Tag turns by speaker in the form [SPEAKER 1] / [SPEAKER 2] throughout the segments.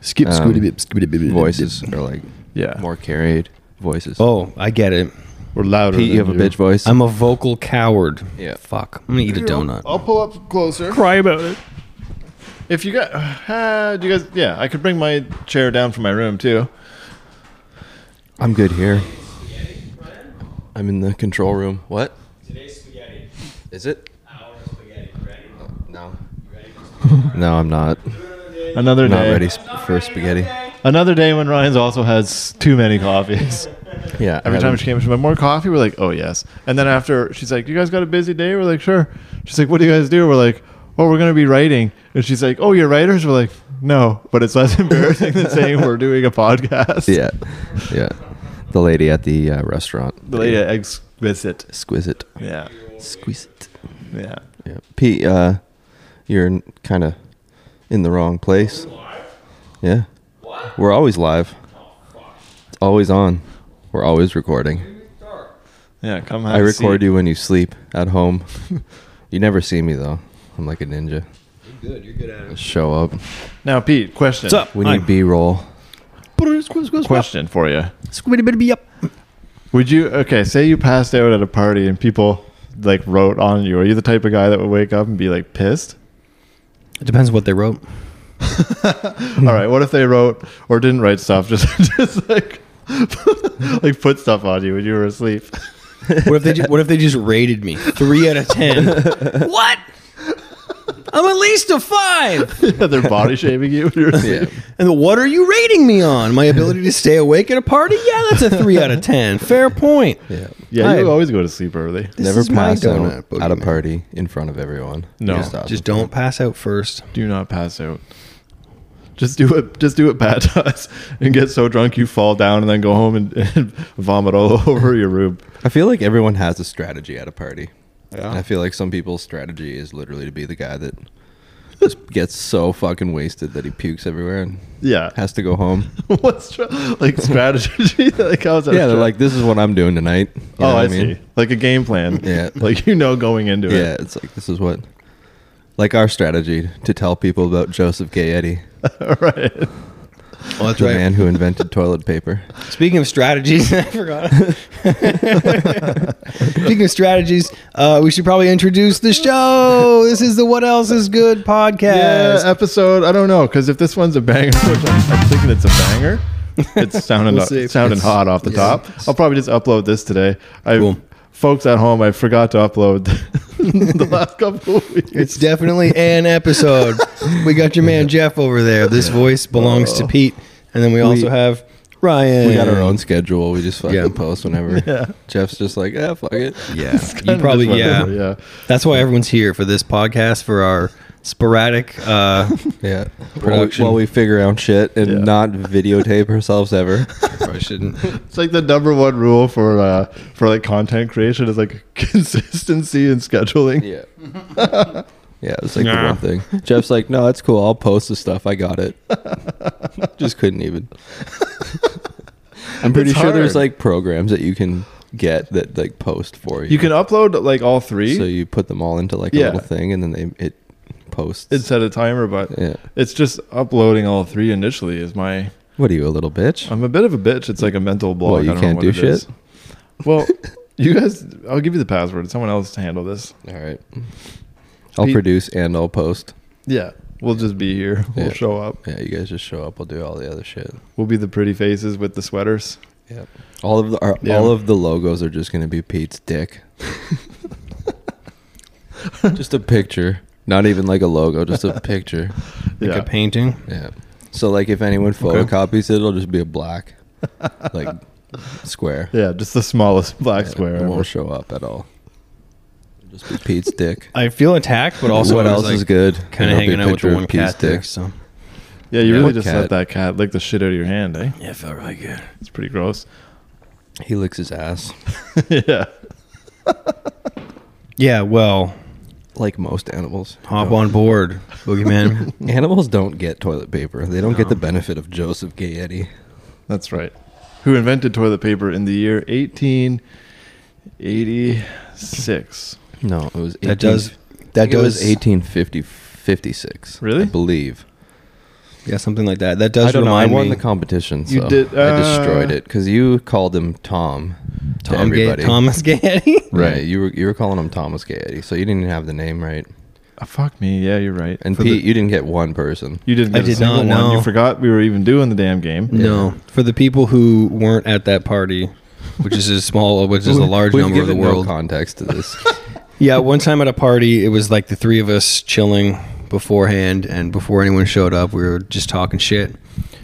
[SPEAKER 1] Skip,
[SPEAKER 2] um,
[SPEAKER 1] scooty, bip, scooty, bip, bip,
[SPEAKER 2] voices
[SPEAKER 1] bip.
[SPEAKER 2] are like
[SPEAKER 3] Yeah.
[SPEAKER 2] more carried voices.
[SPEAKER 4] Oh, I get it.
[SPEAKER 3] We're louder.
[SPEAKER 2] Pete, you have
[SPEAKER 3] than
[SPEAKER 2] a bitch voice.
[SPEAKER 4] I'm a vocal coward.
[SPEAKER 2] Yeah.
[SPEAKER 4] Fuck. I'm gonna eat a donut.
[SPEAKER 3] I'll pull up closer.
[SPEAKER 5] Cry about it.
[SPEAKER 3] If you got, uh, do you guys? Yeah, I could bring my chair down from my room too.
[SPEAKER 2] I'm good here. I'm in the control room. What
[SPEAKER 6] Today's spaghetti.
[SPEAKER 2] is it?
[SPEAKER 6] Hour of spaghetti. Ready?
[SPEAKER 2] No. No, I'm not.
[SPEAKER 3] Another
[SPEAKER 2] I'm not
[SPEAKER 3] day.
[SPEAKER 2] ready sp- for spaghetti.
[SPEAKER 3] Another day when Ryan's also has too many coffees.
[SPEAKER 2] Yeah.
[SPEAKER 3] Every time
[SPEAKER 2] haven't-
[SPEAKER 3] she came, she's like, "More coffee?" We're like, "Oh yes." And then after, she's like, "You guys got a busy day?" We're like, "Sure." She's like, "What do you guys do?" We're like, "Oh, we're gonna be writing." And she's like, "Oh, you're writers?" We're like, "No," but it's less embarrassing than saying we're doing a podcast.
[SPEAKER 2] Yeah. Yeah. The lady at the uh, restaurant.
[SPEAKER 3] The lady at exquisite.
[SPEAKER 2] Exquisite.
[SPEAKER 3] Yeah.
[SPEAKER 2] Exquisite.
[SPEAKER 3] Yeah.
[SPEAKER 2] Yeah. Pete, uh, you're kind of in the wrong place. Yeah. We're always live. It's always on. We're always recording.
[SPEAKER 3] Yeah. Come. Have
[SPEAKER 2] I
[SPEAKER 3] a
[SPEAKER 2] record
[SPEAKER 3] seat.
[SPEAKER 2] you when you sleep at home. you never see me though. I'm like a ninja.
[SPEAKER 4] good. You're good at
[SPEAKER 2] Just show up.
[SPEAKER 3] now, Pete. Question.
[SPEAKER 4] What's up?
[SPEAKER 2] We need B-roll.
[SPEAKER 3] Question for you.
[SPEAKER 4] Squiddy bitty be up.
[SPEAKER 3] Would you okay? Say you passed out at a party and people like wrote on you. Are you the type of guy that would wake up and be like pissed?
[SPEAKER 4] It depends what they wrote.
[SPEAKER 3] All right, what if they wrote or didn't write stuff? Just just like like put stuff on you when you were asleep.
[SPEAKER 4] What if they? Ju- what if they just rated me three out of ten? what? I'm at least a five.
[SPEAKER 3] yeah, they're body shaming you. When you're asleep.
[SPEAKER 2] Yeah.
[SPEAKER 4] And what are you rating me on? My ability to stay awake at a party? Yeah, that's a three out of ten. Fair point.
[SPEAKER 2] Yeah.
[SPEAKER 3] Yeah, you
[SPEAKER 4] I-
[SPEAKER 3] always go to sleep early.
[SPEAKER 4] This
[SPEAKER 2] never
[SPEAKER 4] is my
[SPEAKER 2] pass
[SPEAKER 4] donut,
[SPEAKER 2] out at a
[SPEAKER 4] boogeyman.
[SPEAKER 2] party in front of everyone.
[SPEAKER 3] No.
[SPEAKER 2] Just,
[SPEAKER 4] Just don't pass out first.
[SPEAKER 3] Do not pass out. Just do it. Just do what Pat does, and get so drunk you fall down, and then go home and, and vomit all over your room.
[SPEAKER 2] I feel like everyone has a strategy at a party. And I feel like some people's strategy is literally to be the guy that just gets so fucking wasted that he pukes everywhere and
[SPEAKER 3] Yeah,
[SPEAKER 2] has to go home.
[SPEAKER 3] what's tra- like strategy? like how's that?
[SPEAKER 2] yeah, they're
[SPEAKER 3] stra-
[SPEAKER 2] like, this is what I'm doing tonight. You know
[SPEAKER 3] oh,
[SPEAKER 2] what
[SPEAKER 3] I, see. Like a game plan.
[SPEAKER 2] Yeah.
[SPEAKER 3] like you know going into
[SPEAKER 2] Yeah,
[SPEAKER 3] it.
[SPEAKER 2] it's like, this is what. Like our strategy to tell people about Joseph Gayetti,
[SPEAKER 3] All right.
[SPEAKER 4] Oh, that's
[SPEAKER 2] the man who invented toilet paper.
[SPEAKER 4] Speaking of strategies, I forgot. Speaking of strategies, uh, we should probably introduce the show. This is the What Else Is Good
[SPEAKER 3] Yeah,
[SPEAKER 4] podcast.
[SPEAKER 2] uh,
[SPEAKER 3] episode. I don't know because if this one's a banger, which I'm, I'm thinking it's a banger. It's sounding
[SPEAKER 4] We'll
[SPEAKER 3] up-
[SPEAKER 4] see.
[SPEAKER 3] sounding
[SPEAKER 4] It's-
[SPEAKER 3] hot off the
[SPEAKER 4] yeah.
[SPEAKER 3] top. I'll probably just upload this today. I
[SPEAKER 4] Cool.
[SPEAKER 3] folks at home, I forgot to upload the last couple of weeks.
[SPEAKER 4] It's definitely an episode. we got your man Jeff over there. This voice belongs to Pete, and then we also have Ryan.
[SPEAKER 2] We got our own schedule. We just fucking
[SPEAKER 4] Yeah.
[SPEAKER 2] post whenever.
[SPEAKER 3] Yeah.
[SPEAKER 2] Jeff's just like, yeah, fuck it.
[SPEAKER 4] Yeah, you
[SPEAKER 3] Kinda
[SPEAKER 4] probably
[SPEAKER 3] just
[SPEAKER 4] yeah.
[SPEAKER 3] whatever, yeah.
[SPEAKER 4] That's why everyone's here for this podcast for our sporadic. Uh,
[SPEAKER 2] Yeah.
[SPEAKER 4] Production.
[SPEAKER 2] While we, while we figure out shit and
[SPEAKER 3] Yeah.
[SPEAKER 2] not videotape ourselves ever.
[SPEAKER 4] probably shouldn't.
[SPEAKER 3] It's like the number one rule for uh, for like content creation is like consistency in scheduling.
[SPEAKER 2] Yeah. yeah, it was like
[SPEAKER 5] Nah.
[SPEAKER 2] the one thing. Jeff's like, no, that's cool. I'll post the stuff. I got it. Just couldn't even. I'm pretty
[SPEAKER 3] It's
[SPEAKER 2] sure there's
[SPEAKER 3] hard.
[SPEAKER 2] like programs that you can get that like post for you.
[SPEAKER 3] You can upload like all three
[SPEAKER 2] so you put them all into like a
[SPEAKER 3] Yeah.
[SPEAKER 2] little thing and then they it posts.
[SPEAKER 3] and set a timer, but
[SPEAKER 2] yeah.
[SPEAKER 3] it's just uploading all three initially is my.
[SPEAKER 2] What are you a little bitch?
[SPEAKER 3] I'm a bit of a bitch. It's like a mental block.
[SPEAKER 2] Well, you
[SPEAKER 3] I don't know
[SPEAKER 2] can't
[SPEAKER 3] what
[SPEAKER 2] do
[SPEAKER 3] it
[SPEAKER 2] shit?
[SPEAKER 3] is. Well, you guys, I'll give you the password. Someone else to handle this.
[SPEAKER 2] all right. I'll
[SPEAKER 3] Pete-
[SPEAKER 2] produce and I'll post.
[SPEAKER 3] Yeah, we'll just be here. We'll
[SPEAKER 2] Yeah.
[SPEAKER 3] show up.
[SPEAKER 2] Yeah, you guys just show up. I'll do all the other shit.
[SPEAKER 3] We'll be the pretty faces with the sweaters.
[SPEAKER 2] Yep. All of the our,
[SPEAKER 3] Yeah.
[SPEAKER 2] all of the logos are just gonna be Pete's dick. just a picture, not even like a logo, just a picture.
[SPEAKER 4] Like
[SPEAKER 3] yeah,
[SPEAKER 4] a painting.
[SPEAKER 2] Yeah. So like, if anyone photocopies it, it'll just be a black, like square.
[SPEAKER 3] yeah, just the smallest black
[SPEAKER 2] Yeah,
[SPEAKER 3] square.
[SPEAKER 2] It
[SPEAKER 3] ever.
[SPEAKER 2] won't show up at all. It'll just be Pete's dick.
[SPEAKER 4] I feel attacked, but also
[SPEAKER 2] what
[SPEAKER 4] I was
[SPEAKER 2] else
[SPEAKER 4] like,
[SPEAKER 2] is good?
[SPEAKER 4] Kind of
[SPEAKER 2] It'll be
[SPEAKER 4] hanging
[SPEAKER 2] a
[SPEAKER 4] out with
[SPEAKER 2] picture
[SPEAKER 4] the
[SPEAKER 2] of
[SPEAKER 4] one
[SPEAKER 2] Pete's
[SPEAKER 4] cat there. So
[SPEAKER 3] Yeah, you
[SPEAKER 2] Yeah.
[SPEAKER 3] really
[SPEAKER 2] What
[SPEAKER 3] just
[SPEAKER 2] cat?
[SPEAKER 3] let that cat lick the shit out of your hand, eh?
[SPEAKER 4] yeah, it felt really good.
[SPEAKER 3] It's pretty gross.
[SPEAKER 2] He licks his ass,
[SPEAKER 3] yeah,
[SPEAKER 4] Yeah, well,
[SPEAKER 2] like most animals.
[SPEAKER 4] hop on board, boogeyman.
[SPEAKER 2] Animals don't get toilet paper. They don't get the benefit of Joseph Gayetti.
[SPEAKER 3] that's right. Who invented toilet paper in the year 1886?
[SPEAKER 2] No, it was 18,
[SPEAKER 4] That does-
[SPEAKER 2] that
[SPEAKER 4] it was-
[SPEAKER 2] does 1850 56.
[SPEAKER 3] Really?
[SPEAKER 2] I believe.
[SPEAKER 4] Yeah, something like that. That does
[SPEAKER 2] I don't know. I
[SPEAKER 4] remind
[SPEAKER 2] won
[SPEAKER 4] me.
[SPEAKER 2] the competition. So
[SPEAKER 3] You did-
[SPEAKER 2] I destroyed
[SPEAKER 3] uh,
[SPEAKER 2] it because you called him Tom. to
[SPEAKER 4] Tom Gay,
[SPEAKER 2] everybody.
[SPEAKER 4] Thomas Gay.
[SPEAKER 2] Right. You were you were calling him Thomas Gayety, so you didn't even have the name right.
[SPEAKER 3] Oh, fuck me. Yeah, you're right.
[SPEAKER 2] And
[SPEAKER 3] For the-
[SPEAKER 2] Pete, you didn't get one person.
[SPEAKER 3] you didn't.
[SPEAKER 4] I
[SPEAKER 3] Get a
[SPEAKER 4] did
[SPEAKER 3] single
[SPEAKER 4] not
[SPEAKER 3] one.
[SPEAKER 4] know.
[SPEAKER 3] You forgot we were even doing the damn game.
[SPEAKER 4] No, for the people who weren't at that party, which is a small, which is a large
[SPEAKER 2] We've
[SPEAKER 4] number of the
[SPEAKER 2] given no
[SPEAKER 4] world.
[SPEAKER 2] context to this.
[SPEAKER 4] Yeah, one time at a party, it was like the three of us chilling beforehand, and before anyone showed up, we were just talking shit.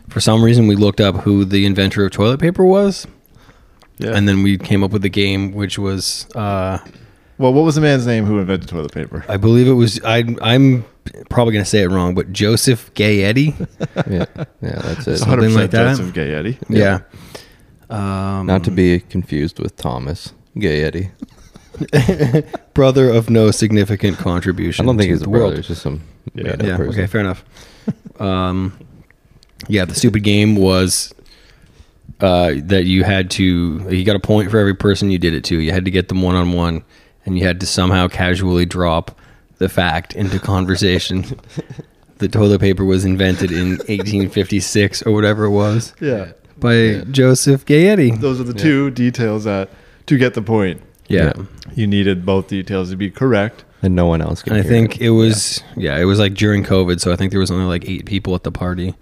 [SPEAKER 4] For some reason, we looked up who the inventor of toilet paper was,
[SPEAKER 3] Yeah.
[SPEAKER 4] and then we came up with the game, which was, uh,
[SPEAKER 3] well, what was the man's name who invented toilet paper?
[SPEAKER 4] I believe it was, I, I'm probably going to say it wrong, but Joseph Gayetti.
[SPEAKER 2] yeah, yeah, that's it.
[SPEAKER 4] So- something like that.
[SPEAKER 3] Joseph Gayetti.
[SPEAKER 4] yeah. Um,
[SPEAKER 2] Not to be confused with Thomas Gayety.
[SPEAKER 4] brother of no significant contribution.
[SPEAKER 2] I don't think
[SPEAKER 4] to
[SPEAKER 2] he's a
[SPEAKER 4] the
[SPEAKER 2] brother.
[SPEAKER 4] world.
[SPEAKER 2] It's just some
[SPEAKER 3] Yeah.
[SPEAKER 2] made-up
[SPEAKER 4] Yeah.
[SPEAKER 2] person.
[SPEAKER 4] Okay. Fair enough. Um, yeah. The stupid game was uh, that you had to. You got a point for every person you did it to. You had to get them one on one, and you had to somehow casually drop the fact into conversation. the toilet paper was invented in 1856 or whatever it was
[SPEAKER 3] Yeah.
[SPEAKER 4] by Joseph Gayetti.
[SPEAKER 3] Those are the two details that to get the point.
[SPEAKER 4] Yeah.
[SPEAKER 2] Yeah.
[SPEAKER 3] You needed both details to be correct.
[SPEAKER 2] And no one else can.
[SPEAKER 4] And I
[SPEAKER 2] hear
[SPEAKER 4] think it was yeah. it was like during COVID, so I think there was only like eight people at the party.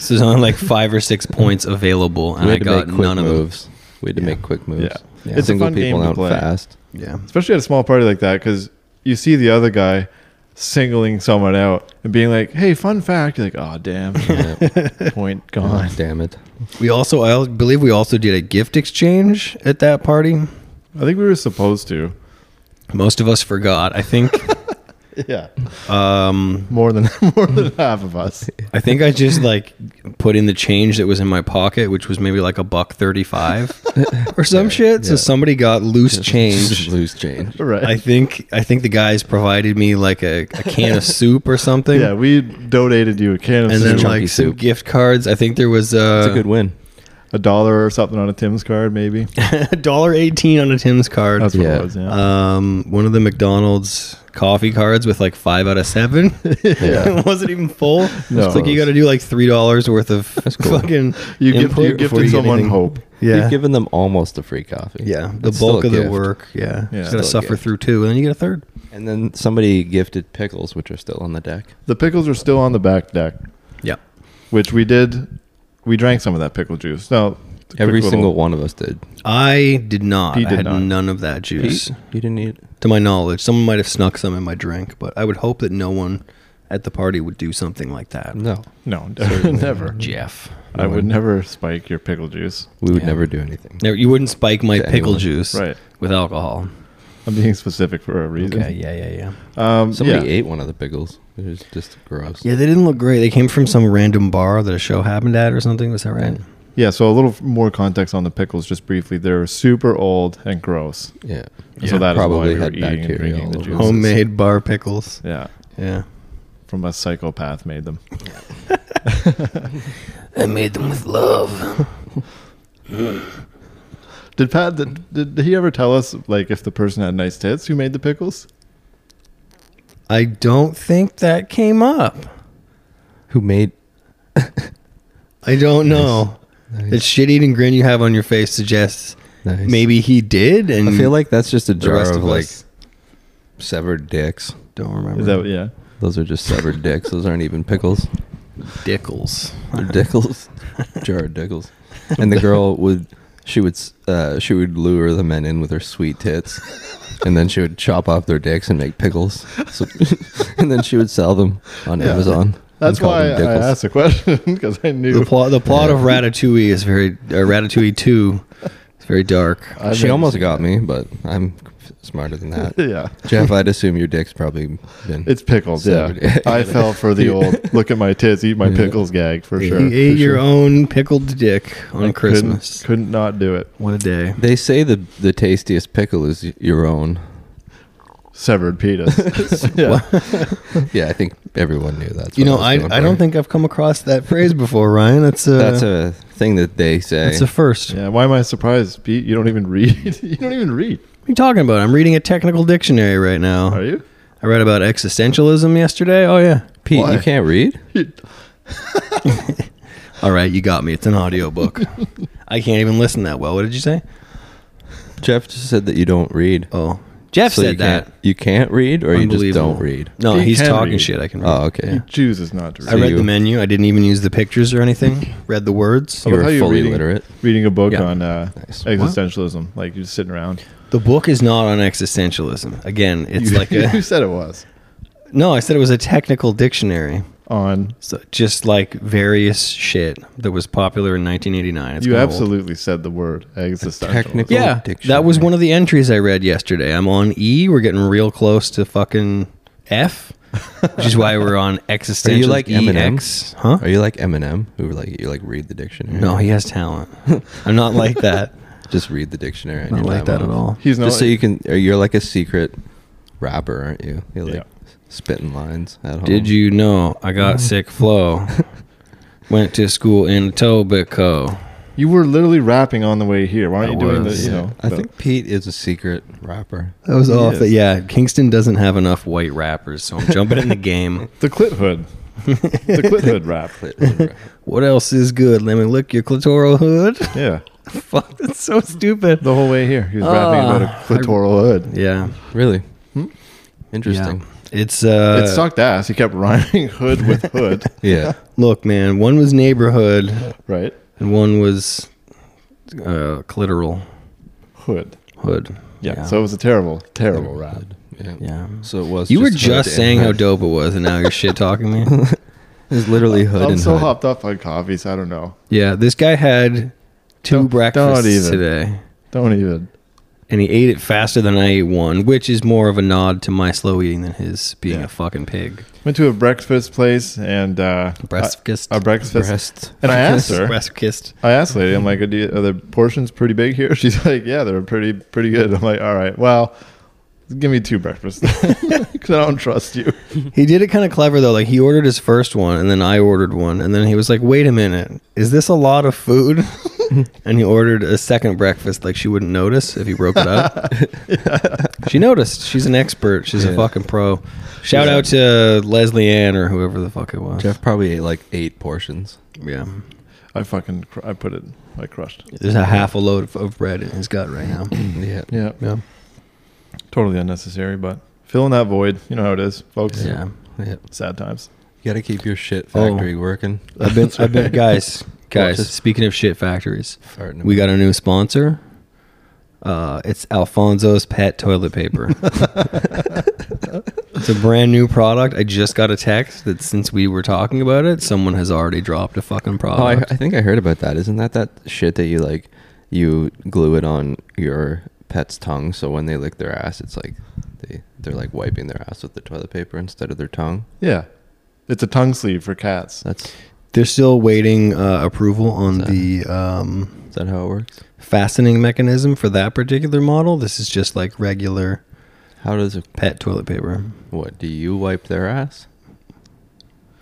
[SPEAKER 4] So there's only like five or six points available,
[SPEAKER 2] it.
[SPEAKER 4] and
[SPEAKER 2] we
[SPEAKER 4] I
[SPEAKER 2] had to
[SPEAKER 4] got
[SPEAKER 2] make quick
[SPEAKER 4] none of
[SPEAKER 2] moves. We had to make quick moves.
[SPEAKER 3] Yeah. It's a
[SPEAKER 2] Single
[SPEAKER 3] fun
[SPEAKER 2] people
[SPEAKER 3] game to
[SPEAKER 2] out
[SPEAKER 3] play.
[SPEAKER 2] fast.
[SPEAKER 4] them.
[SPEAKER 3] especially at a small party like that, because you see the other guy singling someone out and being like, "Hey, fun fact!" You're like, "Oh, damn, point gone."
[SPEAKER 2] Oh, damn it!
[SPEAKER 4] Yeah, we also I al- believe we also did a gift exchange at that party.
[SPEAKER 3] I think we were supposed to.
[SPEAKER 4] Most of us forgot. I think
[SPEAKER 3] Yeah,
[SPEAKER 4] um,
[SPEAKER 3] more than more than half of us.
[SPEAKER 4] I think I just like put in the change that was in my pocket, which was maybe like a buck thirty-five or some shit. So
[SPEAKER 2] yeah.
[SPEAKER 4] somebody got loose change.
[SPEAKER 2] Lose change.
[SPEAKER 3] Right.
[SPEAKER 4] I think I think the guys provided me like a, a can of soup or something.
[SPEAKER 3] yeah, we donated you a can of
[SPEAKER 4] and
[SPEAKER 3] soup,
[SPEAKER 4] then
[SPEAKER 2] chunky
[SPEAKER 4] like some
[SPEAKER 2] soup.
[SPEAKER 4] gift cards. I think there was
[SPEAKER 2] It's a
[SPEAKER 4] uh,
[SPEAKER 2] good win.
[SPEAKER 3] a dollar or something on a Tim's card, maybe.
[SPEAKER 4] a dollar eighteen on a Tim's card.
[SPEAKER 3] That's what
[SPEAKER 2] Yeah.
[SPEAKER 3] it was. Yeah.
[SPEAKER 4] um, one of the McDonald's coffee cards with like five out of seven.
[SPEAKER 2] Yeah.
[SPEAKER 4] it wasn't even full.
[SPEAKER 3] No.
[SPEAKER 4] It's like you got to do like three dollars worth of
[SPEAKER 2] cool.
[SPEAKER 4] fucking.
[SPEAKER 3] you,
[SPEAKER 4] input
[SPEAKER 3] gift, you
[SPEAKER 4] before
[SPEAKER 3] gifted
[SPEAKER 4] get
[SPEAKER 3] someone
[SPEAKER 4] anything.
[SPEAKER 3] hope.
[SPEAKER 2] You've
[SPEAKER 4] Yeah,
[SPEAKER 2] given them almost a free coffee.
[SPEAKER 4] yeah. The
[SPEAKER 2] It's still
[SPEAKER 4] bulk
[SPEAKER 2] a
[SPEAKER 4] of the
[SPEAKER 2] gift.
[SPEAKER 4] work. Yeah,
[SPEAKER 3] Yeah.
[SPEAKER 4] you got to
[SPEAKER 2] Still a
[SPEAKER 4] suffer
[SPEAKER 2] gift.
[SPEAKER 4] through two, and then you get a third.
[SPEAKER 2] And then somebody gifted pickles, which are still on the deck.
[SPEAKER 3] The pickles are still on the back deck,
[SPEAKER 4] Yeah,
[SPEAKER 3] which we did. We drank some of that pickle juice. No,
[SPEAKER 2] Every single one of us did.
[SPEAKER 4] I did not.
[SPEAKER 3] He
[SPEAKER 4] I
[SPEAKER 3] did
[SPEAKER 4] had
[SPEAKER 3] not.
[SPEAKER 4] none of that juice.
[SPEAKER 2] Pete, you didn't eat.
[SPEAKER 4] To my knowledge, someone might have snuck some in my drink, but I would hope that no one at the party would do something like that.
[SPEAKER 2] No,
[SPEAKER 3] No, never. never.
[SPEAKER 4] Jeff.
[SPEAKER 3] I would never spike your pickle juice.
[SPEAKER 2] we would
[SPEAKER 4] Yeah.
[SPEAKER 2] never do anything.
[SPEAKER 4] Now, you wouldn't spike my
[SPEAKER 2] To
[SPEAKER 4] pickle
[SPEAKER 2] anyone.
[SPEAKER 4] juice
[SPEAKER 3] Right.
[SPEAKER 4] with alcohol.
[SPEAKER 3] I'm being specific for a reason.
[SPEAKER 4] Okay, yeah, yeah, yeah.
[SPEAKER 3] Um,
[SPEAKER 2] Somebody
[SPEAKER 3] yeah.
[SPEAKER 2] ate one of the pickles. It was just gross.
[SPEAKER 4] Yeah, they didn't look great. They came from some random bar that a show happened at or something. Was that right?
[SPEAKER 3] Yeah, so a little f- more context on the pickles, just briefly. They're super old and gross.
[SPEAKER 2] Yeah.
[SPEAKER 3] so that is
[SPEAKER 2] Probably
[SPEAKER 3] why
[SPEAKER 2] had
[SPEAKER 3] we were eating and
[SPEAKER 2] bacteria
[SPEAKER 3] drinking
[SPEAKER 2] all
[SPEAKER 3] the
[SPEAKER 2] over
[SPEAKER 3] juices.
[SPEAKER 2] it.
[SPEAKER 4] Homemade bar pickles.
[SPEAKER 3] Yeah,
[SPEAKER 4] Yeah.
[SPEAKER 3] from a psychopath made them.
[SPEAKER 4] I made them with love.
[SPEAKER 3] Did Pat? Did, did he ever tell us like if the person had nice tits who made the pickles?
[SPEAKER 4] I don't think that came up.
[SPEAKER 2] Who made?
[SPEAKER 4] I don't know.
[SPEAKER 2] Nice.
[SPEAKER 4] That shit eating grin you have on your face suggests
[SPEAKER 2] Nice.
[SPEAKER 4] maybe he did. And
[SPEAKER 2] I feel like that's just a jar
[SPEAKER 4] rest
[SPEAKER 2] of,
[SPEAKER 4] of
[SPEAKER 2] like
[SPEAKER 4] us-
[SPEAKER 2] severed dicks.
[SPEAKER 4] don't remember.
[SPEAKER 3] Is that yeah?
[SPEAKER 2] Those are just severed dicks. Those aren't even pickles.
[SPEAKER 4] Dickles.
[SPEAKER 2] They're dickles. jar of dickles. And the girl would she would s- uh, she would lure the men in with her sweet tits, and then she would chop off their dicks and make pickles. So, and then she would sell them on
[SPEAKER 3] Yeah.
[SPEAKER 2] Amazon.
[SPEAKER 3] That's
[SPEAKER 2] and call
[SPEAKER 3] why
[SPEAKER 2] them
[SPEAKER 3] I
[SPEAKER 2] dickles.
[SPEAKER 3] asked the question because I knew.
[SPEAKER 4] The plot, the plot of Ratatouille is very uh, Ratatouille Two. It's very dark.
[SPEAKER 3] I've
[SPEAKER 2] she
[SPEAKER 3] never
[SPEAKER 2] almost
[SPEAKER 3] seen
[SPEAKER 2] got me, but I'm smarter than that.
[SPEAKER 3] Yeah,
[SPEAKER 2] Jeff, I'd assume your dick's probably been.
[SPEAKER 3] it's pickles. Yeah,
[SPEAKER 2] Severed.
[SPEAKER 3] I fell for the old "look at my tits, eat my
[SPEAKER 2] Yeah.
[SPEAKER 3] pickles" gag for
[SPEAKER 4] You
[SPEAKER 3] sure.
[SPEAKER 4] ate
[SPEAKER 3] for
[SPEAKER 4] your
[SPEAKER 3] sure.
[SPEAKER 4] own pickled dick on
[SPEAKER 3] I
[SPEAKER 4] Christmas.
[SPEAKER 3] Couldn't, couldn't not do it.
[SPEAKER 4] What a day!
[SPEAKER 2] they say the the tastiest pickle is y- your own.
[SPEAKER 3] Severed penis. yeah.
[SPEAKER 2] Yeah, I think everyone knew that.
[SPEAKER 4] You know, I, I don't think I've come across that phrase before, Ryan. That's a
[SPEAKER 2] that's a thing that they say.
[SPEAKER 4] that's a first.
[SPEAKER 3] yeah. Why am I surprised, Pete? You don't even read. you don't even read.
[SPEAKER 4] What are you talking about? I'm reading a technical dictionary right now.
[SPEAKER 3] Are you?
[SPEAKER 4] I read about existentialism yesterday. Oh yeah,
[SPEAKER 2] Pete,
[SPEAKER 3] Why?
[SPEAKER 2] you can't read.
[SPEAKER 3] Pete,
[SPEAKER 4] All right, you got me. It's an audiobook. I can't even listen that well. What did you say?
[SPEAKER 2] Jeff just said that you don't read.
[SPEAKER 4] Oh, Jeff
[SPEAKER 2] So you
[SPEAKER 4] said that.
[SPEAKER 2] Can't, you can't read, or you just
[SPEAKER 4] Unbelievable.
[SPEAKER 2] don't read.
[SPEAKER 4] No,
[SPEAKER 3] He
[SPEAKER 4] he's
[SPEAKER 3] can
[SPEAKER 4] talking
[SPEAKER 3] read.
[SPEAKER 4] shit. I can read.
[SPEAKER 2] Oh, okay.
[SPEAKER 3] chooses not to read.
[SPEAKER 4] I read
[SPEAKER 2] you-
[SPEAKER 4] the menu. I didn't even use the pictures or anything. Read the words.
[SPEAKER 2] You
[SPEAKER 3] love how
[SPEAKER 2] were
[SPEAKER 3] you're
[SPEAKER 2] fully
[SPEAKER 3] reading-
[SPEAKER 2] literate.
[SPEAKER 3] Reading a book
[SPEAKER 4] Yeah.
[SPEAKER 3] on uh,
[SPEAKER 2] Nice.
[SPEAKER 3] existentialism, like you're just sitting around.
[SPEAKER 4] The book is not on existentialism. Again, it's
[SPEAKER 3] you,
[SPEAKER 4] like a
[SPEAKER 3] you said it was
[SPEAKER 4] no. I said it was a technical dictionary.
[SPEAKER 3] on.
[SPEAKER 4] So just like various shit that was popular in 1989. It's
[SPEAKER 3] you
[SPEAKER 4] kinda old.
[SPEAKER 3] absolutely said the word existentialism.
[SPEAKER 2] technical-
[SPEAKER 4] yeah.
[SPEAKER 2] dictionary.
[SPEAKER 4] That was one of the entries I read yesterday. I'm on E. We're getting real close to fucking F, which is why we're on
[SPEAKER 2] Are
[SPEAKER 4] existential.
[SPEAKER 2] you like Eminem?
[SPEAKER 4] EX, Huh?
[SPEAKER 2] Are you like Eminem, who like you like read the dictionary?
[SPEAKER 4] No, he has talent. I'm not like that.
[SPEAKER 2] just read the dictionary. and
[SPEAKER 4] not
[SPEAKER 2] you're
[SPEAKER 4] like that at
[SPEAKER 2] off.
[SPEAKER 4] all.
[SPEAKER 3] He's not.
[SPEAKER 2] just so you can. Or you're like a secret rapper, aren't you? You're like
[SPEAKER 3] Yeah.
[SPEAKER 2] spitting lines at home.
[SPEAKER 4] Did you know I got sick flow? Went to school in Tobico.
[SPEAKER 3] you were literally rapping on the way here. Why aren't
[SPEAKER 4] I
[SPEAKER 3] you doing
[SPEAKER 4] was,
[SPEAKER 3] this? You
[SPEAKER 2] Yeah.
[SPEAKER 3] know,
[SPEAKER 2] I
[SPEAKER 3] the-
[SPEAKER 2] think Pete is a secret rapper.
[SPEAKER 4] That was
[SPEAKER 3] He
[SPEAKER 4] off.
[SPEAKER 3] is.
[SPEAKER 4] But yeah, Kingston doesn't have enough white rappers, so I'm jumping in the game.
[SPEAKER 3] the clit hood, the clit hood rap.
[SPEAKER 2] Hmm?
[SPEAKER 4] What else is good? Let me lick your clitoral hood.
[SPEAKER 3] Yeah,
[SPEAKER 4] Fuck, that's so stupid.
[SPEAKER 3] the whole way here, he was rapping about
[SPEAKER 4] Ah.
[SPEAKER 3] a clitoral hood.
[SPEAKER 4] Yeah.
[SPEAKER 2] really? Interesting.
[SPEAKER 4] Yeah. It's uh
[SPEAKER 3] it sucked ass. He kept rhyming hood with hood,
[SPEAKER 2] Yeah.
[SPEAKER 4] look, man, one was neighborhood
[SPEAKER 3] right?
[SPEAKER 4] and one was uh clitoral
[SPEAKER 3] Hood.
[SPEAKER 4] hood.
[SPEAKER 3] Yeah. So it was a terrible, terrible rap.
[SPEAKER 2] yeah.
[SPEAKER 4] yeah.
[SPEAKER 2] So it was.
[SPEAKER 4] You were
[SPEAKER 2] hood
[SPEAKER 4] just
[SPEAKER 2] and
[SPEAKER 4] saying how
[SPEAKER 2] hood.
[SPEAKER 4] dope it was and now you're shit talking me.
[SPEAKER 2] It was literally hood
[SPEAKER 3] I'm
[SPEAKER 2] and
[SPEAKER 3] so
[SPEAKER 2] hood.
[SPEAKER 3] hopped up on coffee, so I don't know.
[SPEAKER 4] Yeah, this guy had 2
[SPEAKER 3] Don't- don't
[SPEAKER 4] breakfasts
[SPEAKER 3] even.
[SPEAKER 4] today.
[SPEAKER 3] Don't even.
[SPEAKER 4] And he ate it faster than I ate one, which is more of a nod to my slow eating than his being
[SPEAKER 3] Yeah.
[SPEAKER 4] a fucking pig.
[SPEAKER 3] Went to a breakfast place and uh,
[SPEAKER 4] Breakfast.
[SPEAKER 3] a, a breakfast,
[SPEAKER 2] Breast.
[SPEAKER 3] and I asked her.
[SPEAKER 4] Breast kissed.
[SPEAKER 3] I asked the lady, I'm like, are, do you, are the portions pretty big here? She's like, yeah, they're pretty pretty good. I'm like, all right, well, give me two breakfasts because I don't trust you.
[SPEAKER 4] He did it kind of clever though. Like he ordered his first one, and then I ordered one, and then he was like, "Wait a minute, is this a lot of food?" and he ordered a second breakfast. Like she wouldn't notice if he broke it up. she noticed. She's an expert. She's a
[SPEAKER 2] Yeah.
[SPEAKER 4] fucking pro. Shout out to Leslie Ann or whoever the fuck it was.
[SPEAKER 2] Jeff probably ate like eight portions.
[SPEAKER 4] Yeah,
[SPEAKER 3] I fucking, cr- I put it, I crushed.
[SPEAKER 4] there's a half a load of, of bread in his gut right now.
[SPEAKER 2] Yeah.
[SPEAKER 3] Yeah,
[SPEAKER 4] yeah,
[SPEAKER 3] totally unnecessary, but filling that void, you know how it is, folks.
[SPEAKER 4] yeah.
[SPEAKER 2] Yeah. You
[SPEAKER 3] Sad times.
[SPEAKER 2] got to keep your shit factory working.
[SPEAKER 4] I've been, I've been, guys, guys.
[SPEAKER 2] this.
[SPEAKER 4] Speaking of shit factories,
[SPEAKER 2] Farting
[SPEAKER 4] we
[SPEAKER 2] about-
[SPEAKER 4] got a new sponsor. Uh, it's Alfonso's Pet Toilet Paper. it's a brand new product. I just got a text that since we were talking about it, someone has already dropped a fucking
[SPEAKER 2] Oh, I,
[SPEAKER 4] product.
[SPEAKER 2] I think I heard about that. Isn't that that shit that you like? You glue it on your pet's tongue, so when they lick their ass, it's like they they're like wiping their ass with the toilet paper instead of their tongue.
[SPEAKER 3] Yeah. It's a tongue sleeve for cats.
[SPEAKER 2] That's
[SPEAKER 4] They're still waiting uh, approval on
[SPEAKER 2] So-
[SPEAKER 4] the um,
[SPEAKER 2] is that how it works?
[SPEAKER 4] fastening mechanism for that particular model. This is just like regular
[SPEAKER 2] How does it?
[SPEAKER 4] pet toilet paper.
[SPEAKER 2] What do you wipe their ass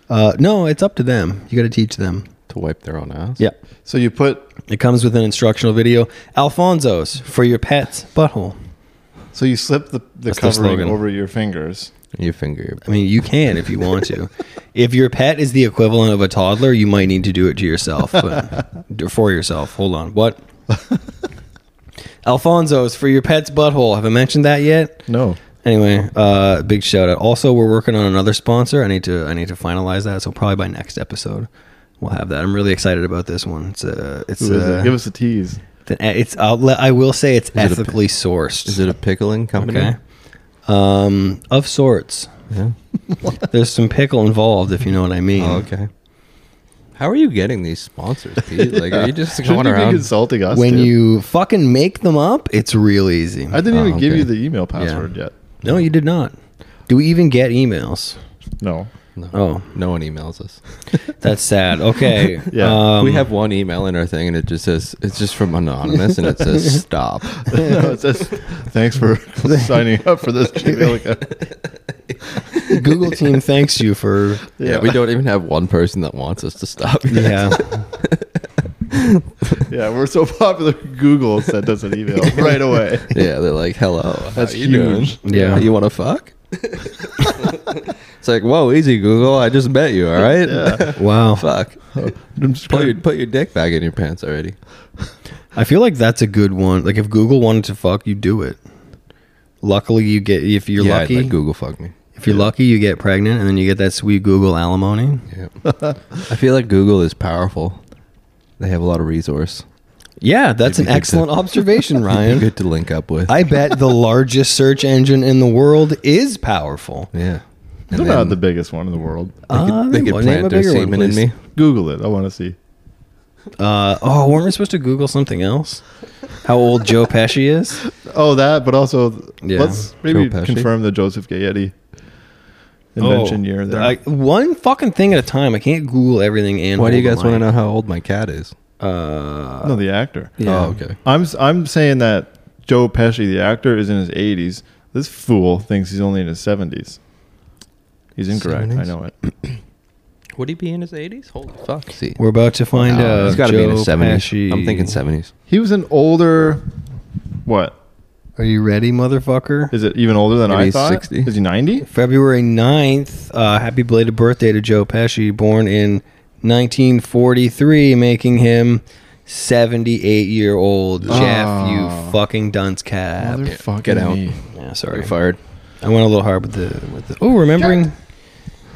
[SPEAKER 4] Uh, no, it's up to them. You got to teach them.
[SPEAKER 2] to wipe their own ass?
[SPEAKER 4] Yeah.
[SPEAKER 3] So you put
[SPEAKER 4] It comes with an instructional video. Alfonso's for your pet's butthole.
[SPEAKER 3] So you slip the, the
[SPEAKER 4] That's their
[SPEAKER 3] covering
[SPEAKER 4] slogan.
[SPEAKER 3] over your fingers.
[SPEAKER 2] you finger. Your
[SPEAKER 4] I mean, you can if you want to. if your pet is the equivalent of a toddler, you might need to do it to yourself, but or for yourself. Hold on, what? Alfonso's for your pet's butthole. Have I mentioned that yet?
[SPEAKER 3] No.
[SPEAKER 4] Anyway, uh, big shout out. Also, we're working on another sponsor. I need to I need to finalize that. So probably by next episode, we'll have that. I'm really excited about this one. It's a it's
[SPEAKER 3] Who is
[SPEAKER 4] a,
[SPEAKER 2] uh,
[SPEAKER 3] it? Give us a tease.
[SPEAKER 4] it's I'll let, I will say it's
[SPEAKER 2] it a
[SPEAKER 4] ethically sourced.
[SPEAKER 2] Is it a pickling company?
[SPEAKER 4] okay? Um, of sorts.
[SPEAKER 2] Yeah.
[SPEAKER 4] There's some pickle involved, if you know what I mean.
[SPEAKER 2] Oh, okay. How are you getting these sponsors, Pete? Like, are you just going
[SPEAKER 3] Shouldn't you be
[SPEAKER 2] around?
[SPEAKER 3] consulting us?
[SPEAKER 4] When
[SPEAKER 3] dude?
[SPEAKER 4] you fucking make them up, it's real easy.
[SPEAKER 3] I didn't
[SPEAKER 2] Oh,
[SPEAKER 3] even give
[SPEAKER 2] okay.
[SPEAKER 3] you the email password yet.
[SPEAKER 4] no, you did not. Do we even get emails?
[SPEAKER 3] No.
[SPEAKER 2] No,
[SPEAKER 4] Oh,
[SPEAKER 2] no one emails us.
[SPEAKER 4] that's sad. Okay.
[SPEAKER 3] Yeah.
[SPEAKER 4] um,
[SPEAKER 2] we have one email in our thing, and it just says it's just from anonymous, and it says stop.
[SPEAKER 3] no, it says thanks for signing up for this Gmail account.
[SPEAKER 4] Google team. Thanks you for
[SPEAKER 2] Yeah. we don't even have one person that wants us to stop.
[SPEAKER 4] yeah.
[SPEAKER 3] Yeah, we're so popular. Google sent us an email right away.
[SPEAKER 2] yeah, they're like, "Hello,
[SPEAKER 3] That's
[SPEAKER 2] how you doing?
[SPEAKER 3] huge.
[SPEAKER 4] Yeah.
[SPEAKER 2] you want to fuck?" It's like, whoa, easy, Google. I just met you, all right?
[SPEAKER 4] Wow.
[SPEAKER 2] Fuck.
[SPEAKER 3] I'm just
[SPEAKER 2] Put
[SPEAKER 3] kinda-
[SPEAKER 2] your, put your dick back in your pants already.
[SPEAKER 4] I feel like that's a good one. Like if Google wanted to fuck, you do it. Luckily, you get if you're
[SPEAKER 2] yeah, I'd
[SPEAKER 4] lucky.
[SPEAKER 2] let Google fuck me.
[SPEAKER 4] if you're lucky, you get pregnant, and then you get that sweet Google alimony.
[SPEAKER 2] Yeah. I feel like Google is powerful. They have a lot of resource.
[SPEAKER 4] Yeah, that's an
[SPEAKER 2] Maybe you could
[SPEAKER 4] excellent
[SPEAKER 2] do-
[SPEAKER 4] observation,
[SPEAKER 2] You
[SPEAKER 4] Ryan.
[SPEAKER 2] get to link up with.
[SPEAKER 4] I bet the largest search engine in the world is powerful.
[SPEAKER 2] yeah.
[SPEAKER 3] It's
[SPEAKER 2] And
[SPEAKER 3] about
[SPEAKER 2] then
[SPEAKER 3] the biggest one in the world.
[SPEAKER 2] they could,
[SPEAKER 4] Uh,
[SPEAKER 2] they could
[SPEAKER 4] well, name a
[SPEAKER 2] plant their
[SPEAKER 4] bigger one,
[SPEAKER 2] semen in
[SPEAKER 4] please.
[SPEAKER 2] me.
[SPEAKER 3] Google it. I want to see.
[SPEAKER 4] Uh, oh, weren't we supposed to Google something else? How old Joe Pesci is?
[SPEAKER 3] Oh, that, but also
[SPEAKER 4] Yeah.
[SPEAKER 3] let's maybe
[SPEAKER 2] Joe Pesci.
[SPEAKER 3] confirm the Joseph Gayetti invention
[SPEAKER 4] Oh,
[SPEAKER 3] year there.
[SPEAKER 4] I, one fucking thing at a time. I can't Google everything. And
[SPEAKER 2] Why do you
[SPEAKER 4] hold
[SPEAKER 2] guys
[SPEAKER 4] the
[SPEAKER 2] want to
[SPEAKER 4] mic.
[SPEAKER 2] know how old my cat is?
[SPEAKER 4] Uh,
[SPEAKER 3] no, the actor.
[SPEAKER 2] Oh, okay.
[SPEAKER 3] I'm s- I'm saying that Joe Pesci, the actor, is in his 80s. This fool thinks he's only in his 70s. He's incorrect. I
[SPEAKER 2] 70s?
[SPEAKER 3] know it.
[SPEAKER 2] Would he be in his 80s? Holy fuck. See.
[SPEAKER 4] We're about to find out.
[SPEAKER 2] Uh, Oh, he's got to be in his 70s.
[SPEAKER 4] Pesci.
[SPEAKER 2] I'm thinking 70s.
[SPEAKER 3] He was an older. What
[SPEAKER 4] Are you ready, motherfucker?
[SPEAKER 3] is it? Even older than
[SPEAKER 2] Maybe
[SPEAKER 3] I
[SPEAKER 2] he's
[SPEAKER 3] thought.
[SPEAKER 2] 60.
[SPEAKER 3] Is he 90?
[SPEAKER 4] February 9th, uh, happy belated birthday to Joe Pesci, born in 1943, making him 78 year old. Jeff,
[SPEAKER 3] Oh.
[SPEAKER 4] you fucking dunce cab.
[SPEAKER 3] Motherfucking
[SPEAKER 2] Ah, Get out.
[SPEAKER 3] me.
[SPEAKER 4] Yeah,
[SPEAKER 2] Are
[SPEAKER 4] sorry.
[SPEAKER 2] you fired?
[SPEAKER 4] I went a little hard with the with the. Oh, remembering.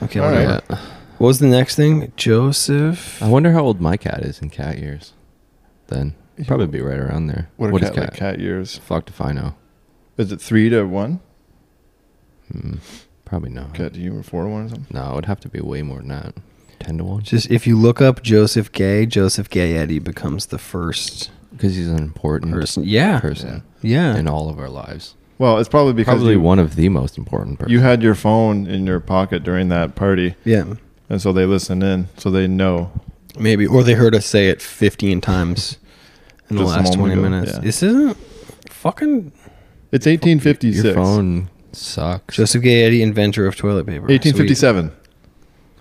[SPEAKER 4] Okay,
[SPEAKER 3] All
[SPEAKER 4] whatever.
[SPEAKER 3] right.
[SPEAKER 4] What was the next thing? Joseph.
[SPEAKER 2] I wonder how old my cat is in cat years. Then probably be right around there.
[SPEAKER 3] What,
[SPEAKER 2] What
[SPEAKER 3] are
[SPEAKER 2] is
[SPEAKER 3] cat, like cat years?
[SPEAKER 2] Fuck if I know.
[SPEAKER 3] Is it three to one?
[SPEAKER 2] Hmm. Probably not.
[SPEAKER 3] Cat to you or four to one or something?
[SPEAKER 2] No, it would have to be way more than that. Ten to one.
[SPEAKER 4] Just if you look up Joseph Gay, Joseph Gayetti becomes the first
[SPEAKER 2] because he's an important
[SPEAKER 4] person. Yeah,
[SPEAKER 2] person
[SPEAKER 4] yeah.
[SPEAKER 2] in all of our lives.
[SPEAKER 3] Well, it's probably because
[SPEAKER 2] Probably
[SPEAKER 3] you,
[SPEAKER 2] one of the most important persons.
[SPEAKER 3] you had your phone in your pocket during that party,
[SPEAKER 4] yeah.
[SPEAKER 3] and so they listened in, so they know.
[SPEAKER 4] Maybe, or they heard us say it 15 times in the
[SPEAKER 3] Just a
[SPEAKER 4] last 20
[SPEAKER 3] moment ago,
[SPEAKER 4] minutes.
[SPEAKER 3] yeah.
[SPEAKER 4] This isn't fucking
[SPEAKER 3] It's 1856.
[SPEAKER 2] Your phone sucks.
[SPEAKER 4] Joseph Gayetti, inventor of toilet paper.
[SPEAKER 3] 1857.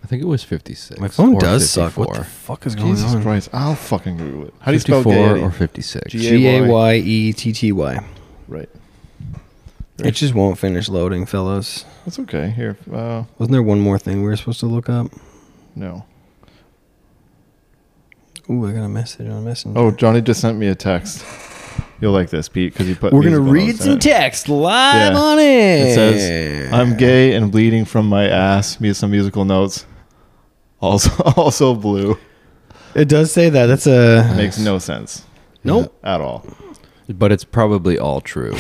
[SPEAKER 2] I think it was fifty six.
[SPEAKER 4] Sweet. My phone does suck. What the fuck is going
[SPEAKER 3] Jesus
[SPEAKER 4] on?
[SPEAKER 3] Christ! I'll fucking Google it. How do you spell
[SPEAKER 2] Fifty four or
[SPEAKER 3] Gayetti?
[SPEAKER 2] fifty six.
[SPEAKER 3] G-
[SPEAKER 4] G A Y E T T Y.
[SPEAKER 3] Right.
[SPEAKER 4] It just won't finish loading, fellas.
[SPEAKER 3] That's okay. Here. Uh,
[SPEAKER 4] Wasn't there one more thing we were supposed to look up?
[SPEAKER 3] no.
[SPEAKER 4] Ooh, I got a message on Messenger.
[SPEAKER 3] Oh, Johnny just sent me a text. You'll like this, Pete, because he put.
[SPEAKER 4] we're gonna
[SPEAKER 3] music on
[SPEAKER 4] read
[SPEAKER 3] the
[SPEAKER 4] some
[SPEAKER 3] side.
[SPEAKER 4] text live
[SPEAKER 3] Yeah.
[SPEAKER 4] on it.
[SPEAKER 3] It says, "I'm gay and bleeding from my ass." Me some musical notes. Also, also blue.
[SPEAKER 4] It does say that. That's a
[SPEAKER 3] Makes no sense
[SPEAKER 4] nope.
[SPEAKER 3] at all.
[SPEAKER 2] But it's probably all true.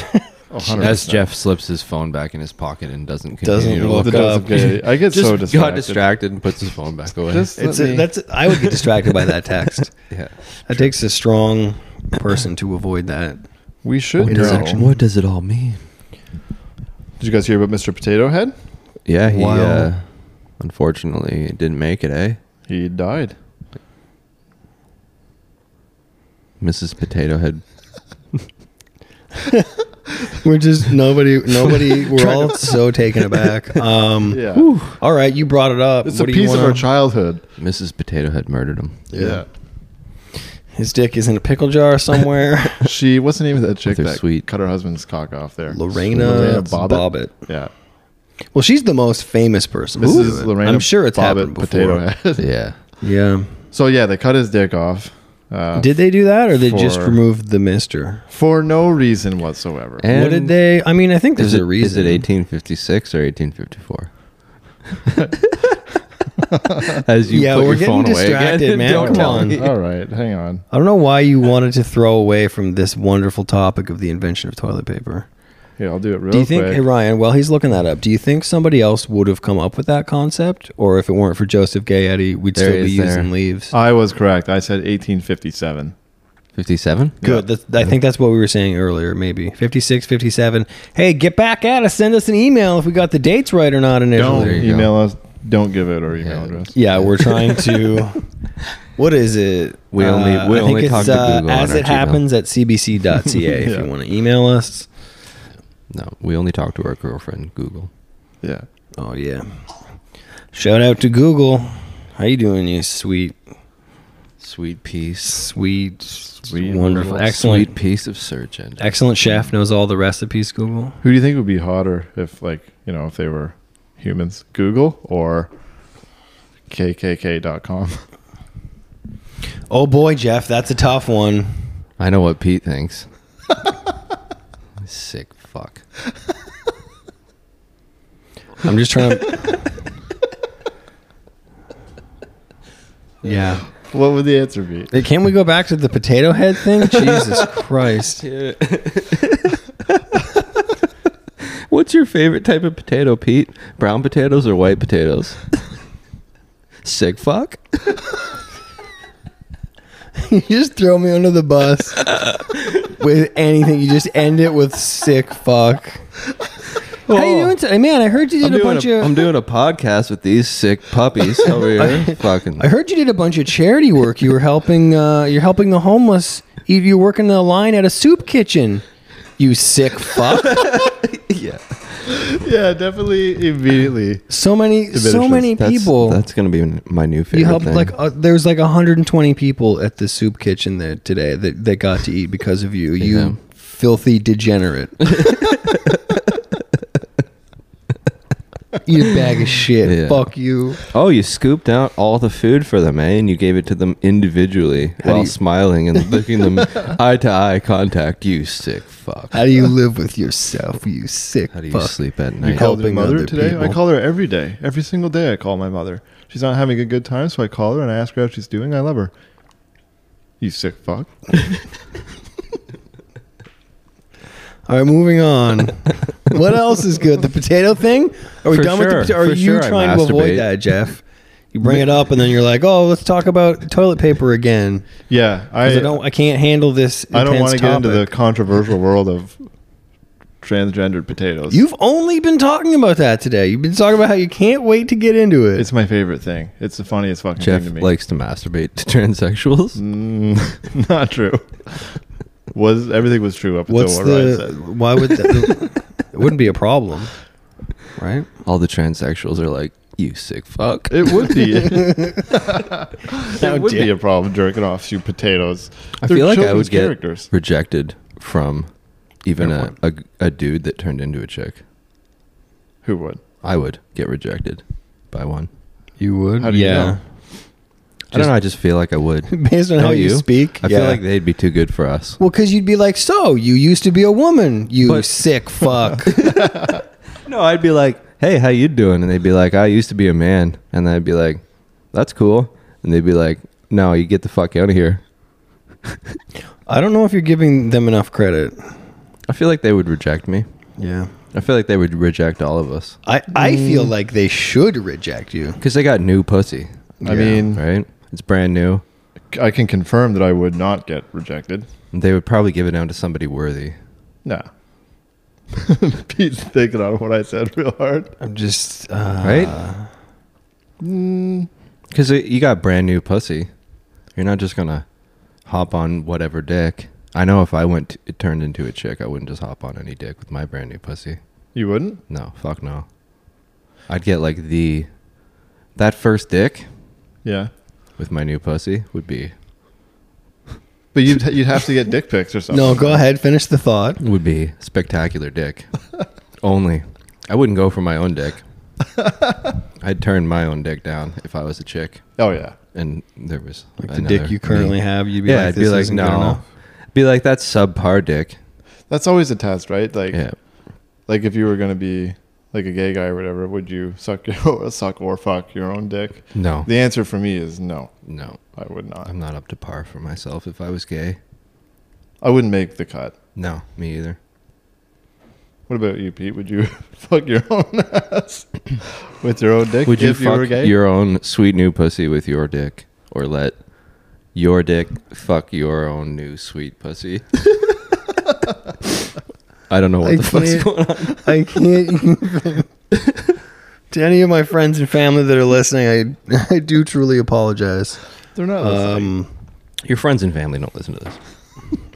[SPEAKER 3] Oh,
[SPEAKER 2] As
[SPEAKER 3] 100%.
[SPEAKER 2] Jeff slips his phone back in his pocket and doesn't continue
[SPEAKER 4] Doesn't
[SPEAKER 2] to
[SPEAKER 4] look
[SPEAKER 3] The
[SPEAKER 2] look,
[SPEAKER 3] dose
[SPEAKER 4] up.
[SPEAKER 3] of gay. I get
[SPEAKER 2] just
[SPEAKER 3] so distracted.
[SPEAKER 2] got distracted and puts his phone back away.
[SPEAKER 3] Just
[SPEAKER 4] It's
[SPEAKER 3] let
[SPEAKER 4] a,
[SPEAKER 3] me-
[SPEAKER 4] that's I would get distracted by that text.
[SPEAKER 2] yeah.
[SPEAKER 4] It takes a strong person to avoid that.
[SPEAKER 3] we should
[SPEAKER 4] does
[SPEAKER 3] know.
[SPEAKER 4] actually-
[SPEAKER 2] What does it all mean?
[SPEAKER 3] Did you guys hear about Mr. Potato Head?
[SPEAKER 2] Yeah, he
[SPEAKER 4] Wow.
[SPEAKER 2] uh, unfortunately didn't make it, eh?
[SPEAKER 3] He died.
[SPEAKER 2] Mrs. Potato Head.
[SPEAKER 4] We're just nobody, nobody. We're all so taken aback. Um,
[SPEAKER 3] Yeah.
[SPEAKER 4] All right, you brought it up.
[SPEAKER 3] It's
[SPEAKER 4] What
[SPEAKER 3] a
[SPEAKER 4] do you
[SPEAKER 3] piece of
[SPEAKER 4] wanna-
[SPEAKER 3] our childhood.
[SPEAKER 2] Mrs. Potato Head murdered him.
[SPEAKER 3] Yeah.
[SPEAKER 4] His dick is in a pickle jar somewhere.
[SPEAKER 3] She. What's the name of that chick
[SPEAKER 2] her
[SPEAKER 3] that
[SPEAKER 2] sweet-
[SPEAKER 3] cut her husband's cock off there?
[SPEAKER 4] Lorena, Bobbitt.
[SPEAKER 3] Yeah.
[SPEAKER 4] Well, she's the most famous person. to
[SPEAKER 3] This
[SPEAKER 4] do
[SPEAKER 3] is
[SPEAKER 4] it.
[SPEAKER 3] Lorena.
[SPEAKER 4] I'm sure it's
[SPEAKER 3] Bobbitt
[SPEAKER 4] happened before.
[SPEAKER 3] Potato Head.
[SPEAKER 2] Yeah.
[SPEAKER 4] Yeah.
[SPEAKER 3] So yeah, they cut his dick off. Uh,
[SPEAKER 4] Did they do that, or they just
[SPEAKER 3] For-
[SPEAKER 4] removed the Mister?
[SPEAKER 3] for no reason whatsoever.
[SPEAKER 2] And
[SPEAKER 4] what did they? I mean, I think there's
[SPEAKER 2] is it,
[SPEAKER 4] a reason.
[SPEAKER 2] Is it 1856 or 1854? As you
[SPEAKER 4] Yeah,
[SPEAKER 2] put
[SPEAKER 4] we're
[SPEAKER 2] your
[SPEAKER 4] getting
[SPEAKER 2] phone away
[SPEAKER 4] distracted,
[SPEAKER 2] again,
[SPEAKER 4] man.
[SPEAKER 2] Don't
[SPEAKER 4] Come
[SPEAKER 2] tell
[SPEAKER 4] on.
[SPEAKER 2] me.
[SPEAKER 3] All right, hang on.
[SPEAKER 4] I don't know why you wanted to throw away from this wonderful topic of the invention of toilet paper.
[SPEAKER 3] Here, I'll do it real
[SPEAKER 4] Do you think,
[SPEAKER 3] quick.
[SPEAKER 4] hey Ryan, while he's looking that up, do you think somebody else would have come up with that concept? Or if it weren't for Joseph Gayetti, we'd
[SPEAKER 2] There
[SPEAKER 4] still be
[SPEAKER 2] is there. Uh,
[SPEAKER 4] using leaves?
[SPEAKER 3] I was correct. I said 1857.
[SPEAKER 2] 57?
[SPEAKER 4] Good. That's, I think that's what we were saying earlier, maybe. 56, 57. Hey, get back at us. Send us an email if we got the dates right or not
[SPEAKER 3] Don't
[SPEAKER 2] There
[SPEAKER 4] initially.
[SPEAKER 2] you go.
[SPEAKER 3] email us. Don't give it our email
[SPEAKER 2] Yeah.
[SPEAKER 3] address.
[SPEAKER 4] Yeah, we're trying to. what is it? Uh,
[SPEAKER 2] We only- we
[SPEAKER 4] I think
[SPEAKER 2] only
[SPEAKER 4] it's,
[SPEAKER 2] talk to Google on
[SPEAKER 4] As
[SPEAKER 2] our
[SPEAKER 4] it
[SPEAKER 2] Gmail.
[SPEAKER 4] happens at cbc.ca if
[SPEAKER 3] Yeah.
[SPEAKER 4] you want to email us.
[SPEAKER 2] No, we only talk to our girlfriend, Google.
[SPEAKER 3] Yeah.
[SPEAKER 4] Oh, yeah. Shout out to Google. How you doing, you sweet
[SPEAKER 2] Sweet piece.
[SPEAKER 4] sweet,
[SPEAKER 3] Sweet
[SPEAKER 4] wonderful,
[SPEAKER 3] little
[SPEAKER 4] excellent,
[SPEAKER 2] Sweet piece of search engine.
[SPEAKER 4] excellent chef knows all the recipes. Google.
[SPEAKER 3] Who do you think would be hotter if, like, you know, if they were humans Google or kkk.com.
[SPEAKER 4] Oh boy, Jeff, that's a tough one.
[SPEAKER 2] I know what Pete thinks. Sick fuck.
[SPEAKER 4] I'm just trying to. yeah.
[SPEAKER 3] What would the answer be?
[SPEAKER 4] Hey, Can we go back to the potato head thing? Jesus Christ.
[SPEAKER 2] What's your favorite type of potato, Pete? Brown potatoes or white potatoes? Sick fuck.
[SPEAKER 4] you just throw me under the bus with anything. You just end it with sick fuck. How you doing today? Man, I heard you did
[SPEAKER 2] Oh. I'm
[SPEAKER 4] a
[SPEAKER 2] doing
[SPEAKER 4] bunch
[SPEAKER 2] a,
[SPEAKER 4] of
[SPEAKER 2] I'm doing a podcast with these sick puppies over here. Fucking.
[SPEAKER 4] I heard you did a bunch of charity work. You were helping uh, you're helping the homeless. You- You're working the line at a soup kitchen. You sick fuck.
[SPEAKER 2] Yeah.
[SPEAKER 3] Yeah, definitely immediately.
[SPEAKER 4] So many so
[SPEAKER 3] Diminishments.
[SPEAKER 4] many
[SPEAKER 2] That's,
[SPEAKER 4] people.
[SPEAKER 2] That's gonna be my new favorite.
[SPEAKER 4] you helped
[SPEAKER 2] thing.
[SPEAKER 4] like uh, there was like 120 people at the soup kitchen there today that that got to eat because of you. You
[SPEAKER 2] Yeah.
[SPEAKER 4] filthy degenerate. you bag of shit.
[SPEAKER 2] Yeah.
[SPEAKER 4] Fuck you.
[SPEAKER 2] Oh, you scooped out all the food for them, eh? And you gave it to them individually
[SPEAKER 4] How do
[SPEAKER 2] while
[SPEAKER 4] you-
[SPEAKER 2] smiling and looking them eye to eye contact. You sick fuck.
[SPEAKER 4] How do you live with yourself? You sick
[SPEAKER 2] How do you
[SPEAKER 4] fuck.
[SPEAKER 2] sleep at night?
[SPEAKER 3] You called your
[SPEAKER 4] Helping
[SPEAKER 3] mother
[SPEAKER 4] other
[SPEAKER 3] today? I
[SPEAKER 4] people.
[SPEAKER 3] call her every day. Every single day I call my mother. She's not having a good time, so I call her and I ask her how she's doing. I love her. You sick fuck.
[SPEAKER 4] All right, moving on. what else is good? The potato thing? Are we
[SPEAKER 2] For
[SPEAKER 4] done
[SPEAKER 2] sure,
[SPEAKER 4] with the potato? Are
[SPEAKER 2] for
[SPEAKER 4] you
[SPEAKER 2] sure I
[SPEAKER 4] trying to avoid
[SPEAKER 2] masturbate.
[SPEAKER 4] that, Jeff? You bring it up and then you're like, "Oh, let's talk about toilet paper again."
[SPEAKER 3] Yeah, I,
[SPEAKER 4] 'Cause I, don't, I can't handle this.
[SPEAKER 3] I don't want to
[SPEAKER 4] intense
[SPEAKER 3] get into the
[SPEAKER 4] topic.
[SPEAKER 3] controversial world of transgendered potatoes.
[SPEAKER 4] You've only been talking about that today. You've been talking about how you can't wait to get into it.
[SPEAKER 3] it's my favorite thing. It's the funniest fucking
[SPEAKER 2] Jeff
[SPEAKER 3] thing to me.
[SPEAKER 2] likes to masturbate to transsexuals.
[SPEAKER 3] Mm, not true. was everything was true up until
[SPEAKER 4] What's
[SPEAKER 3] what Ryan
[SPEAKER 4] the?
[SPEAKER 3] said.
[SPEAKER 4] Why would that? it wouldn't be a problem, right?
[SPEAKER 2] All the transsexuals are like, you sick fuck.
[SPEAKER 3] It would be.
[SPEAKER 4] How
[SPEAKER 3] it would
[SPEAKER 4] dare-
[SPEAKER 3] be a problem jerking off you potatoes.
[SPEAKER 2] I
[SPEAKER 3] They're
[SPEAKER 2] feel like I
[SPEAKER 3] children's
[SPEAKER 2] would get
[SPEAKER 3] characters.
[SPEAKER 2] rejected from even
[SPEAKER 3] Fair
[SPEAKER 2] a, a, a dude that turned into a chick.
[SPEAKER 3] Who would?
[SPEAKER 2] I would get rejected by one.
[SPEAKER 4] You would,
[SPEAKER 3] How do you
[SPEAKER 4] yeah.
[SPEAKER 2] I don't know. I just feel like I would.
[SPEAKER 4] Based on
[SPEAKER 2] Don't
[SPEAKER 4] how you, speak,
[SPEAKER 2] I
[SPEAKER 4] yeah.
[SPEAKER 2] feel like they'd be too good for us.
[SPEAKER 4] Well, because you'd be like, so you used to be a woman, you
[SPEAKER 2] But-
[SPEAKER 4] sick fuck.
[SPEAKER 2] No, I'd be like, "Hey, how you doing?" And they'd be like, "I used to be a man," and I'd be like, "That's cool," and they'd be like, "No, you get the fuck out of here."
[SPEAKER 4] I don't know if you're giving them enough credit.
[SPEAKER 2] I feel like they would reject me.
[SPEAKER 4] Yeah.
[SPEAKER 2] I feel like they would reject all of us
[SPEAKER 4] I, I
[SPEAKER 2] Mm.
[SPEAKER 4] feel like they should reject you.
[SPEAKER 2] because they got new pussy,
[SPEAKER 3] I
[SPEAKER 4] Yeah.
[SPEAKER 3] mean,
[SPEAKER 2] right? It's brand new.
[SPEAKER 3] I can confirm that I would not get rejected.
[SPEAKER 2] They would probably give it down to somebody worthy.
[SPEAKER 3] No. Pete's thinking on what I said real hard.
[SPEAKER 4] I'm just uh,
[SPEAKER 2] Right? Because you got brand new pussy. You're not just gonna hop on whatever dick. I know if I went, t it turned into a chick, I wouldn't just hop on any dick with my brand new pussy.
[SPEAKER 3] You wouldn't?
[SPEAKER 2] No, fuck no. I'd get like the that first dick
[SPEAKER 3] Yeah.
[SPEAKER 2] with my new pussy would be
[SPEAKER 3] But you'd you'd have to get dick pics or something.
[SPEAKER 4] No, go ahead. Finish the thought.
[SPEAKER 2] would be spectacular dick. Only, I wouldn't go for my own dick. I'd turn my own dick down if I was a chick
[SPEAKER 3] Oh yeah.
[SPEAKER 2] and there was
[SPEAKER 4] Like the
[SPEAKER 2] another
[SPEAKER 4] dick you currently
[SPEAKER 2] me.
[SPEAKER 4] have, you'd be
[SPEAKER 2] Yeah,
[SPEAKER 4] like,
[SPEAKER 2] I'd
[SPEAKER 4] this
[SPEAKER 2] be like
[SPEAKER 4] isn't good
[SPEAKER 2] no,
[SPEAKER 4] enough.
[SPEAKER 2] be like that's subpar dick.
[SPEAKER 3] That's always a test, right? Like
[SPEAKER 2] Yeah,
[SPEAKER 3] like if you were gonna be like a gay guy or whatever, would you suck your or suck or fuck your own dick?
[SPEAKER 2] no,
[SPEAKER 3] The answer for me is no.
[SPEAKER 2] no,
[SPEAKER 3] I would not.
[SPEAKER 2] I'm not up to par for myself. If I was gay,
[SPEAKER 3] I wouldn't make the cut.
[SPEAKER 2] no, me either.
[SPEAKER 3] What about you, Pete? Would you fuck your own ass with your own dick
[SPEAKER 2] Would you
[SPEAKER 3] if you
[SPEAKER 2] fuck
[SPEAKER 3] were gay?
[SPEAKER 2] your own sweet new pussy with your dick, or let your dick fuck your own new sweet pussy? I don't know what
[SPEAKER 4] I
[SPEAKER 2] the fuck's
[SPEAKER 4] can't-
[SPEAKER 2] going on.
[SPEAKER 4] I can't even. to any of my friends and family that are listening, I I do truly apologize.
[SPEAKER 3] They're not listening.
[SPEAKER 4] Um,
[SPEAKER 2] Your friends and family don't listen to this.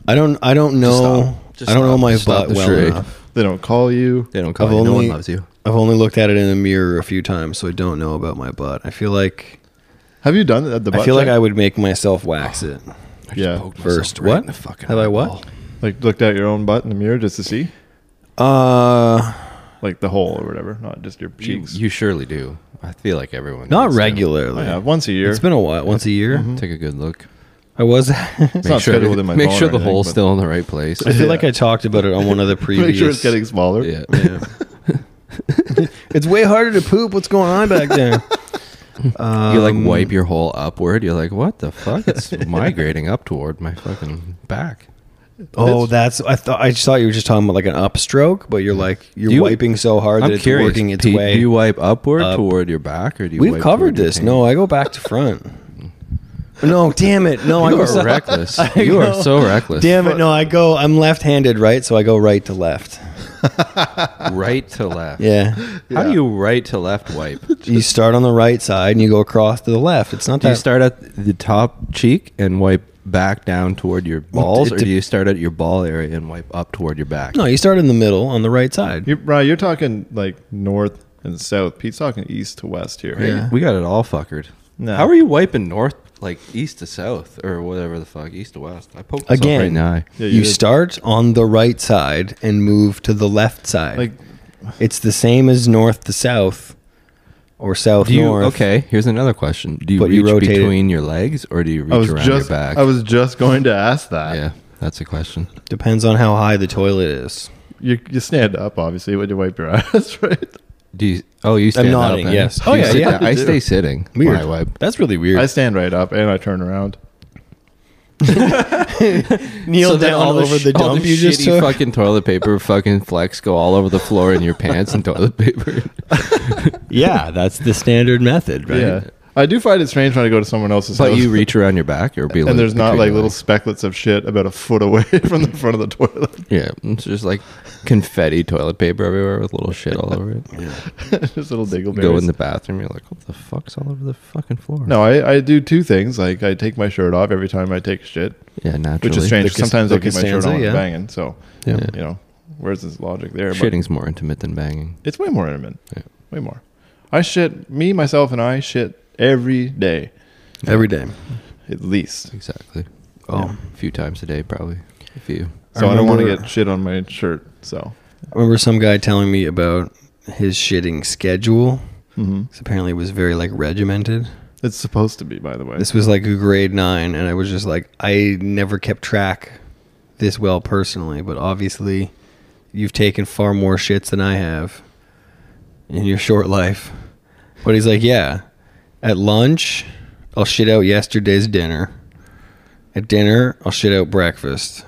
[SPEAKER 4] I don't I don't know
[SPEAKER 2] stop. Just
[SPEAKER 4] I don't know
[SPEAKER 2] stop.
[SPEAKER 4] my
[SPEAKER 2] Just stop
[SPEAKER 4] butt
[SPEAKER 2] the
[SPEAKER 4] well
[SPEAKER 2] charade.
[SPEAKER 4] enough.
[SPEAKER 3] they don't call you.
[SPEAKER 2] They don't call
[SPEAKER 4] I've
[SPEAKER 2] you. no
[SPEAKER 4] only-
[SPEAKER 2] one loves you.
[SPEAKER 4] I've only looked at it in the mirror a few times, so I don't know about my butt. I feel like
[SPEAKER 3] Have you done that? The
[SPEAKER 4] I
[SPEAKER 3] butt
[SPEAKER 4] feel like I
[SPEAKER 3] check?
[SPEAKER 4] would make myself wax it.
[SPEAKER 2] I just
[SPEAKER 3] Yeah.
[SPEAKER 2] poked myself
[SPEAKER 4] First,
[SPEAKER 2] right
[SPEAKER 4] what?
[SPEAKER 2] in the fucking
[SPEAKER 4] Have I what?
[SPEAKER 2] eyeball. Oh,
[SPEAKER 3] like looked at your own butt in the mirror just to see.
[SPEAKER 4] Uh,
[SPEAKER 3] like the hole or whatever, not just your
[SPEAKER 2] You,
[SPEAKER 3] cheeks.
[SPEAKER 2] you surely do. I feel like everyone.
[SPEAKER 4] Not
[SPEAKER 2] needs to
[SPEAKER 4] regularly.
[SPEAKER 3] I have once a year.
[SPEAKER 4] It's been a while. Once a year.
[SPEAKER 2] Take a good look.
[SPEAKER 4] I was.
[SPEAKER 3] not
[SPEAKER 2] Make sure,
[SPEAKER 3] scheduled in my
[SPEAKER 2] make
[SPEAKER 3] phone
[SPEAKER 2] sure
[SPEAKER 3] or
[SPEAKER 2] the
[SPEAKER 3] anything,
[SPEAKER 2] hole's
[SPEAKER 3] but-
[SPEAKER 2] still in the right place.
[SPEAKER 4] I feel like I talked about it on one of the previous.
[SPEAKER 3] Make sure it's getting smaller.
[SPEAKER 2] yeah.
[SPEAKER 4] Yeah. it's way harder to poop. What's going on back there? Um,
[SPEAKER 2] you like wipe your hole upward. You're like, what the fuck? It's migrating up toward my fucking back.
[SPEAKER 4] Oh, that's. I thought. I just thought you were just talking about like an upstroke, but you're like you're
[SPEAKER 2] You-
[SPEAKER 4] wiping so hard that
[SPEAKER 2] I'm
[SPEAKER 4] it's
[SPEAKER 2] curious.
[SPEAKER 4] working its
[SPEAKER 2] Pete,
[SPEAKER 4] way.
[SPEAKER 2] Do you wipe upward
[SPEAKER 4] up.
[SPEAKER 2] toward your back, or do you?
[SPEAKER 4] We've
[SPEAKER 2] wipe
[SPEAKER 4] covered
[SPEAKER 2] toward your
[SPEAKER 4] this.
[SPEAKER 2] hand?
[SPEAKER 4] No, I go back to front. no, damn it. No, I
[SPEAKER 2] you
[SPEAKER 4] go
[SPEAKER 2] are
[SPEAKER 4] so-
[SPEAKER 2] reckless.
[SPEAKER 4] I
[SPEAKER 2] You are
[SPEAKER 4] know.
[SPEAKER 2] so reckless.
[SPEAKER 4] Damn it. No, I go. I'm left-handed, right? So I go right to left.
[SPEAKER 2] Right to left.
[SPEAKER 4] Yeah.
[SPEAKER 2] How do you right to left wipe?
[SPEAKER 4] You start on the right side and you go across to the left. It's not
[SPEAKER 2] Do
[SPEAKER 4] that.
[SPEAKER 2] you start at the top cheek and wipe back down toward your balls,
[SPEAKER 4] it
[SPEAKER 2] or
[SPEAKER 4] de-
[SPEAKER 2] do you start at your ball area and wipe up toward your back?
[SPEAKER 4] no, you start in the middle on the right side.
[SPEAKER 3] You, Brian, you're talking like north and south. Pete's talking east to west here.
[SPEAKER 4] Yeah.
[SPEAKER 2] We got it all fuckered.
[SPEAKER 3] No.
[SPEAKER 2] How are you wiping north, like east to south, or whatever the fuck, east to west? I poked myself
[SPEAKER 4] Again,
[SPEAKER 2] right in the eye.
[SPEAKER 3] Yeah, you
[SPEAKER 4] you
[SPEAKER 3] did.
[SPEAKER 4] start on the right side and move to the left side.
[SPEAKER 3] Like,
[SPEAKER 4] it's the same as north to south or south
[SPEAKER 2] Do you
[SPEAKER 4] north.
[SPEAKER 2] okay? Here's another question: Do you
[SPEAKER 4] But
[SPEAKER 2] reach
[SPEAKER 4] you rotate it.
[SPEAKER 2] between your legs, or do you reach
[SPEAKER 3] I was
[SPEAKER 2] around
[SPEAKER 3] just
[SPEAKER 2] your back?
[SPEAKER 3] I was just going to ask that.
[SPEAKER 2] yeah, that's a question.
[SPEAKER 4] Depends on how high the toilet is.
[SPEAKER 3] You, you stand up obviously when you wipe your ass, right?
[SPEAKER 2] Do you? Oh, you stand up.
[SPEAKER 4] nodding,
[SPEAKER 2] eh?
[SPEAKER 4] yes.
[SPEAKER 2] You
[SPEAKER 4] Oh, yeah,
[SPEAKER 2] sit
[SPEAKER 4] yeah,
[SPEAKER 2] down.
[SPEAKER 4] I
[SPEAKER 2] I
[SPEAKER 4] do.
[SPEAKER 2] stay sitting. when
[SPEAKER 4] Weird.
[SPEAKER 2] I wipe.
[SPEAKER 4] That's really weird.
[SPEAKER 3] I stand right up and I turn around.
[SPEAKER 4] kneel
[SPEAKER 2] So then
[SPEAKER 4] down
[SPEAKER 2] all
[SPEAKER 4] over
[SPEAKER 2] sh-
[SPEAKER 4] the
[SPEAKER 2] all
[SPEAKER 4] dump you just
[SPEAKER 2] shitty
[SPEAKER 4] took.
[SPEAKER 2] fucking toilet paper, fucking flex go all over the floor in your pants and toilet paper.
[SPEAKER 4] yeah, that's the standard method, right?
[SPEAKER 3] Yeah. I do find it strange when I go to someone else's
[SPEAKER 2] But
[SPEAKER 3] house
[SPEAKER 2] you reach around your back or be
[SPEAKER 3] and there's not
[SPEAKER 2] between
[SPEAKER 3] like
[SPEAKER 2] your
[SPEAKER 3] little
[SPEAKER 2] legs.
[SPEAKER 3] specklets of shit about a foot away from the front of the toilet.
[SPEAKER 2] Yeah, it's just like confetti toilet paper everywhere with little shit all over it.
[SPEAKER 3] Just little dingleberries.
[SPEAKER 2] Go in the bathroom, you're like, what the fuck's all over the fucking floor?
[SPEAKER 3] no, I, I do two things. Like I take my shirt off every time I take a shit,
[SPEAKER 2] yeah, naturally.
[SPEAKER 3] which is strange. 'cause
[SPEAKER 4] The Cons-
[SPEAKER 3] Sometimes
[SPEAKER 4] the
[SPEAKER 3] I'll keep my shirt
[SPEAKER 4] Costanza,
[SPEAKER 3] on when
[SPEAKER 4] yeah.
[SPEAKER 3] I'm banging. So,
[SPEAKER 4] Yeah.
[SPEAKER 3] you know, where's this logic there? But
[SPEAKER 2] Shitting's more intimate than banging.
[SPEAKER 3] it's way more intimate.
[SPEAKER 2] Yeah.
[SPEAKER 3] Way more. I shit, me, myself, and I shit every day,
[SPEAKER 4] Every day.
[SPEAKER 3] at least.
[SPEAKER 2] Exactly.
[SPEAKER 4] Oh.
[SPEAKER 2] a few times a day, probably. A few.
[SPEAKER 3] So I, don't want to
[SPEAKER 4] remember-
[SPEAKER 3] get shit on my shirt. So,
[SPEAKER 4] I remember some guy telling me about his shitting schedule.
[SPEAKER 3] hmm
[SPEAKER 4] 'cause apparently it was very like regimented.
[SPEAKER 3] it's supposed to be, by the way.
[SPEAKER 4] This was like a grade nine, and I was just like, I never kept track this well personally, but obviously, you've taken far more shits than I have in your short life. But he's like, yeah, at lunch, I'll shit out yesterday's dinner. At dinner, I'll shit out breakfast.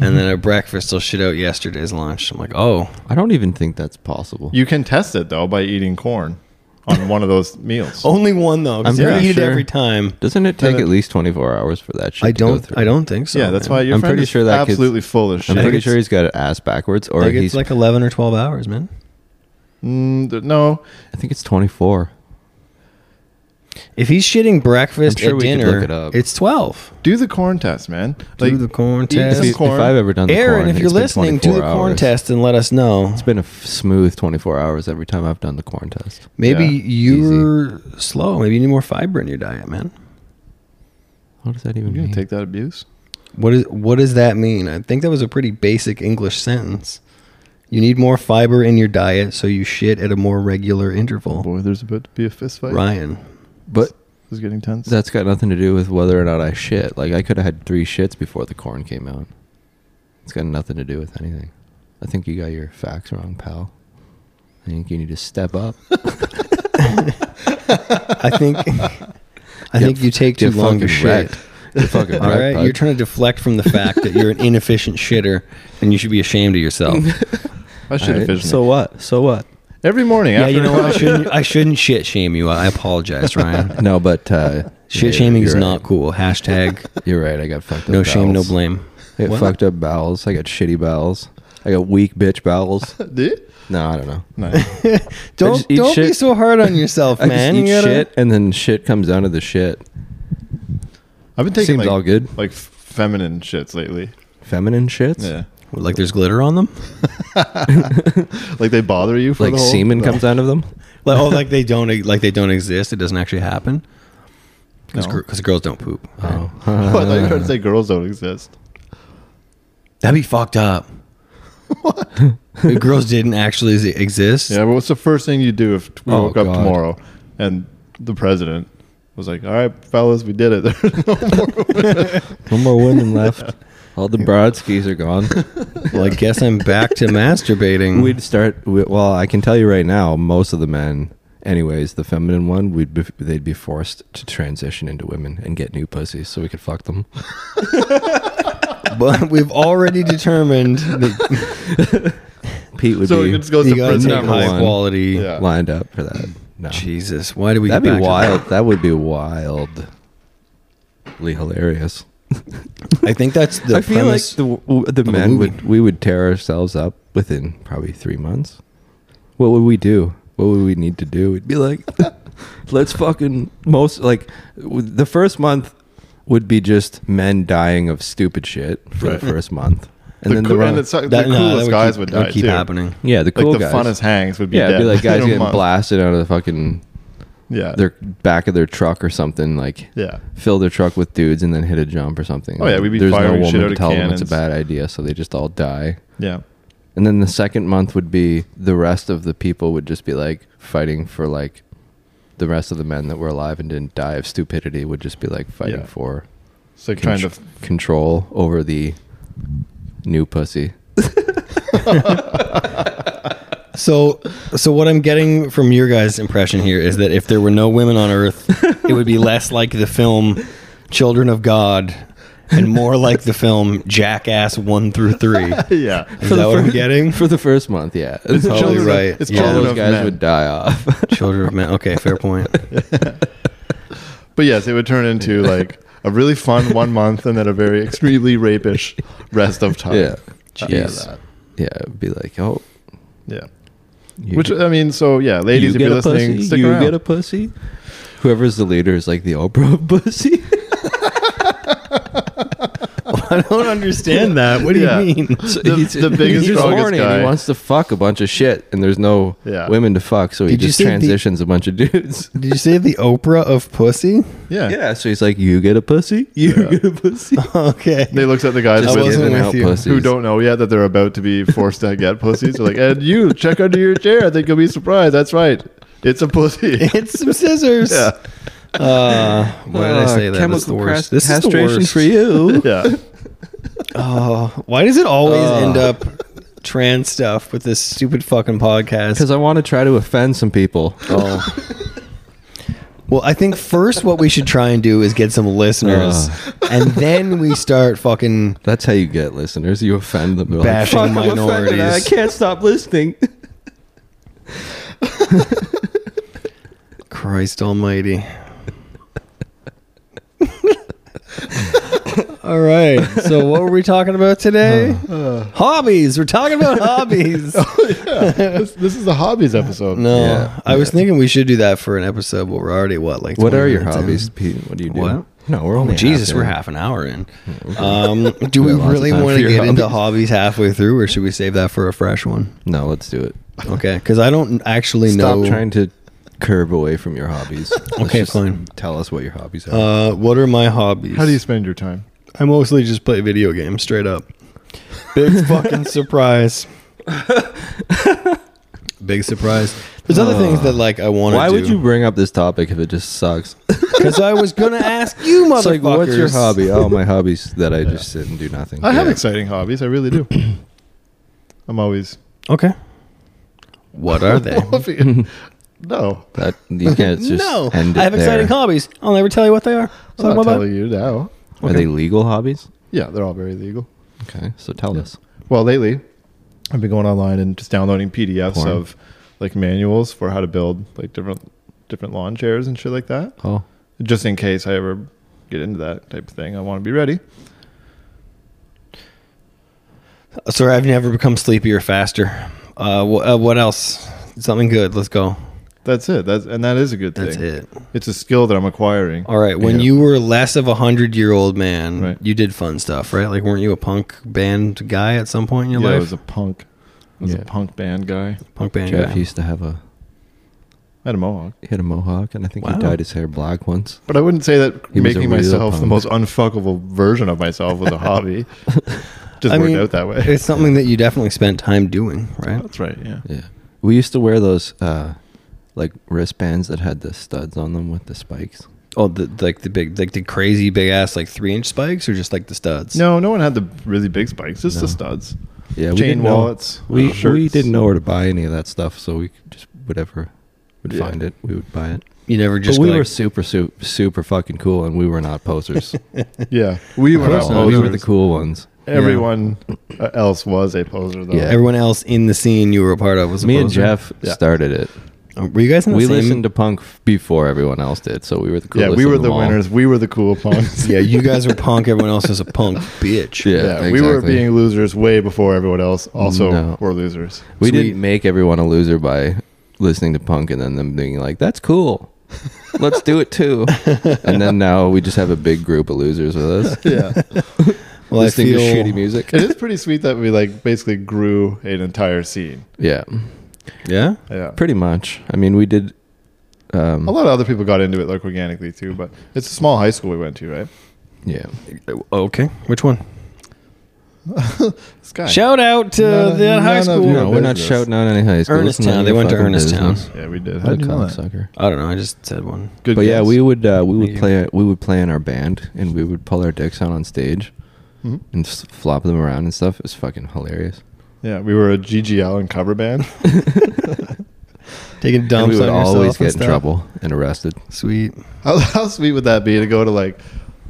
[SPEAKER 4] and then at breakfast, I'll shit out yesterday's lunch. I'm like, oh,
[SPEAKER 2] I don't even think that's possible.
[SPEAKER 3] You can test it though by eating corn on one of those meals.
[SPEAKER 2] Oh,
[SPEAKER 4] only one though. 'cause
[SPEAKER 2] I'm
[SPEAKER 4] you
[SPEAKER 2] pretty
[SPEAKER 4] eat it
[SPEAKER 2] sure-
[SPEAKER 4] every time.
[SPEAKER 2] Doesn't it take
[SPEAKER 3] Uh,
[SPEAKER 2] at least 24 hours for that shit
[SPEAKER 4] I
[SPEAKER 2] to go
[SPEAKER 4] don't.
[SPEAKER 2] through?
[SPEAKER 4] I don't think so.
[SPEAKER 3] yeah, that's
[SPEAKER 4] man.
[SPEAKER 3] why your
[SPEAKER 2] I'm
[SPEAKER 3] friend
[SPEAKER 2] pretty
[SPEAKER 3] is
[SPEAKER 2] sure that kid's-
[SPEAKER 3] absolutely full of shit.
[SPEAKER 2] I'm pretty
[SPEAKER 4] it's-
[SPEAKER 2] sure he's got it ass backwards, or
[SPEAKER 4] Like, it's
[SPEAKER 2] he's.
[SPEAKER 4] like 11 or 12 hours, man.
[SPEAKER 3] Mm, th- no,
[SPEAKER 2] I think it's 24.
[SPEAKER 4] If he's shitting breakfast
[SPEAKER 2] I'm sure
[SPEAKER 4] at
[SPEAKER 2] we could
[SPEAKER 4] dinner,
[SPEAKER 2] look it up.
[SPEAKER 4] it's 12.
[SPEAKER 3] do the corn test, man.
[SPEAKER 4] do the corn
[SPEAKER 3] eat
[SPEAKER 4] test.
[SPEAKER 3] some
[SPEAKER 2] If, you- if
[SPEAKER 3] corn.
[SPEAKER 2] I've ever done the
[SPEAKER 4] Aaron,
[SPEAKER 2] corn,
[SPEAKER 4] if you're
[SPEAKER 2] it's been
[SPEAKER 4] listening, do the
[SPEAKER 2] 24
[SPEAKER 4] corn
[SPEAKER 2] hours.
[SPEAKER 4] test and let us know.
[SPEAKER 2] It's been a f- smooth 24 hours every time I've done the corn test.
[SPEAKER 4] Maybe
[SPEAKER 3] Yeah,
[SPEAKER 4] you're slow. Maybe you need more fiber in your diet, man.
[SPEAKER 2] What does that even
[SPEAKER 3] you gonna
[SPEAKER 2] mean?
[SPEAKER 3] take that abuse?
[SPEAKER 4] What is what does that mean? I think that was a pretty basic English sentence. You need more fiber in your diet, so you shit at a more regular interval.
[SPEAKER 3] Oh, Boy, there's about to be a fist fight.
[SPEAKER 4] Ryan,
[SPEAKER 2] but
[SPEAKER 3] it's getting tense.
[SPEAKER 2] that's got nothing to do with whether or not I shit. Like I could have had three shits before the corn came out. It's got nothing to do with anything. I think you got your facts wrong, pal. I think you need to step up.
[SPEAKER 4] I think I think you take too
[SPEAKER 2] Get
[SPEAKER 4] long to
[SPEAKER 2] fucking
[SPEAKER 4] shit.
[SPEAKER 2] wrecked. Get fucking
[SPEAKER 4] All
[SPEAKER 2] wrecked,
[SPEAKER 4] right,
[SPEAKER 2] bud.
[SPEAKER 4] you're trying to deflect from the fact that you're an inefficient shitter and you should be ashamed of yourself.
[SPEAKER 3] I should
[SPEAKER 2] All
[SPEAKER 3] have
[SPEAKER 2] right,
[SPEAKER 3] fished
[SPEAKER 2] So what? So what?
[SPEAKER 3] every morning.
[SPEAKER 4] yeah,
[SPEAKER 3] after
[SPEAKER 4] you know what? I shouldn't I shouldn't shit shame you. I apologize, Ryan.
[SPEAKER 2] No, but uh,
[SPEAKER 4] Shit
[SPEAKER 2] yeah,
[SPEAKER 4] shaming
[SPEAKER 2] you're
[SPEAKER 4] is
[SPEAKER 2] right.
[SPEAKER 4] not cool. Hashtag
[SPEAKER 2] You're right. I got fucked up.
[SPEAKER 4] no shame, no
[SPEAKER 2] bowels.
[SPEAKER 4] blame.
[SPEAKER 2] I got
[SPEAKER 4] What?
[SPEAKER 2] fucked up bowels. I got shitty bowels. I got weak bitch bowels.
[SPEAKER 3] Did?
[SPEAKER 2] No, I don't know.
[SPEAKER 3] No.
[SPEAKER 4] Don't
[SPEAKER 2] just eat
[SPEAKER 4] don't be
[SPEAKER 2] shit.
[SPEAKER 4] so hard on yourself,
[SPEAKER 2] I just
[SPEAKER 4] man.
[SPEAKER 2] eat
[SPEAKER 4] You gotta-
[SPEAKER 2] shit, and then shit comes out of the shit.
[SPEAKER 3] I've been taking
[SPEAKER 2] Seems
[SPEAKER 3] like,
[SPEAKER 2] all good.
[SPEAKER 3] like f- feminine shits lately.
[SPEAKER 2] Feminine shits,
[SPEAKER 3] Yeah,
[SPEAKER 4] What, like there's glitter on them?
[SPEAKER 3] like they bother you for
[SPEAKER 2] like
[SPEAKER 3] the whole
[SPEAKER 2] semen
[SPEAKER 3] No.
[SPEAKER 2] comes out of them.
[SPEAKER 4] Like oh, like they don't like they don't exist. It doesn't actually happen. Because
[SPEAKER 3] No.
[SPEAKER 4] girls don't poop.
[SPEAKER 2] Oh,
[SPEAKER 3] I thought you were going to say girls don't exist.
[SPEAKER 4] That'd be fucked up. The girls didn't actually ex- exist.
[SPEAKER 3] Yeah, but what's the first thing you do if we
[SPEAKER 2] Oh,
[SPEAKER 3] woke up
[SPEAKER 2] God.
[SPEAKER 3] tomorrow and the president was like, "All right, fellas, we did it." There's no more.
[SPEAKER 2] No more women left. All the Brodskys are gone.
[SPEAKER 4] Well, I guess I'm back to masturbating.
[SPEAKER 2] We'd start. we- Well, I can tell you right now, most of the men, anyways, the feminine one, we'd be, they'd be forced to transition into women and get new pussies so we could fuck them.
[SPEAKER 4] but we've already determined that
[SPEAKER 2] Pete would
[SPEAKER 3] so
[SPEAKER 2] be
[SPEAKER 3] it just goes
[SPEAKER 4] you
[SPEAKER 3] to
[SPEAKER 4] guys have
[SPEAKER 3] president.
[SPEAKER 2] number
[SPEAKER 4] high
[SPEAKER 2] one.
[SPEAKER 4] quality.
[SPEAKER 3] Yeah.
[SPEAKER 2] lined up for that. No,
[SPEAKER 4] Jesus, why do we?
[SPEAKER 2] that'd
[SPEAKER 4] get
[SPEAKER 2] be
[SPEAKER 4] back to
[SPEAKER 2] wild. That would be wildly hilarious.
[SPEAKER 4] that? I think that's the
[SPEAKER 2] I feel like
[SPEAKER 4] premise.
[SPEAKER 2] the w- the
[SPEAKER 4] a
[SPEAKER 2] men
[SPEAKER 4] movie.
[SPEAKER 2] would we would tear ourselves up within probably three months. What would we do? What would we need to do? We'd be like, let's fucking most like w- the first month would be just men dying of stupid shit for
[SPEAKER 4] Right.
[SPEAKER 2] the first month, and
[SPEAKER 3] The
[SPEAKER 2] then
[SPEAKER 3] coo-
[SPEAKER 2] the, run-
[SPEAKER 3] and it's, the
[SPEAKER 4] that, no,
[SPEAKER 3] coolest
[SPEAKER 4] that would
[SPEAKER 3] guys
[SPEAKER 4] keep,
[SPEAKER 3] would
[SPEAKER 4] that
[SPEAKER 3] die
[SPEAKER 4] would keep
[SPEAKER 3] too.
[SPEAKER 4] happening.
[SPEAKER 2] yeah the cool
[SPEAKER 3] like the
[SPEAKER 2] guys.
[SPEAKER 3] funnest hangs would be
[SPEAKER 2] yeah,
[SPEAKER 3] dead
[SPEAKER 2] it'd be like
[SPEAKER 3] within
[SPEAKER 2] guys
[SPEAKER 3] a
[SPEAKER 2] getting
[SPEAKER 3] month.
[SPEAKER 2] blasted out of the fucking
[SPEAKER 3] Yeah,
[SPEAKER 2] their back of their truck or something like
[SPEAKER 3] yeah.
[SPEAKER 2] fill their truck with dudes and then hit a jump or something.
[SPEAKER 3] Oh, yeah, we'd be
[SPEAKER 2] There's no
[SPEAKER 3] firing
[SPEAKER 2] woman
[SPEAKER 3] shit out
[SPEAKER 2] to
[SPEAKER 3] of
[SPEAKER 2] tell them it's a
[SPEAKER 3] cannons.
[SPEAKER 2] bad idea, so they just all die.
[SPEAKER 3] Yeah.
[SPEAKER 2] And then the second month would be the rest of the people would just be like fighting for like the rest of the men that were alive and didn't die of stupidity would just be like fighting
[SPEAKER 3] Yeah.
[SPEAKER 2] for
[SPEAKER 3] It's like
[SPEAKER 2] con-
[SPEAKER 3] trying to
[SPEAKER 2] control over the new pussy.
[SPEAKER 4] So, so what I'm getting from your guys' impression here is that if there were no women on Earth, it would be less like the film "Children of God" and more like the film "Jackass" one through three.
[SPEAKER 3] yeah.
[SPEAKER 4] Is that what I'm getting?
[SPEAKER 2] For the first month, yeah. It's
[SPEAKER 4] probably
[SPEAKER 3] children of-
[SPEAKER 4] right.
[SPEAKER 3] it's
[SPEAKER 4] Yeah.
[SPEAKER 2] all
[SPEAKER 3] children
[SPEAKER 2] those
[SPEAKER 3] of
[SPEAKER 2] guys
[SPEAKER 3] men.
[SPEAKER 2] would die off.
[SPEAKER 4] Children of Men. Okay, fair point.
[SPEAKER 3] But yes, it would turn into like a really fun one month and then a very extremely rapish rest of time.
[SPEAKER 2] yeah.
[SPEAKER 4] Jeez.
[SPEAKER 3] Yeah.
[SPEAKER 2] Yeah, it would be like, oh,
[SPEAKER 3] Yeah.
[SPEAKER 2] you-
[SPEAKER 3] Which I mean, so yeah, ladies, if you're listening,
[SPEAKER 2] pussy,
[SPEAKER 3] stick
[SPEAKER 2] you
[SPEAKER 3] around.
[SPEAKER 2] get a pussy. Whoever's the leader is like the Oprah of pussy.
[SPEAKER 4] I don't understand that. What do
[SPEAKER 3] Yeah.
[SPEAKER 4] you mean?
[SPEAKER 3] The- the biggest,
[SPEAKER 2] he's
[SPEAKER 3] strongest
[SPEAKER 2] horny and
[SPEAKER 3] guy.
[SPEAKER 2] he wants to fuck a bunch of shit, and there's no
[SPEAKER 3] Yeah.
[SPEAKER 2] women to fuck, so he
[SPEAKER 4] Did you
[SPEAKER 2] just
[SPEAKER 4] say the-
[SPEAKER 2] transitions a bunch of dudes.
[SPEAKER 4] Did you say the Oprah of pussy?
[SPEAKER 3] yeah.
[SPEAKER 2] Yeah, so he's like, "You get a pussy, you
[SPEAKER 3] Yeah.
[SPEAKER 2] get a pussy."
[SPEAKER 4] Okay.
[SPEAKER 3] They looked at the guys
[SPEAKER 4] I
[SPEAKER 2] Just
[SPEAKER 3] with
[SPEAKER 4] wasn't
[SPEAKER 2] giving
[SPEAKER 4] with
[SPEAKER 2] out
[SPEAKER 4] you.
[SPEAKER 2] pussies.
[SPEAKER 3] who don't know yet that they're about to be forced to get pussies. They're like, and you check under your chair. I think you'll be surprised. That's right. It's a pussy.
[SPEAKER 4] It's some scissors.
[SPEAKER 3] yeah.
[SPEAKER 4] Uh, why did I
[SPEAKER 2] Uh,
[SPEAKER 4] say that? It's the
[SPEAKER 2] chemical
[SPEAKER 4] worst.
[SPEAKER 2] cast-
[SPEAKER 4] This is the
[SPEAKER 2] castration
[SPEAKER 4] worst.
[SPEAKER 2] for you.
[SPEAKER 3] Yeah.
[SPEAKER 4] Oh, why does it always
[SPEAKER 2] Ugh.
[SPEAKER 4] end up trans stuff with this stupid fucking podcast?
[SPEAKER 2] Because I want to try to offend some people.
[SPEAKER 4] Oh. well, I think first what we should try and do is get some listeners, and then we start fucking.
[SPEAKER 2] That's how you get listeners. You offend them. They're
[SPEAKER 4] Bashing
[SPEAKER 2] like, "Fuck, I'm offended. I
[SPEAKER 4] minorities."
[SPEAKER 2] can't stop listening.
[SPEAKER 4] Christ Almighty. All right. So, what were we talking about today? hobbies. We're talking about hobbies.
[SPEAKER 3] This, this is the hobbies episode.
[SPEAKER 4] No,
[SPEAKER 2] Yeah.
[SPEAKER 4] I was thinking we should do that for an episode, but we're already what like.
[SPEAKER 2] What
[SPEAKER 4] 20
[SPEAKER 2] are your
[SPEAKER 4] minutes in?
[SPEAKER 2] hobbies, Pete? What do you do?
[SPEAKER 4] What?
[SPEAKER 2] No, we're only
[SPEAKER 4] Oh, Jesus,
[SPEAKER 2] half
[SPEAKER 4] we're
[SPEAKER 2] in.
[SPEAKER 4] half an hour in. Um, do we
[SPEAKER 2] Got lots of
[SPEAKER 4] really
[SPEAKER 2] Hmm. time
[SPEAKER 4] want
[SPEAKER 2] for
[SPEAKER 4] to
[SPEAKER 2] your
[SPEAKER 4] get into hobbies halfway through, or should we save that for a fresh one?
[SPEAKER 2] No, let's do it.
[SPEAKER 4] Okay, because I don't actually
[SPEAKER 2] Stop
[SPEAKER 4] know.
[SPEAKER 2] trying to curve away from your hobbies. Let's
[SPEAKER 4] Okay,
[SPEAKER 2] just
[SPEAKER 4] fine.
[SPEAKER 2] Tell us what your hobbies are.
[SPEAKER 4] uh, what are my hobbies?
[SPEAKER 3] How do you spend your time?
[SPEAKER 4] I mostly just play video games, straight up. Big fucking surprise. Big surprise. There's other things that like I want to.
[SPEAKER 2] Why would you bring up this topic if it just sucks?
[SPEAKER 4] Because I was gonna ask you, motherfuckers.
[SPEAKER 2] It's like, what's your hobby? Oh, my hobbies that I just sit and do nothing.
[SPEAKER 3] I have
[SPEAKER 2] Yeah.
[SPEAKER 3] exciting hobbies. I really do. I'm always.
[SPEAKER 4] Okay. What are they?
[SPEAKER 3] no.
[SPEAKER 2] That, you can't just
[SPEAKER 4] no, I
[SPEAKER 2] end it
[SPEAKER 4] have exciting
[SPEAKER 2] there.
[SPEAKER 4] hobbies. I'll never tell you what they are. So
[SPEAKER 3] I'm
[SPEAKER 4] what
[SPEAKER 3] not
[SPEAKER 4] about-
[SPEAKER 3] telling you now.
[SPEAKER 2] Are they legal hobbies?
[SPEAKER 3] Yeah, they're all very legal.
[SPEAKER 2] Okay, so tell us.
[SPEAKER 3] Well, lately, I've been going online and just downloading PDFs
[SPEAKER 2] Porn.
[SPEAKER 3] of like manuals for how to build like different different lawn chairs and shit like that.
[SPEAKER 2] Oh,
[SPEAKER 3] Just in case I ever get into that type of thing, I want to be ready.
[SPEAKER 4] Uh, Sorry, I've never become sleepier faster. Uh, wh- uh, what else? Something good. Let's go.
[SPEAKER 3] That's it. That's and that is a good thing.
[SPEAKER 4] That's it.
[SPEAKER 3] It's a skill that I'm acquiring.
[SPEAKER 4] All right. When
[SPEAKER 2] Yeah.
[SPEAKER 4] you were less of a hundred year old man,
[SPEAKER 3] Right.
[SPEAKER 4] you did fun stuff, right? Like, weren't you a punk band guy at some point in your
[SPEAKER 3] yeah, I
[SPEAKER 4] life?
[SPEAKER 3] was a punk. I was
[SPEAKER 2] Yeah.
[SPEAKER 3] a punk band guy.
[SPEAKER 4] punk band
[SPEAKER 2] Jeff
[SPEAKER 4] guy.
[SPEAKER 2] used to have a
[SPEAKER 3] I had a mohawk,
[SPEAKER 2] he had a mohawk, and I think
[SPEAKER 4] Wow.
[SPEAKER 2] he dyed his hair black once.
[SPEAKER 3] but I wouldn't say that
[SPEAKER 2] He was a
[SPEAKER 3] making
[SPEAKER 2] real
[SPEAKER 3] myself the
[SPEAKER 2] punk.
[SPEAKER 3] most unfuckable version of myself was a hobby. Just
[SPEAKER 4] I
[SPEAKER 3] worked
[SPEAKER 4] mean,
[SPEAKER 3] out that way.
[SPEAKER 4] It's something that you definitely spent time doing, right?
[SPEAKER 3] That's right. Yeah.
[SPEAKER 2] Yeah. We used to wear those uh like wristbands that had the studs on them with the spikes.
[SPEAKER 4] Oh, the like the big, like the crazy big ass, like three inch spikes, or just like the studs.
[SPEAKER 3] No, no one had the really big spikes. Just
[SPEAKER 2] No.
[SPEAKER 3] the studs.
[SPEAKER 2] Yeah, we
[SPEAKER 3] Chain
[SPEAKER 2] didn't know-
[SPEAKER 3] wallets.
[SPEAKER 2] We we
[SPEAKER 3] shirts.
[SPEAKER 2] didn't know where to buy any of that stuff, so we could just whatever would
[SPEAKER 3] Yeah.
[SPEAKER 2] find it, we would buy it.
[SPEAKER 4] you never just
[SPEAKER 2] but we
[SPEAKER 4] go
[SPEAKER 2] were
[SPEAKER 4] like,
[SPEAKER 2] super super super fucking cool, and we were not posers.
[SPEAKER 3] Yeah, we were.
[SPEAKER 2] No,
[SPEAKER 3] Not
[SPEAKER 2] we were the
[SPEAKER 3] posers.
[SPEAKER 2] cool ones.
[SPEAKER 3] Everyone uh, else was a poser though.
[SPEAKER 2] Yeah.
[SPEAKER 4] everyone else in the scene you were a part of was a
[SPEAKER 2] Me and
[SPEAKER 4] poser.
[SPEAKER 2] Jeff
[SPEAKER 3] Yeah.
[SPEAKER 2] started it.
[SPEAKER 4] Oh, Were you guys in the
[SPEAKER 2] we
[SPEAKER 4] same?
[SPEAKER 2] listened to punk f- before everyone else did, so we were the
[SPEAKER 3] Yeah,
[SPEAKER 2] coolest.
[SPEAKER 3] we
[SPEAKER 2] of
[SPEAKER 3] were
[SPEAKER 2] them
[SPEAKER 3] the
[SPEAKER 2] all.
[SPEAKER 3] winners. We were the cool punks.
[SPEAKER 4] yeah, you guys were punk. Everyone else is a punk bitch.
[SPEAKER 2] Yeah,
[SPEAKER 3] we were
[SPEAKER 2] exactly.
[SPEAKER 3] being losers way before everyone else. Also,
[SPEAKER 2] No.
[SPEAKER 3] were losers.
[SPEAKER 2] We
[SPEAKER 4] Sweet.
[SPEAKER 2] didn't make everyone a loser by listening to punk and then them being like, "That's cool, let's do it too." and then now we just have a big group of losers with us
[SPEAKER 3] Yeah,
[SPEAKER 4] Well, I
[SPEAKER 2] listening
[SPEAKER 4] feel
[SPEAKER 2] to shitty music.
[SPEAKER 3] it is pretty sweet that we like basically grew an entire scene.
[SPEAKER 2] yeah,
[SPEAKER 4] yeah.
[SPEAKER 3] Yeah,
[SPEAKER 2] pretty much. I mean, we did. Um,
[SPEAKER 3] a lot of other people got into it like organically too. But it's a small high school we went to, right?
[SPEAKER 2] yeah, Oh,
[SPEAKER 4] Okay, which one?
[SPEAKER 3] This guy.
[SPEAKER 4] Shout out to
[SPEAKER 3] None-
[SPEAKER 4] the high
[SPEAKER 3] none of
[SPEAKER 4] school.
[SPEAKER 3] your
[SPEAKER 2] no, we're not
[SPEAKER 3] business.
[SPEAKER 2] shouting out any high school.
[SPEAKER 4] Ernest
[SPEAKER 2] It's none of
[SPEAKER 4] Town. They
[SPEAKER 2] your
[SPEAKER 4] went to
[SPEAKER 2] fucking
[SPEAKER 4] Ernest Town.
[SPEAKER 2] business.
[SPEAKER 3] yeah, we did. How
[SPEAKER 2] What a
[SPEAKER 3] do you know that?
[SPEAKER 2] cocksucker.
[SPEAKER 4] I don't know. I just said one.
[SPEAKER 3] Good
[SPEAKER 2] But yeah,
[SPEAKER 3] guess.
[SPEAKER 2] we would uh, we would
[SPEAKER 4] Yeah.
[SPEAKER 2] play we would play in our band and we would pull our dicks out on stage
[SPEAKER 3] Mhm.
[SPEAKER 2] and just flop them around and stuff. It was fucking hilarious.
[SPEAKER 3] yeah we were a Gigi Allen cover band.
[SPEAKER 4] Taking
[SPEAKER 2] And
[SPEAKER 4] dumps
[SPEAKER 2] we would
[SPEAKER 4] on yourself
[SPEAKER 2] always
[SPEAKER 4] and
[SPEAKER 2] get in
[SPEAKER 4] stuff.
[SPEAKER 2] trouble and arrested.
[SPEAKER 4] Sweet.
[SPEAKER 3] How, how sweet would that be to go to like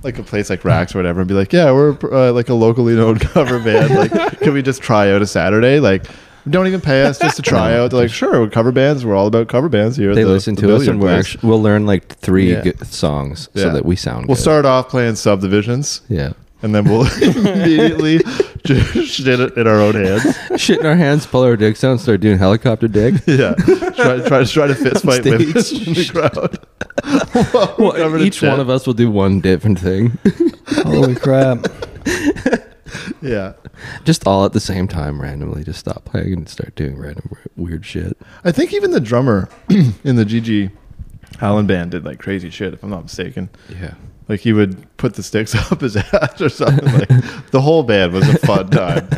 [SPEAKER 3] like a place like Racks or whatever and be like, yeah, we're uh, like a locally known cover band. Like, can we just try out a Saturday? Like, don't even pay us just to try out. They're like, sure, we're cover bands. We're all about cover bands here. at
[SPEAKER 2] They
[SPEAKER 3] the-
[SPEAKER 2] listen
[SPEAKER 3] the
[SPEAKER 2] to us
[SPEAKER 3] billiard
[SPEAKER 2] and we're
[SPEAKER 3] place.
[SPEAKER 2] actually, we'll learn like three
[SPEAKER 3] Yeah.
[SPEAKER 2] good songs so
[SPEAKER 3] Yeah.
[SPEAKER 2] that we sound.
[SPEAKER 3] We'll
[SPEAKER 2] good.
[SPEAKER 3] start off playing subdivisions
[SPEAKER 2] Yeah,
[SPEAKER 3] and then we'll immediately just did it in our own hands.
[SPEAKER 2] shit in our hands, pull our dicks out, and start doing helicopter dick.
[SPEAKER 3] Yeah, try try try to fist fight with in the crowd.
[SPEAKER 2] well, each one of us will do one different thing,
[SPEAKER 4] Holy crap.
[SPEAKER 3] yeah.
[SPEAKER 2] just all at the same time, randomly. Just stop playing and start doing random weird shit.
[SPEAKER 3] I think even the drummer in the GG Allen band did like crazy shit, if I'm not mistaken.
[SPEAKER 2] Yeah.
[SPEAKER 3] Like he would put the sticks up his ass or something. Like the whole band was a fun time.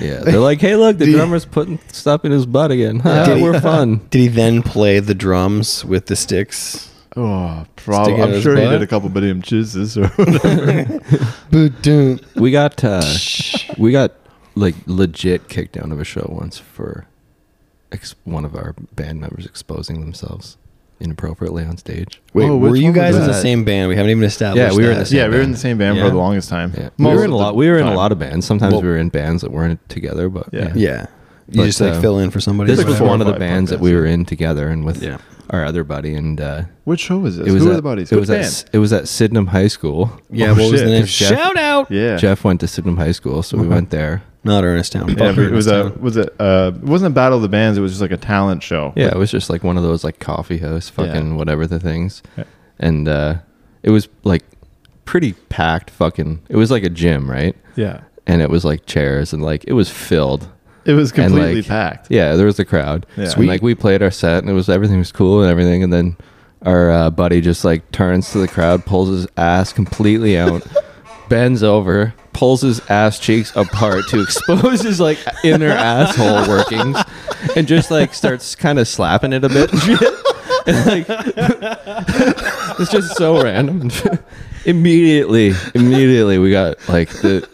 [SPEAKER 2] Yeah, they're like, hey, look, the
[SPEAKER 4] Do you-
[SPEAKER 2] drummer's putting stuff in his butt again. Ha,
[SPEAKER 4] Did he-
[SPEAKER 2] we're fun.
[SPEAKER 4] Did he then play the drums with the sticks?
[SPEAKER 3] Oh,
[SPEAKER 4] Stick it
[SPEAKER 3] probably.
[SPEAKER 4] in
[SPEAKER 3] I'm
[SPEAKER 4] his
[SPEAKER 3] sure he
[SPEAKER 4] butt?
[SPEAKER 3] did a couple badium jizzes or whatever.
[SPEAKER 4] Boot
[SPEAKER 2] We got uh, we got like legit kicked out of a show once for ex- one of our band members exposing themselves inappropriately on stage.
[SPEAKER 4] Wait,
[SPEAKER 3] Oh,
[SPEAKER 4] were
[SPEAKER 3] which
[SPEAKER 4] you
[SPEAKER 3] one
[SPEAKER 4] guys
[SPEAKER 3] was
[SPEAKER 4] in the
[SPEAKER 3] that?
[SPEAKER 4] same band? We haven't even established.
[SPEAKER 2] Yeah, we were in
[SPEAKER 4] that.
[SPEAKER 2] the same-
[SPEAKER 3] yeah, we were in the same band
[SPEAKER 4] Yeah.
[SPEAKER 3] for the longest time.
[SPEAKER 2] Yeah,
[SPEAKER 3] Most
[SPEAKER 2] we were in a
[SPEAKER 3] of the
[SPEAKER 2] lot. We were in
[SPEAKER 3] time.
[SPEAKER 2] a lot of bands. Sometimes
[SPEAKER 3] Well-
[SPEAKER 2] we were in bands that weren't together, but
[SPEAKER 3] Yeah.
[SPEAKER 4] Yeah. You
[SPEAKER 2] But,
[SPEAKER 4] just like
[SPEAKER 2] uh,
[SPEAKER 4] fill in for somebody.
[SPEAKER 2] This
[SPEAKER 3] Like
[SPEAKER 2] was
[SPEAKER 3] four or
[SPEAKER 2] one of the
[SPEAKER 3] five
[SPEAKER 2] bands that
[SPEAKER 3] podcasts,
[SPEAKER 2] we
[SPEAKER 3] yeah.
[SPEAKER 2] were in together, and with
[SPEAKER 4] Yeah.
[SPEAKER 2] our other buddy, and uh,
[SPEAKER 3] Which show was this?
[SPEAKER 2] it was
[SPEAKER 3] Who
[SPEAKER 2] at,
[SPEAKER 3] were the buddies?
[SPEAKER 2] It
[SPEAKER 3] Which
[SPEAKER 2] was
[SPEAKER 3] band?
[SPEAKER 2] at S- it was at Sydenham High School.
[SPEAKER 4] Yeah,
[SPEAKER 3] Oh,
[SPEAKER 4] what was the
[SPEAKER 3] shit.
[SPEAKER 4] name?
[SPEAKER 2] Jeff-
[SPEAKER 4] Shout out.
[SPEAKER 3] yeah.
[SPEAKER 2] Jeff went to Sydenham High School, so
[SPEAKER 3] Uh-huh.
[SPEAKER 2] we went there.
[SPEAKER 4] Not Ernest Town.
[SPEAKER 3] Yeah,
[SPEAKER 4] Fuck
[SPEAKER 3] it was
[SPEAKER 4] Ernest
[SPEAKER 3] a
[SPEAKER 4] Town.
[SPEAKER 3] was it uh it wasn't a battle of the bands, it was just like a talent show.
[SPEAKER 2] Yeah, it was just like one of those like coffee house
[SPEAKER 3] Yeah.
[SPEAKER 2] fucking whatever the things.
[SPEAKER 3] Yeah.
[SPEAKER 2] And uh it was like pretty packed fucking it was like a gym, right?
[SPEAKER 3] Yeah.
[SPEAKER 2] And it was like chairs and like it was filled.
[SPEAKER 3] It was
[SPEAKER 2] And,
[SPEAKER 3] completely
[SPEAKER 2] like,
[SPEAKER 3] packed.
[SPEAKER 2] Yeah, there was a crowd.
[SPEAKER 3] Yeah.
[SPEAKER 2] And,
[SPEAKER 3] Sweet.
[SPEAKER 2] like we played our set and it was everything was cool and everything and then our uh, buddy just like turns to the crowd, pulls his ass completely out, bends over, pulls his ass cheeks apart to expose his like inner asshole workings, and just like starts kind of slapping it a bit. and shit. And, like it's just so random. immediately, immediately we got like the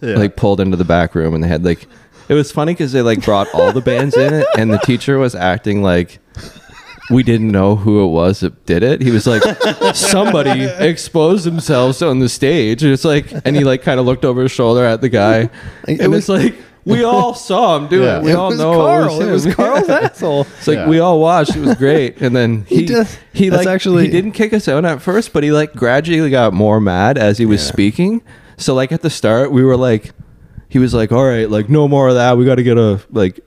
[SPEAKER 3] Yeah.
[SPEAKER 2] like pulled into the back room and they had like it was funny because they like brought all the bands in it and the teacher was acting like we didn't know who it was that did it. He was like, somebody exposed themselves on the stage. And it's like, and he like kind of looked over his shoulder at the guy. It was like, we all saw him do
[SPEAKER 3] Yeah.
[SPEAKER 2] it. We
[SPEAKER 3] It
[SPEAKER 2] all
[SPEAKER 4] was
[SPEAKER 2] know
[SPEAKER 4] Carl. It was
[SPEAKER 2] him.
[SPEAKER 4] Carl's asshole.
[SPEAKER 2] It's like
[SPEAKER 3] Yeah.
[SPEAKER 2] we all watched. It was great, and then he he,
[SPEAKER 4] does- that's
[SPEAKER 2] like
[SPEAKER 4] actually-
[SPEAKER 2] actually he didn't kick us out at first, but he like gradually got more mad as he was
[SPEAKER 4] Yeah.
[SPEAKER 2] speaking. So like at the start, we were like, he was like, "All right, like no more of that. We got to get a like."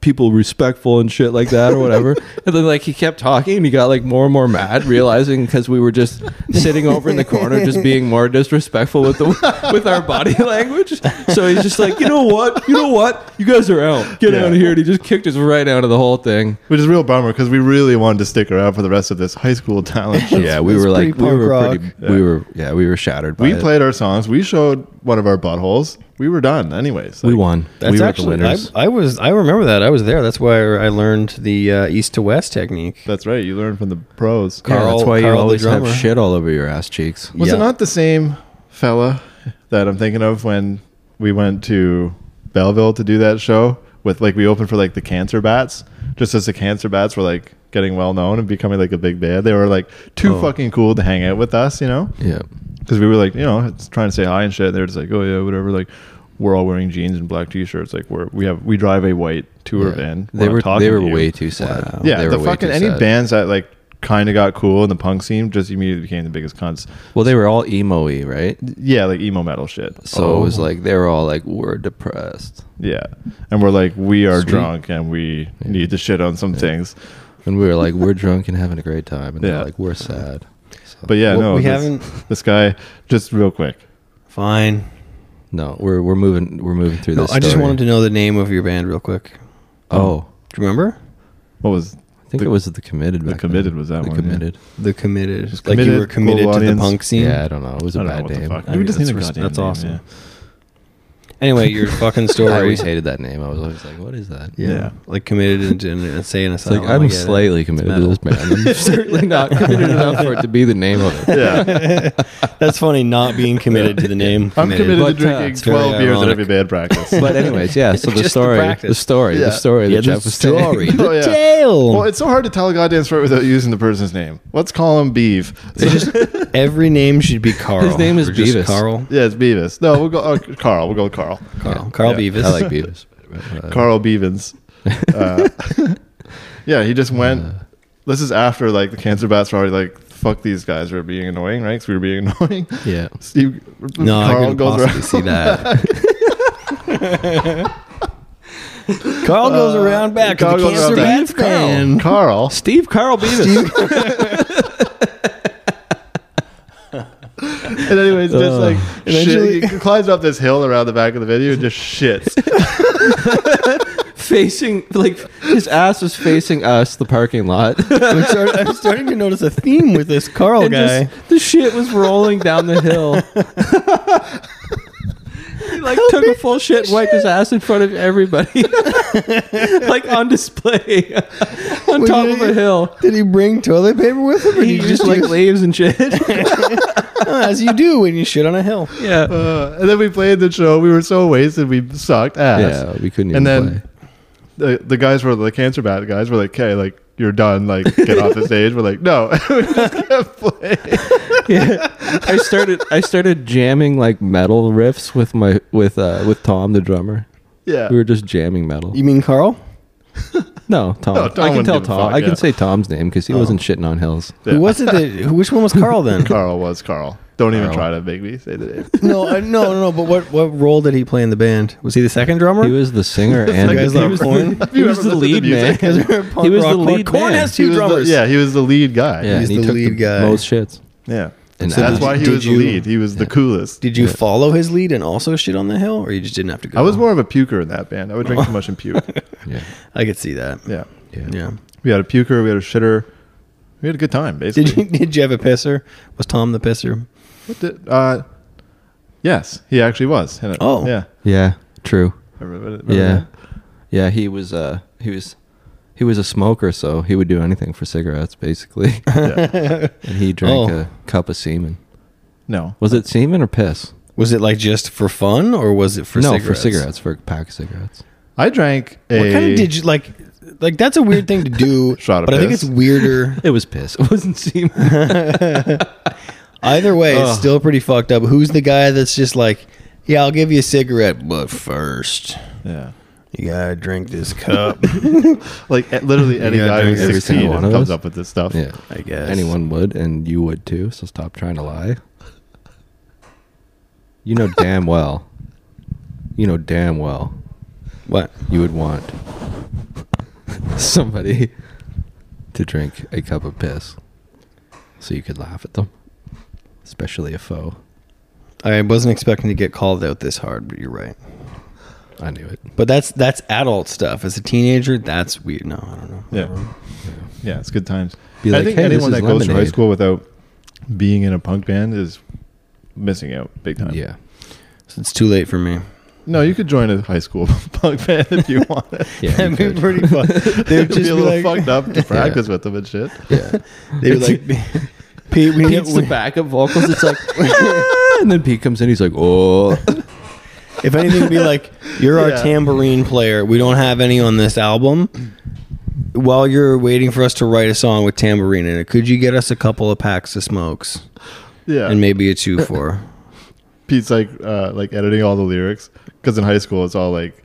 [SPEAKER 2] people respectful and shit like that or whatever and then like he kept talking and he got like more and more mad realizing because we were just sitting over in the corner just being more disrespectful with the with our body language so he's just like you know what you know what you guys are out get
[SPEAKER 3] Yeah.
[SPEAKER 2] out of here and he just kicked us right out of the whole thing
[SPEAKER 3] Which is a real bummer because we really wanted to stick around for the rest of this high school talent show.
[SPEAKER 2] yeah, we
[SPEAKER 4] it's
[SPEAKER 2] were
[SPEAKER 4] pretty
[SPEAKER 2] like we
[SPEAKER 4] punk
[SPEAKER 2] were
[SPEAKER 4] rock.
[SPEAKER 2] pretty we were yeah, we were shattered by
[SPEAKER 3] we
[SPEAKER 2] it.
[SPEAKER 3] played our songs. We showed one of our buttholes, we were done anyways.
[SPEAKER 2] we
[SPEAKER 3] Like,
[SPEAKER 2] won.
[SPEAKER 4] That's
[SPEAKER 2] we were
[SPEAKER 4] actually.
[SPEAKER 2] the
[SPEAKER 4] I,
[SPEAKER 2] winners.
[SPEAKER 4] I was. I remember that. I was there. That's where I learned the uh, east to west technique.
[SPEAKER 3] That's right. You learned from the pros.
[SPEAKER 4] Yeah. Carl-
[SPEAKER 2] that's why
[SPEAKER 4] Carl
[SPEAKER 2] you
[SPEAKER 4] the
[SPEAKER 2] always have
[SPEAKER 4] drummer.
[SPEAKER 2] shit all over your ass cheeks.
[SPEAKER 3] Was
[SPEAKER 4] Yeah.
[SPEAKER 3] it not the same fella that I'm thinking of when we went to Belleville to do that show with like we opened for like the Cancer Bats, just as the Cancer Bats were like getting well known and becoming like a big band. They were like too
[SPEAKER 4] Oh.
[SPEAKER 3] fucking cool to hang out with us, you know?
[SPEAKER 2] Yeah.
[SPEAKER 3] Because we were like, you know, it's trying to say hi and shit. They're just like, oh yeah, whatever. Like, we're all wearing jeans and black t-shirts. Like, we're we have we drive a white tour
[SPEAKER 2] Yeah.
[SPEAKER 3] van. We're
[SPEAKER 2] They
[SPEAKER 3] not
[SPEAKER 2] were
[SPEAKER 3] talking
[SPEAKER 2] they
[SPEAKER 3] to
[SPEAKER 2] were
[SPEAKER 3] you.
[SPEAKER 2] way too sad.
[SPEAKER 4] Wow.
[SPEAKER 3] Yeah,
[SPEAKER 2] They
[SPEAKER 3] the
[SPEAKER 2] were way
[SPEAKER 3] fucking
[SPEAKER 2] too
[SPEAKER 3] any
[SPEAKER 2] sad.
[SPEAKER 3] bands that like kind of got cool in the punk scene just immediately became the biggest cons.
[SPEAKER 2] Well, they were all emo-y, right?
[SPEAKER 3] Yeah, like emo metal shit. Oh.
[SPEAKER 2] So it was like they were all like we're depressed,
[SPEAKER 3] Yeah, and we're like, we are
[SPEAKER 2] Sweet.
[SPEAKER 3] drunk and we need to shit on some things.
[SPEAKER 2] and we were like we're drunk and having a great time, and
[SPEAKER 3] Yeah.
[SPEAKER 2] they're like we're sad. So,
[SPEAKER 3] But yeah,
[SPEAKER 4] Well,
[SPEAKER 3] no,
[SPEAKER 4] we
[SPEAKER 3] this,
[SPEAKER 4] haven't-
[SPEAKER 3] This guy, just real quick.
[SPEAKER 4] Fine.
[SPEAKER 2] no, we're we're moving we're moving through
[SPEAKER 4] No,
[SPEAKER 2] this.
[SPEAKER 4] I just
[SPEAKER 2] story.
[SPEAKER 4] wanted to know the name of your band real quick.
[SPEAKER 2] Oh,
[SPEAKER 4] Do you remember?
[SPEAKER 3] What was
[SPEAKER 2] I think
[SPEAKER 3] The-
[SPEAKER 2] it was the committed.
[SPEAKER 3] the
[SPEAKER 2] back then.
[SPEAKER 3] committed? Was that
[SPEAKER 2] The
[SPEAKER 3] one? yeah.
[SPEAKER 2] committed.
[SPEAKER 4] The committed.
[SPEAKER 3] Just
[SPEAKER 4] like you
[SPEAKER 3] committed,
[SPEAKER 4] were committed to
[SPEAKER 3] global
[SPEAKER 4] the
[SPEAKER 3] audience.
[SPEAKER 4] punk scene.
[SPEAKER 2] Yeah, I don't know. It was
[SPEAKER 3] I
[SPEAKER 2] a
[SPEAKER 3] don't know
[SPEAKER 2] bad
[SPEAKER 3] what the
[SPEAKER 2] name.
[SPEAKER 3] fuck.
[SPEAKER 4] I-
[SPEAKER 3] We just
[SPEAKER 4] that's
[SPEAKER 3] need a
[SPEAKER 4] res-
[SPEAKER 3] goddamn
[SPEAKER 4] that's
[SPEAKER 3] name,
[SPEAKER 4] awesome.
[SPEAKER 3] yeah.
[SPEAKER 4] Anyway, your fucking story.
[SPEAKER 2] I always hated that name. I was always like, what is that?
[SPEAKER 4] Yeah.
[SPEAKER 3] Yeah.
[SPEAKER 4] Like committed and, and, and saying
[SPEAKER 2] It's like,
[SPEAKER 4] asylum. I
[SPEAKER 2] I'm
[SPEAKER 4] get it.
[SPEAKER 2] slightly committed to
[SPEAKER 4] metal.
[SPEAKER 2] this band. I'm certainly not committed enough for it to be the name of it.
[SPEAKER 3] yeah,
[SPEAKER 4] That's funny. Not being committed to the name.
[SPEAKER 3] I'm committed
[SPEAKER 2] But, uh,
[SPEAKER 3] to drinking
[SPEAKER 2] it's
[SPEAKER 4] very
[SPEAKER 3] 12 beers at
[SPEAKER 4] ironic.
[SPEAKER 3] every bad practice.
[SPEAKER 2] But anyways, yeah. So
[SPEAKER 4] Just
[SPEAKER 2] the
[SPEAKER 4] the
[SPEAKER 2] story, the,
[SPEAKER 4] practice.
[SPEAKER 2] story,
[SPEAKER 3] Yeah.
[SPEAKER 2] the story
[SPEAKER 4] Yeah,
[SPEAKER 2] that Jeff
[SPEAKER 4] the
[SPEAKER 2] was
[SPEAKER 4] story.
[SPEAKER 2] telling.
[SPEAKER 3] Oh, yeah.
[SPEAKER 4] Jail.
[SPEAKER 3] Well, it's so hard to tell a goddamn story without using the person's name. Let's call him Beeve. So-
[SPEAKER 4] Every name should be Carl.
[SPEAKER 2] His name is
[SPEAKER 4] Or just
[SPEAKER 2] Beavis.
[SPEAKER 4] Carl.
[SPEAKER 3] yeah, it's Beavis. No, we'll go oh, Carl. We'll go with Carl.
[SPEAKER 4] Carl. Carl
[SPEAKER 3] Yeah.
[SPEAKER 4] Beavis.
[SPEAKER 2] I like Beavis. Uh,
[SPEAKER 3] Carl Beavens. Uh, yeah, he just went.
[SPEAKER 4] Uh.
[SPEAKER 3] this is after like the cancer bats were already like, "Fuck these guys, we're being annoying, right? 'Cause we were being annoying."
[SPEAKER 2] yeah.
[SPEAKER 3] Steve,
[SPEAKER 4] No, I
[SPEAKER 3] Carl
[SPEAKER 4] couldn't
[SPEAKER 3] goes
[SPEAKER 4] possibly
[SPEAKER 3] around.
[SPEAKER 4] see that. Carl
[SPEAKER 2] Uh,
[SPEAKER 4] goes around back.
[SPEAKER 3] Uh, Carl
[SPEAKER 4] to the
[SPEAKER 3] goes around
[SPEAKER 4] cancer
[SPEAKER 3] back.
[SPEAKER 4] Bats fan.
[SPEAKER 3] Carl.
[SPEAKER 2] Steve Carl Beavis.
[SPEAKER 3] And anyways, just like
[SPEAKER 4] Uh. Eventually-
[SPEAKER 3] shit, he climbs up this hill around the back of the video and just shits.
[SPEAKER 2] facing, like, his ass was facing us, the parking lot.
[SPEAKER 4] I'm, start- I'm starting to notice a theme with this Carl
[SPEAKER 2] And
[SPEAKER 4] guy.
[SPEAKER 2] just- the shit was rolling down the hill. he like took a full shit, wiped his ass in front of everybody, like on display on
[SPEAKER 4] Well,
[SPEAKER 2] top
[SPEAKER 4] you-
[SPEAKER 2] of a hill.
[SPEAKER 4] Did he bring toilet paper with him? Or
[SPEAKER 2] He just like leaves and shit.
[SPEAKER 4] as you do when you shit on a hill.
[SPEAKER 2] yeah,
[SPEAKER 3] Uh, and then we played the show. We were so wasted. We sucked ass.
[SPEAKER 2] yeah, we couldn't. Even
[SPEAKER 3] and then the, the guys were the cancer bat guys were like, "Okay, like you're done. Like get off the stage." We're like, "No." we just kept playing.
[SPEAKER 2] I started, I started jamming like metal riffs with my with uh with Tom the drummer.
[SPEAKER 3] Yeah.
[SPEAKER 2] We were just jamming metal.
[SPEAKER 4] You mean Carl?
[SPEAKER 2] No, Tom.
[SPEAKER 3] No, Tom
[SPEAKER 2] I can
[SPEAKER 3] wouldn't
[SPEAKER 2] tell
[SPEAKER 3] give a
[SPEAKER 2] Tom.
[SPEAKER 3] fuck,
[SPEAKER 2] I
[SPEAKER 3] yeah. Oh.
[SPEAKER 2] can say Tom's name because he wasn't shitting on hills.
[SPEAKER 4] Who was it? That, who- which one was Carl then?
[SPEAKER 3] Carl was Carl. Don't even
[SPEAKER 2] Carl.
[SPEAKER 3] try to make me say the name.
[SPEAKER 4] no, I, no, no, no. But what what role did he play in the band? Was he the second drummer?
[SPEAKER 2] He was the singer and
[SPEAKER 4] you guys
[SPEAKER 2] he
[SPEAKER 4] love
[SPEAKER 2] was,
[SPEAKER 4] corn?
[SPEAKER 2] he
[SPEAKER 3] You
[SPEAKER 2] was the
[SPEAKER 3] ever listen to
[SPEAKER 2] lead man.
[SPEAKER 3] music?
[SPEAKER 2] he was
[SPEAKER 4] Punk rock
[SPEAKER 2] the
[SPEAKER 4] band.
[SPEAKER 2] lead
[SPEAKER 4] Corn
[SPEAKER 2] man.
[SPEAKER 4] has two
[SPEAKER 3] He was the-
[SPEAKER 4] drummers.
[SPEAKER 3] yeah, he was the lead guy.
[SPEAKER 2] Yeah,
[SPEAKER 4] He's
[SPEAKER 2] and he
[SPEAKER 4] the
[SPEAKER 2] took
[SPEAKER 4] lead guy.
[SPEAKER 2] Most shits.
[SPEAKER 3] Yeah.
[SPEAKER 2] And
[SPEAKER 4] So
[SPEAKER 3] That's
[SPEAKER 4] did-
[SPEAKER 3] why he
[SPEAKER 4] did
[SPEAKER 3] was
[SPEAKER 4] you-
[SPEAKER 3] the lead. He was the coolest.
[SPEAKER 4] Did you follow his lead and also shit on the hill, or you just didn't have to go?
[SPEAKER 3] I was more of a puker in that band. I would
[SPEAKER 2] Oh.
[SPEAKER 3] drink too much and puke.
[SPEAKER 2] Yeah.
[SPEAKER 4] I could see that.
[SPEAKER 3] Yeah.
[SPEAKER 2] yeah,
[SPEAKER 4] Yeah.
[SPEAKER 3] We had a puker. We had a shitter. We had a good time, basically.
[SPEAKER 4] Did you did you have a pisser? Was Tom the pisser?
[SPEAKER 3] What did- uh, yes, he actually was. And it-
[SPEAKER 4] Oh.
[SPEAKER 3] Yeah.
[SPEAKER 2] Yeah, True.
[SPEAKER 3] Remember- remember
[SPEAKER 2] Yeah,
[SPEAKER 3] that?
[SPEAKER 2] yeah. He was. Uh, he was. He was a smoker, so he would do anything for cigarettes, basically. and he drank
[SPEAKER 4] Oh.
[SPEAKER 2] a cup of semen.
[SPEAKER 3] No.
[SPEAKER 2] Was it semen or piss?
[SPEAKER 4] Was it like just for fun, or was it for
[SPEAKER 2] no,
[SPEAKER 4] cigarettes?
[SPEAKER 2] for cigarettes, for a pack of cigarettes.
[SPEAKER 3] I drank a.
[SPEAKER 4] What kind of did you like? Like that's a weird thing to do.
[SPEAKER 3] Shot of
[SPEAKER 4] but I think
[SPEAKER 3] piss.
[SPEAKER 4] it's weirder.
[SPEAKER 2] It was piss. It wasn't semen.
[SPEAKER 4] Either way, it's still pretty fucked up. Who's the guy that's just like, yeah, I'll give you a cigarette, but first
[SPEAKER 3] Yeah.
[SPEAKER 4] you gotta drink this cup.
[SPEAKER 3] Like eh, literally any
[SPEAKER 4] gotta
[SPEAKER 3] guy
[SPEAKER 4] drink
[SPEAKER 3] who's
[SPEAKER 2] every
[SPEAKER 3] 16
[SPEAKER 2] single
[SPEAKER 3] and
[SPEAKER 2] one of
[SPEAKER 3] comes
[SPEAKER 2] us?
[SPEAKER 3] up with this stuff.
[SPEAKER 2] yeah,
[SPEAKER 4] I guess
[SPEAKER 2] anyone would, and you would too. So stop trying to lie. You know damn well. You know damn well.
[SPEAKER 4] What?
[SPEAKER 2] you would want somebody to drink a cup of piss so you could laugh at them, especially a foe.
[SPEAKER 4] I wasn't expecting to get called out this hard, but you're right.
[SPEAKER 2] I knew it.
[SPEAKER 4] But that's that's adult stuff. As a teenager, that's weird. No, I don't know.
[SPEAKER 3] Yeah. Yeah, it's good times.
[SPEAKER 2] Be
[SPEAKER 3] I
[SPEAKER 2] like,
[SPEAKER 3] think
[SPEAKER 2] "Hey, this
[SPEAKER 3] anyone
[SPEAKER 2] is
[SPEAKER 3] that goes to high
[SPEAKER 2] lemonade."
[SPEAKER 3] school without being in a punk band is missing out big time.
[SPEAKER 2] Yeah.
[SPEAKER 4] So it's too late for me.
[SPEAKER 3] No, you could join a high school punk band if you wanted.
[SPEAKER 2] Yeah,
[SPEAKER 4] That'd
[SPEAKER 2] you
[SPEAKER 4] be pretty fun. They would
[SPEAKER 3] It'd
[SPEAKER 4] just
[SPEAKER 3] be
[SPEAKER 4] be
[SPEAKER 3] a little
[SPEAKER 4] like,
[SPEAKER 3] fucked up to practice with them and shit.
[SPEAKER 2] Yeah.
[SPEAKER 4] they would like, Pete, we need,
[SPEAKER 2] Pete's the backup vocals. It's like, "Ah," and then Pete comes in. He's like, oh,
[SPEAKER 4] if anything, be like, you're
[SPEAKER 3] Yeah.
[SPEAKER 4] our tambourine player. We don't have any on this album. While you're waiting for us to write a song with tambourine in it, could you get us a couple of packs of smokes
[SPEAKER 3] Yeah.
[SPEAKER 4] and maybe a two for?
[SPEAKER 3] Pete's like uh, like editing all the lyrics because in high school it's all like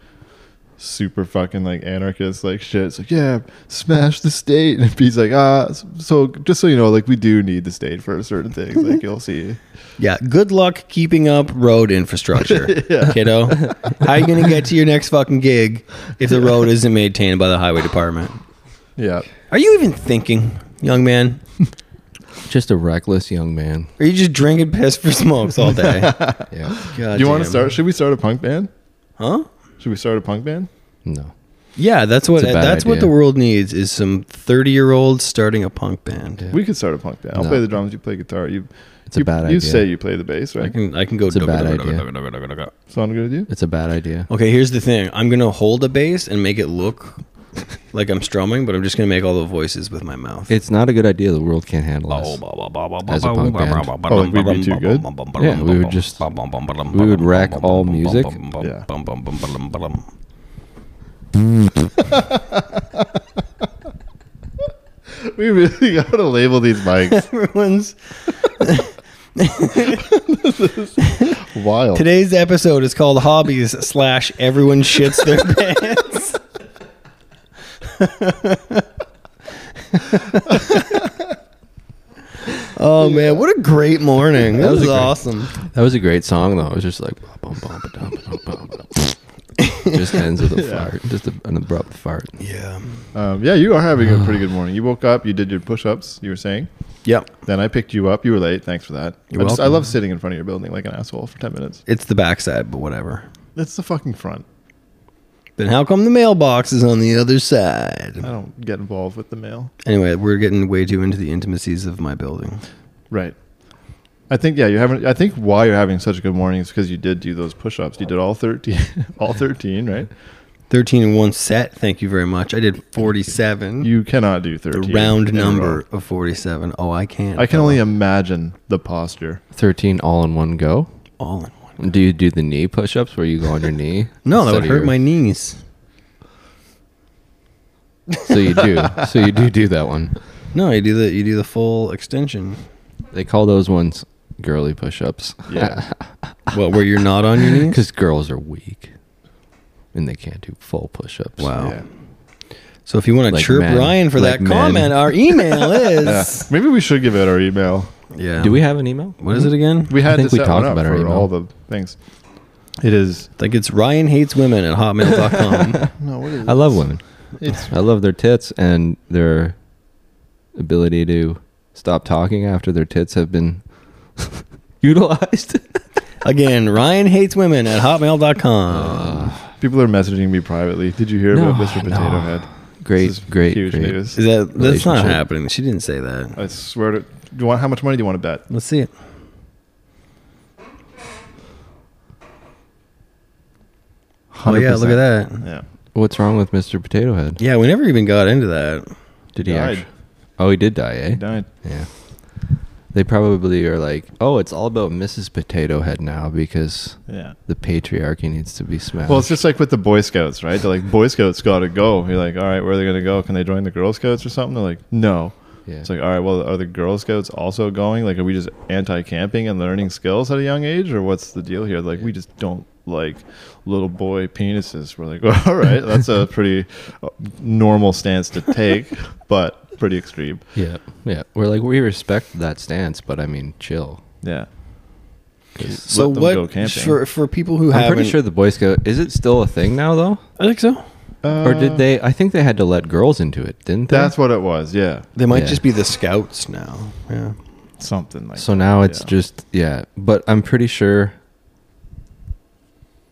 [SPEAKER 3] super fucking like anarchist like shit. It's like yeah, smash the state, and Pete's like ah, s- so just so you know, like we do need the state for certain things. Like you'll see.
[SPEAKER 4] Yeah, good luck keeping up road infrastructure, kiddo. How are you going to get to your next fucking gig if the road isn't maintained by the highway department?
[SPEAKER 3] Yeah,
[SPEAKER 4] Are you even thinking, young man?
[SPEAKER 2] just a reckless young man.
[SPEAKER 4] Are you just drinking piss for smokes all day? God
[SPEAKER 2] Yeah.
[SPEAKER 3] do you want
[SPEAKER 4] damn.
[SPEAKER 3] to start? Should we start a punk band?
[SPEAKER 4] Huh?
[SPEAKER 3] Should we start a punk band?
[SPEAKER 2] No.
[SPEAKER 4] Yeah, that's what
[SPEAKER 2] It's a bad
[SPEAKER 4] that's what
[SPEAKER 2] idea.
[SPEAKER 4] the world needs is some 30-year-olds starting a punk band.
[SPEAKER 2] Yeah.
[SPEAKER 3] We could start a punk band. I'll
[SPEAKER 2] No.
[SPEAKER 3] play the drums. You play guitar. You.
[SPEAKER 2] It's a
[SPEAKER 3] you-
[SPEAKER 2] bad
[SPEAKER 3] You
[SPEAKER 2] idea.
[SPEAKER 3] say you play the bass,
[SPEAKER 4] I
[SPEAKER 3] right?
[SPEAKER 4] can I can go
[SPEAKER 2] It's a bad
[SPEAKER 3] Sound good to you?
[SPEAKER 2] It's a bad idea.
[SPEAKER 4] Okay, here's the thing. I'm going to hold a bass and make it look like I'm strumming, but I'm just going to make all the voices with my mouth.
[SPEAKER 2] It's not a good idea. The world can't handle us.
[SPEAKER 1] as
[SPEAKER 2] a punk band.
[SPEAKER 3] Oh, like we'd be too good?
[SPEAKER 2] Yeah, we would just- we would wreck all music.
[SPEAKER 3] Yeah. We really gotta label these mics.
[SPEAKER 4] Everyone's
[SPEAKER 3] Wild.
[SPEAKER 4] today's episode is called hobbies slash everyone shits their pants. oh man, what a great morning! That, was,
[SPEAKER 2] was a great-
[SPEAKER 4] awesome.
[SPEAKER 2] That was a great song, though. It was just like, bum, bum, ba-dum, ba-dum, bum, ba-dum. just ends with a fart, just a, an abrupt fart.
[SPEAKER 4] Yeah.
[SPEAKER 3] Um, yeah, you are having a pretty good morning. You woke up, you did your push ups, you were saying.
[SPEAKER 4] Yep.
[SPEAKER 3] Then I picked you up. You were late. Thanks for that.
[SPEAKER 4] You're
[SPEAKER 3] I, just, I
[SPEAKER 4] welcome.
[SPEAKER 3] love sitting in front of your building like an asshole for 10 minutes.
[SPEAKER 4] It's the backside, but whatever.
[SPEAKER 3] That's the fucking front.
[SPEAKER 4] Then how come the mailbox is on the other side?
[SPEAKER 3] I don't get involved with the mail.
[SPEAKER 4] Anyway, we're getting way too into the intimacies of my building.
[SPEAKER 3] Right. I think, yeah, you haven't. I think why you're having such a good morning is because you did do those push ups. You did all 13, all 13, right?
[SPEAKER 4] 13 in one set. Thank you very much. I did 47.
[SPEAKER 3] You cannot do
[SPEAKER 4] the
[SPEAKER 3] 13.
[SPEAKER 4] round
[SPEAKER 3] in a row.
[SPEAKER 4] number of 47. Oh, I can't.
[SPEAKER 3] I can only imagine the posture.
[SPEAKER 2] 13 all in one go.
[SPEAKER 4] all in one.
[SPEAKER 2] Do you do the knee push ups where you go on your knee?
[SPEAKER 4] No, that would
[SPEAKER 2] instead of
[SPEAKER 4] hurt my
[SPEAKER 2] your-
[SPEAKER 4] knees.
[SPEAKER 2] So you do. So you do do that one.
[SPEAKER 4] No, you do the you do the full extension.
[SPEAKER 2] They call those ones girly push ups.
[SPEAKER 3] Yeah.
[SPEAKER 4] What, where you're not on your knees?
[SPEAKER 2] Because girls are weak and they can't do full push ups.
[SPEAKER 4] Wow.
[SPEAKER 3] yeah.
[SPEAKER 4] So if you want to
[SPEAKER 2] Like
[SPEAKER 4] chirp
[SPEAKER 2] men.
[SPEAKER 4] Ryan for
[SPEAKER 2] Like
[SPEAKER 4] that
[SPEAKER 2] men.
[SPEAKER 4] comment, our email
[SPEAKER 3] Yeah.
[SPEAKER 4] is
[SPEAKER 3] Maybe we should give out our email.
[SPEAKER 4] yeah.
[SPEAKER 2] Do we have an email?
[SPEAKER 4] What is it again?
[SPEAKER 3] We
[SPEAKER 2] I
[SPEAKER 3] had
[SPEAKER 2] think
[SPEAKER 3] to
[SPEAKER 2] we
[SPEAKER 3] set
[SPEAKER 2] talked
[SPEAKER 3] one up
[SPEAKER 2] about our
[SPEAKER 3] for
[SPEAKER 2] email.
[SPEAKER 3] all the things. It is.
[SPEAKER 4] Like it's Ryan hates women at hotmail.com.
[SPEAKER 3] No, what is
[SPEAKER 2] I
[SPEAKER 3] it?
[SPEAKER 2] love women.
[SPEAKER 3] It's
[SPEAKER 2] I love their tits and their ability to stop talking after their tits have been utilized.
[SPEAKER 4] again, Ryan hates women at
[SPEAKER 2] Uh,
[SPEAKER 4] hotmail.com.
[SPEAKER 3] People are messaging me privately. Did you hear
[SPEAKER 2] No,
[SPEAKER 3] about Mr. Potato
[SPEAKER 2] no.
[SPEAKER 3] Head?
[SPEAKER 2] Great,
[SPEAKER 3] This is
[SPEAKER 2] great,
[SPEAKER 3] huge
[SPEAKER 2] great.
[SPEAKER 3] news.
[SPEAKER 4] Is that that's not
[SPEAKER 2] Relationship.
[SPEAKER 4] happening? She didn't say that.
[SPEAKER 3] I swear to. Do you want how much money do you want to bet?
[SPEAKER 4] Let's see it. Oh yeah, look at that.
[SPEAKER 3] Yeah,
[SPEAKER 2] What's wrong with Mr. Potato Head?
[SPEAKER 4] Yeah, we never even got into that.
[SPEAKER 2] Did he
[SPEAKER 3] Died.
[SPEAKER 2] actually? Oh, he did die, eh?
[SPEAKER 3] he died.
[SPEAKER 2] Yeah. They probably are like, oh, it's all about Mrs. Potato Head now because
[SPEAKER 3] Yeah.
[SPEAKER 2] the patriarchy needs to be smashed.
[SPEAKER 3] Well, it's just like with the Boy Scouts, right? They're like, Boy Scouts got to go. You're like, all right, where are they going to go? Can they join the Girl Scouts or something? They're like, no.
[SPEAKER 2] yeah.
[SPEAKER 3] It's like, all right, well, are the Girl Scouts also going? Like, are we just anti-camping and learning skills at a young age, or what's the deal here? Like, we just don't like little boy penises. We're like, all right, that's a pretty uh, normal stance to take, but pretty extreme.
[SPEAKER 2] yeah, yeah. We're like, we respect that stance, but I mean, chill.
[SPEAKER 3] Yeah.
[SPEAKER 2] 'Cause
[SPEAKER 4] So
[SPEAKER 3] Let them go
[SPEAKER 4] what
[SPEAKER 3] camping.
[SPEAKER 4] for for people who
[SPEAKER 2] I'm
[SPEAKER 4] haven't?
[SPEAKER 2] pretty sure the Boy Scout is it still a thing now though,
[SPEAKER 4] I think so.
[SPEAKER 2] or did they? I think they had to let girls into it, didn't they?
[SPEAKER 3] Uh, That's what it was. Yeah,
[SPEAKER 4] They might
[SPEAKER 2] Yeah.
[SPEAKER 4] just be the scouts now. Yeah.
[SPEAKER 3] something like.
[SPEAKER 2] so now it's
[SPEAKER 3] yeah.
[SPEAKER 2] just yeah, but I'm pretty sure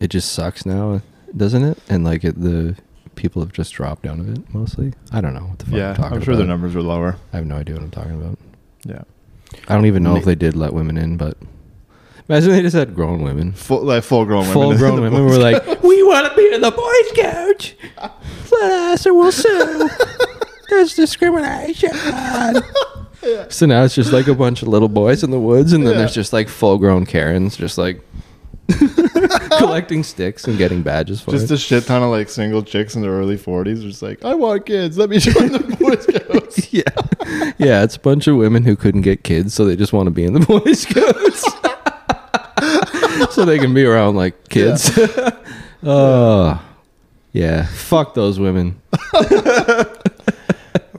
[SPEAKER 2] it just sucks now, doesn't it? And like it, the people have just dropped out of it mostly. I don't know what the fuck.
[SPEAKER 3] yeah,
[SPEAKER 2] I'm, talking
[SPEAKER 3] I'm sure their
[SPEAKER 2] about.
[SPEAKER 3] numbers are lower.
[SPEAKER 2] I have no idea what I'm talking about.
[SPEAKER 3] Yeah.
[SPEAKER 2] I don't even know if
[SPEAKER 4] Ma-
[SPEAKER 2] they did let women in, but Imagine they just had grown women.
[SPEAKER 3] Full, like full grown women.
[SPEAKER 2] Full grown women were like, we want to be in the Boy Scouts, but us or we'll sue. There's discrimination. So now it's just like a bunch of little boys in the woods, and then
[SPEAKER 3] Yeah.
[SPEAKER 2] there's just like full grown Karens just like collecting sticks and getting badges for
[SPEAKER 3] just
[SPEAKER 2] it.
[SPEAKER 3] a shit ton of like single chicks in their early 40s. Just like, I want kids. Let me join the Boy Scouts.
[SPEAKER 2] yeah. Yeah, it's a bunch of women who couldn't get kids, so they just want to be in the Boy Scouts. so they can be around like kids. oh. Yeah. Fuck those women.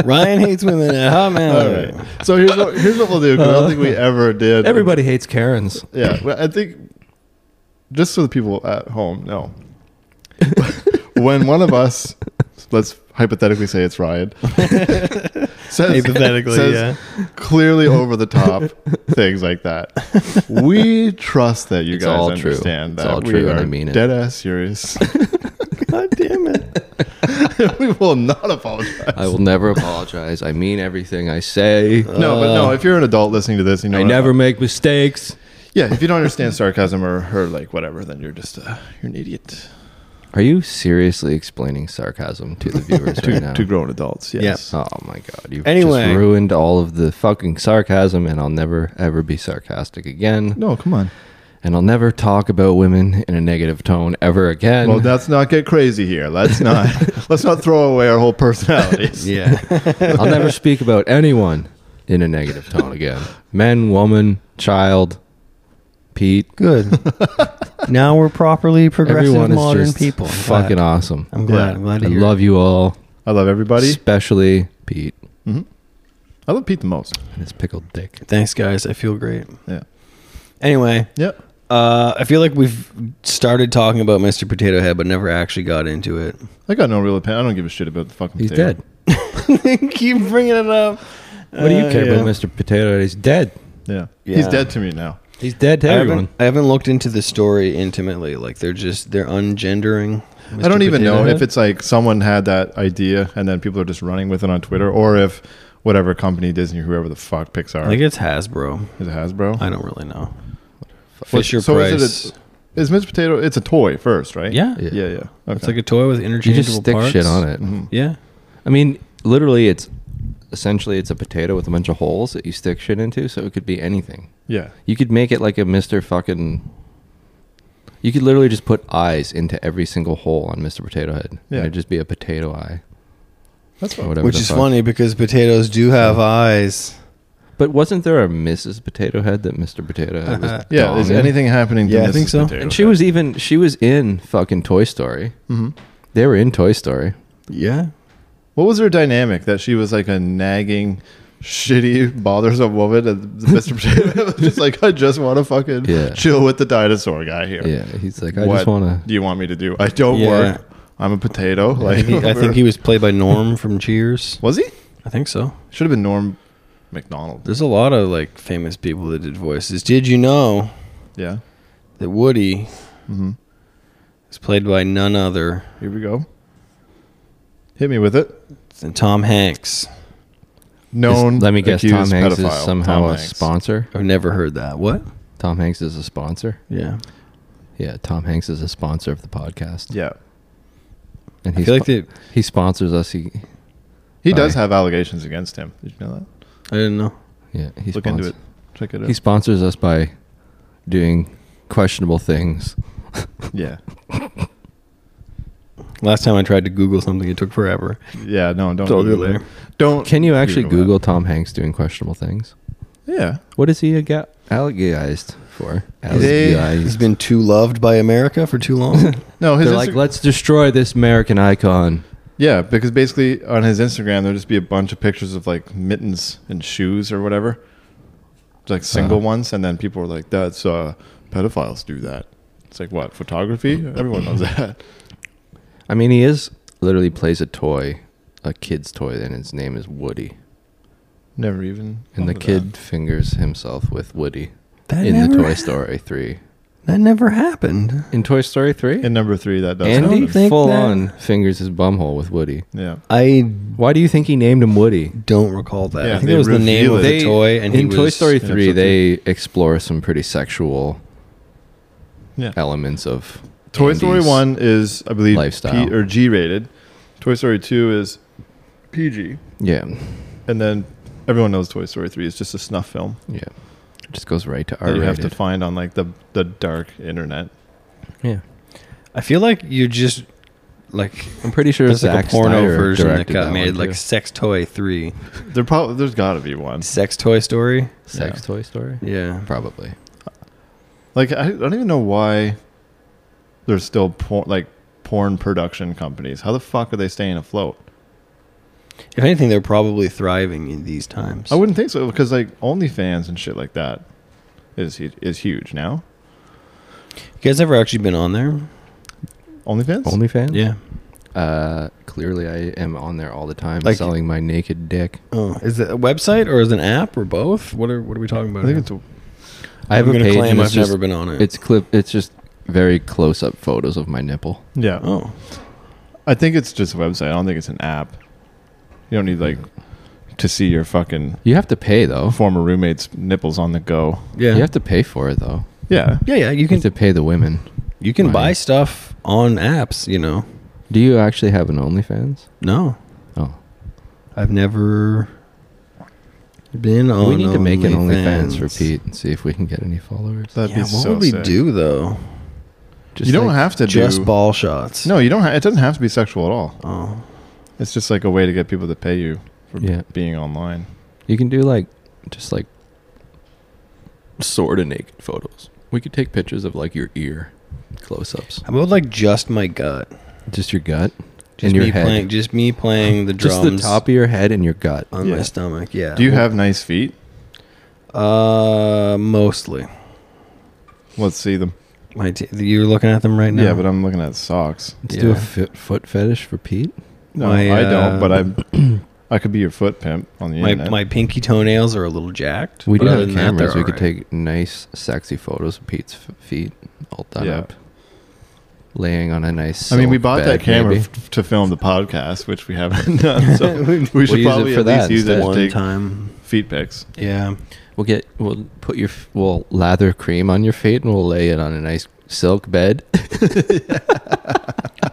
[SPEAKER 4] Ryan hates women. Oh
[SPEAKER 3] All
[SPEAKER 4] man.
[SPEAKER 3] right. So here's what here's what we'll do. 'cause I don't think we ever did.
[SPEAKER 2] Everybody hates Karens.
[SPEAKER 3] Yeah. Well, I think just so the people at home know, when one of us, let's hypothetically say it's Ryan, says,
[SPEAKER 4] Hypothetically,
[SPEAKER 3] says clearly over the top things like that, we trust that you
[SPEAKER 2] It's
[SPEAKER 3] guys
[SPEAKER 2] all true.
[SPEAKER 3] understand
[SPEAKER 2] It's
[SPEAKER 3] that
[SPEAKER 2] all
[SPEAKER 3] we
[SPEAKER 2] true,
[SPEAKER 3] are
[SPEAKER 2] and I mean it.
[SPEAKER 3] dead ass serious.
[SPEAKER 4] God damn it.
[SPEAKER 3] we will not apologize.
[SPEAKER 2] I will never apologize. I mean everything I say. Uh,
[SPEAKER 3] no, but no. If you're an adult listening to this, you know
[SPEAKER 2] I
[SPEAKER 3] what-
[SPEAKER 2] never make mistakes.
[SPEAKER 3] Yeah, if you don't understand sarcasm or, or like whatever, then you're just uh, you're an idiot.
[SPEAKER 2] Are you seriously explaining sarcasm to the viewers right now?
[SPEAKER 3] To grown adults, yes.
[SPEAKER 4] Uh,
[SPEAKER 2] Oh my god, you've
[SPEAKER 4] Anyway.
[SPEAKER 2] just ruined all of the fucking sarcasm and I'll never ever be sarcastic again.
[SPEAKER 3] No, come on.
[SPEAKER 2] And I'll never talk about women in a negative tone ever again.
[SPEAKER 3] Well, let's not get crazy here. Let's not let's not throw away our whole personalities.
[SPEAKER 4] Yeah.
[SPEAKER 2] I'll never speak about anyone in a negative tone again. Men, woman, child, Pete.
[SPEAKER 4] Good. now we're properly progressive
[SPEAKER 2] Everyone is
[SPEAKER 4] modern
[SPEAKER 2] just
[SPEAKER 4] people. I'm glad.
[SPEAKER 2] fucking awesome.
[SPEAKER 4] I'm glad.
[SPEAKER 3] Yeah.
[SPEAKER 4] I'm glad to
[SPEAKER 2] I
[SPEAKER 4] hear
[SPEAKER 2] love you all,
[SPEAKER 3] I love everybody.
[SPEAKER 2] especially Pete
[SPEAKER 3] I love Pete the most.
[SPEAKER 2] and his pickled dick.
[SPEAKER 4] it. Thanks, guys. I feel great.
[SPEAKER 3] Yeah.
[SPEAKER 4] Anyway,
[SPEAKER 3] Yeah.
[SPEAKER 4] uh, I feel like we've started talking about Mr. Potato Head, but never actually got into it.
[SPEAKER 3] I got no real opinion. I don't give a shit about the fucking
[SPEAKER 2] He's
[SPEAKER 3] potato.
[SPEAKER 2] dead.
[SPEAKER 4] Keep bringing it up.
[SPEAKER 2] What do you
[SPEAKER 4] Uh,
[SPEAKER 2] care
[SPEAKER 4] yeah.
[SPEAKER 2] about Mr. Potato? Head? He's dead.
[SPEAKER 3] Yeah.
[SPEAKER 4] Yeah.
[SPEAKER 3] He's dead to me now.
[SPEAKER 2] He's dead to
[SPEAKER 4] I
[SPEAKER 2] everyone.
[SPEAKER 4] haven't, I haven't looked into the story intimately. Like they're just they're ungendering. Mr.
[SPEAKER 3] I don't even
[SPEAKER 4] Potato
[SPEAKER 3] know
[SPEAKER 4] Head.
[SPEAKER 3] if it's like someone had that idea and then people are just running with it on Twitter or if whatever company Disney whoever the fuck Pixar
[SPEAKER 4] like it's Hasbro.
[SPEAKER 3] is it Hasbro.
[SPEAKER 4] I don't really know.
[SPEAKER 3] Well,
[SPEAKER 4] Fisher
[SPEAKER 3] so
[SPEAKER 4] Price.
[SPEAKER 3] Is, it a, is Mr. Potato? It's a toy first, right?
[SPEAKER 4] yeah.
[SPEAKER 2] Yeah.
[SPEAKER 3] Yeah. Yeah. Okay. Mm-hmm.
[SPEAKER 4] It's like a toy with
[SPEAKER 2] You
[SPEAKER 4] interchangeable
[SPEAKER 2] just stick
[SPEAKER 4] parts.
[SPEAKER 2] shit on it.
[SPEAKER 4] Yeah.
[SPEAKER 2] I mean, literally, it's essentially it's a potato with a bunch of holes that you stick shit into. So it could be anything.
[SPEAKER 3] yeah.
[SPEAKER 2] You could make it like a Mister fucking. You could literally just put eyes into every single hole on Mr. Potato Head. And
[SPEAKER 3] Yeah.
[SPEAKER 2] it'd just be a potato eye.
[SPEAKER 3] That's
[SPEAKER 2] Or
[SPEAKER 3] what.
[SPEAKER 2] whatever
[SPEAKER 4] Which
[SPEAKER 2] the
[SPEAKER 4] is
[SPEAKER 2] fuck.
[SPEAKER 4] funny because potatoes do have eyes.
[SPEAKER 2] But wasn't there a Mrs. Potato Head that Mr. Potato Head was?
[SPEAKER 3] Uh-huh. Yeah. Is
[SPEAKER 2] dong in?
[SPEAKER 3] anything happening? To
[SPEAKER 4] Yeah, I
[SPEAKER 3] Mrs.
[SPEAKER 4] think so.
[SPEAKER 3] Potato
[SPEAKER 2] And she was even she was in fucking Toy Story.
[SPEAKER 3] Mhm.
[SPEAKER 2] They were in Toy Story.
[SPEAKER 4] Yeah.
[SPEAKER 3] What was her dynamic that she was like a nagging, shitty, bothersome woman? And Mr. Potato Head was just like, I just want to fucking
[SPEAKER 2] Yeah.
[SPEAKER 3] chill with the dinosaur guy here.
[SPEAKER 2] Yeah, he's like, I
[SPEAKER 3] what
[SPEAKER 2] just want
[SPEAKER 3] do you want me to do? I don't
[SPEAKER 4] Yeah.
[SPEAKER 3] work. I'm a potato. Like,
[SPEAKER 4] He- I think he was played by Norm from Cheers.
[SPEAKER 3] was he
[SPEAKER 4] I think so.
[SPEAKER 3] should have been Norm McDonald.
[SPEAKER 4] There's a lot of like famous people that did voices. Did you know
[SPEAKER 3] Yeah.
[SPEAKER 4] that Woody
[SPEAKER 3] Mhm.
[SPEAKER 4] is played by none other
[SPEAKER 3] Here we go. Hit me with it.
[SPEAKER 4] than Tom Hanks?
[SPEAKER 2] to.
[SPEAKER 3] Known.
[SPEAKER 2] let me guess. Tom
[SPEAKER 3] accused
[SPEAKER 2] Hanks
[SPEAKER 3] pedophile,
[SPEAKER 2] is somehow
[SPEAKER 3] Tom
[SPEAKER 2] a
[SPEAKER 3] Hanks.
[SPEAKER 2] sponsor.
[SPEAKER 4] I've never heard that. What?
[SPEAKER 2] Tom Hanks is a sponsor.
[SPEAKER 4] Yeah.
[SPEAKER 2] Yeah, Tom Hanks is a sponsor of the podcast.
[SPEAKER 3] Yeah.
[SPEAKER 2] and
[SPEAKER 4] I
[SPEAKER 2] he
[SPEAKER 4] feel like
[SPEAKER 2] spo-
[SPEAKER 4] they-
[SPEAKER 2] he sponsors us. He
[SPEAKER 3] He does
[SPEAKER 2] Bye.
[SPEAKER 3] have allegations against him. Did you know that?
[SPEAKER 4] I didn't know.
[SPEAKER 2] yeah he
[SPEAKER 3] Look
[SPEAKER 2] spons-
[SPEAKER 3] into it. Check it out.
[SPEAKER 2] He sponsors us by doing questionable things.
[SPEAKER 3] yeah.
[SPEAKER 4] Last time I tried to Google something, it took forever.
[SPEAKER 3] Yeah. No, don't
[SPEAKER 4] I'll do
[SPEAKER 3] Google
[SPEAKER 4] it later.
[SPEAKER 3] it. Don't.
[SPEAKER 2] Can you actually Google,
[SPEAKER 3] Google
[SPEAKER 2] Tom Hanks doing questionable things?
[SPEAKER 3] Yeah.
[SPEAKER 2] What is he aga- allegized for?
[SPEAKER 3] They-
[SPEAKER 4] He's
[SPEAKER 2] Allegized.
[SPEAKER 4] been oh, too loved by America for too long.
[SPEAKER 3] No, his
[SPEAKER 2] They're like,
[SPEAKER 3] Insta-
[SPEAKER 2] let's destroy this American icon.
[SPEAKER 3] Yeah, because basically on his Instagram there'd just be a bunch of pictures of like mittens and shoes or whatever, like single
[SPEAKER 2] Uh-huh.
[SPEAKER 3] ones, and then people were like, "That's uh, pedophiles do that." It's like what photography? Everyone knows that.
[SPEAKER 2] I mean, he is literally plays a toy, a kid's toy, and his name is Woody.
[SPEAKER 3] Never even.
[SPEAKER 2] And the
[SPEAKER 4] Oh,
[SPEAKER 3] thought of
[SPEAKER 2] kid fingers himself with Woody
[SPEAKER 4] That
[SPEAKER 2] in the
[SPEAKER 4] never
[SPEAKER 2] Toy
[SPEAKER 4] hap-
[SPEAKER 2] Story 3.
[SPEAKER 4] That never happened.
[SPEAKER 2] In Toy Story 3?
[SPEAKER 3] that. in number three that does.
[SPEAKER 2] Andy
[SPEAKER 3] happen.
[SPEAKER 4] think
[SPEAKER 2] full
[SPEAKER 4] that-
[SPEAKER 2] on fingers his bumhole with Woody.
[SPEAKER 3] Yeah,
[SPEAKER 4] I
[SPEAKER 2] Why do you think he named him Woody?
[SPEAKER 4] don't recall that.
[SPEAKER 3] Yeah,
[SPEAKER 4] I think
[SPEAKER 3] they
[SPEAKER 4] it was the name
[SPEAKER 3] reveal
[SPEAKER 4] of
[SPEAKER 3] it.
[SPEAKER 4] the toy, and
[SPEAKER 2] in
[SPEAKER 4] he
[SPEAKER 2] Toy
[SPEAKER 4] was-
[SPEAKER 2] Story
[SPEAKER 3] Yeah,
[SPEAKER 2] three,
[SPEAKER 3] so
[SPEAKER 2] they explore some pretty sexual
[SPEAKER 3] Yeah.
[SPEAKER 2] elements of
[SPEAKER 3] Toy Story
[SPEAKER 2] Andy's-
[SPEAKER 3] One is, I believe,
[SPEAKER 2] lifestyle.
[SPEAKER 3] P- or G rated. Toy Story Two is PG,
[SPEAKER 2] Yeah,
[SPEAKER 3] and then everyone knows Toy Story Three is just a snuff film
[SPEAKER 2] yeah. It just goes right to
[SPEAKER 3] that
[SPEAKER 2] R.
[SPEAKER 3] you have to find on like the the dark internet.
[SPEAKER 2] yeah,
[SPEAKER 4] I feel like you're just like
[SPEAKER 2] I'm pretty sure
[SPEAKER 4] there's like
[SPEAKER 2] Zack
[SPEAKER 4] a porno
[SPEAKER 2] Snyder
[SPEAKER 4] version that
[SPEAKER 2] directed
[SPEAKER 4] got
[SPEAKER 2] one,
[SPEAKER 4] made, like
[SPEAKER 2] too.
[SPEAKER 4] Sex Toy Three,
[SPEAKER 3] There probably there's got to be one.
[SPEAKER 4] Sex Toy Story.
[SPEAKER 2] Sex Toy Story.
[SPEAKER 4] Yeah,
[SPEAKER 2] Probably.
[SPEAKER 3] Like I, I don't even know why there's still porn like porn production companies. How the fuck are they staying afloat?
[SPEAKER 4] if anything, they're probably thriving in these times.
[SPEAKER 3] I wouldn't think so because like OnlyFans and shit like that is hu- is huge now.
[SPEAKER 4] You guys ever actually been on there?
[SPEAKER 3] OnlyFans.
[SPEAKER 2] OnlyFans.
[SPEAKER 4] Yeah.
[SPEAKER 2] Uh, clearly, I am on there all the time,
[SPEAKER 4] Like-
[SPEAKER 2] selling my naked dick.
[SPEAKER 4] Oh, is it a website or is it an app or both? What are What are we talking about?
[SPEAKER 3] I think
[SPEAKER 4] here?
[SPEAKER 3] it's a,
[SPEAKER 2] I have
[SPEAKER 4] I'm
[SPEAKER 2] a
[SPEAKER 4] gonna
[SPEAKER 2] page.
[SPEAKER 4] claim
[SPEAKER 2] and
[SPEAKER 4] I've
[SPEAKER 2] it's just-
[SPEAKER 4] never been on it.
[SPEAKER 2] It's clip. It's just very close-up photos of my nipple.
[SPEAKER 3] yeah.
[SPEAKER 4] oh,
[SPEAKER 3] I think it's just a website. I don't think it's an app. You don't need like to see your fucking
[SPEAKER 2] You have to pay though.
[SPEAKER 3] former roommate's nipples on the go.
[SPEAKER 4] yeah,
[SPEAKER 2] You have to pay for it though.
[SPEAKER 3] Yeah.
[SPEAKER 4] yeah, yeah. You
[SPEAKER 2] You
[SPEAKER 4] can
[SPEAKER 2] have to pay the women.
[SPEAKER 4] you can
[SPEAKER 2] Right.
[SPEAKER 4] buy stuff on apps. You know,
[SPEAKER 2] Do you actually have an OnlyFans?
[SPEAKER 4] no,
[SPEAKER 2] Oh,
[SPEAKER 4] I've never been on.
[SPEAKER 2] we need to make an OnlyFans for
[SPEAKER 4] OnlyFans.
[SPEAKER 2] Pete and see if we can get any followers.
[SPEAKER 3] That'd
[SPEAKER 4] Yeah,
[SPEAKER 3] be
[SPEAKER 4] what
[SPEAKER 3] so
[SPEAKER 4] would we
[SPEAKER 3] sick.
[SPEAKER 4] do though?
[SPEAKER 2] Just
[SPEAKER 3] you don't
[SPEAKER 2] like-
[SPEAKER 3] have to
[SPEAKER 4] Just
[SPEAKER 3] do
[SPEAKER 4] ball shots.
[SPEAKER 3] No, you don't ha- it doesn't have to be sexual at all.
[SPEAKER 4] Oh.
[SPEAKER 3] It's just like a way to get people to pay you for
[SPEAKER 2] Yeah.
[SPEAKER 3] being online.
[SPEAKER 2] You can do like just like sort of naked photos. We could take pictures of like your ear close-ups,
[SPEAKER 4] How about like just my gut?
[SPEAKER 2] just your gut
[SPEAKER 4] Just
[SPEAKER 2] and your
[SPEAKER 4] me
[SPEAKER 2] head,
[SPEAKER 4] playing just me playing the drums Um,
[SPEAKER 2] just the top of your head and your gut.
[SPEAKER 4] on my
[SPEAKER 3] Yeah.
[SPEAKER 4] stomach. Yeah.
[SPEAKER 3] Do you have nice feet?
[SPEAKER 4] uh mostly.
[SPEAKER 3] Let's see them.
[SPEAKER 4] My t- you're looking at them right now.
[SPEAKER 3] Yeah,
[SPEAKER 2] uh,
[SPEAKER 3] but I'm looking at socks.
[SPEAKER 2] Let's do a
[SPEAKER 4] Yeah.
[SPEAKER 2] fit, foot fetish for Pete.
[SPEAKER 3] No,
[SPEAKER 4] My,
[SPEAKER 3] I
[SPEAKER 4] uh,
[SPEAKER 3] don't, but I I could be your foot pimp on the
[SPEAKER 4] my
[SPEAKER 3] internet.
[SPEAKER 4] my pinky toenails are a little jacked.
[SPEAKER 2] We
[SPEAKER 4] but
[SPEAKER 2] do
[SPEAKER 4] other
[SPEAKER 2] have
[SPEAKER 4] than that,
[SPEAKER 2] cameras.
[SPEAKER 4] they're
[SPEAKER 2] We could
[SPEAKER 4] alright.
[SPEAKER 2] take nice, sexy photos of Pete's f- feet all done
[SPEAKER 3] Yeah.
[SPEAKER 2] up, laying on a nice.
[SPEAKER 3] I mean, we
[SPEAKER 2] silk
[SPEAKER 3] bought that
[SPEAKER 2] bed,
[SPEAKER 3] camera
[SPEAKER 2] maybe.
[SPEAKER 3] f- to film the podcast, which we haven't done. So we should
[SPEAKER 2] use it
[SPEAKER 3] probably
[SPEAKER 2] for
[SPEAKER 3] at
[SPEAKER 2] that
[SPEAKER 3] least use it
[SPEAKER 2] instead.
[SPEAKER 3] to
[SPEAKER 4] one
[SPEAKER 3] take
[SPEAKER 4] time.
[SPEAKER 3] feet pics.
[SPEAKER 4] Yeah.
[SPEAKER 2] We'll get. We'll put your. f- We'll lather cream on your feet, and we'll lay it on a nice silk bed.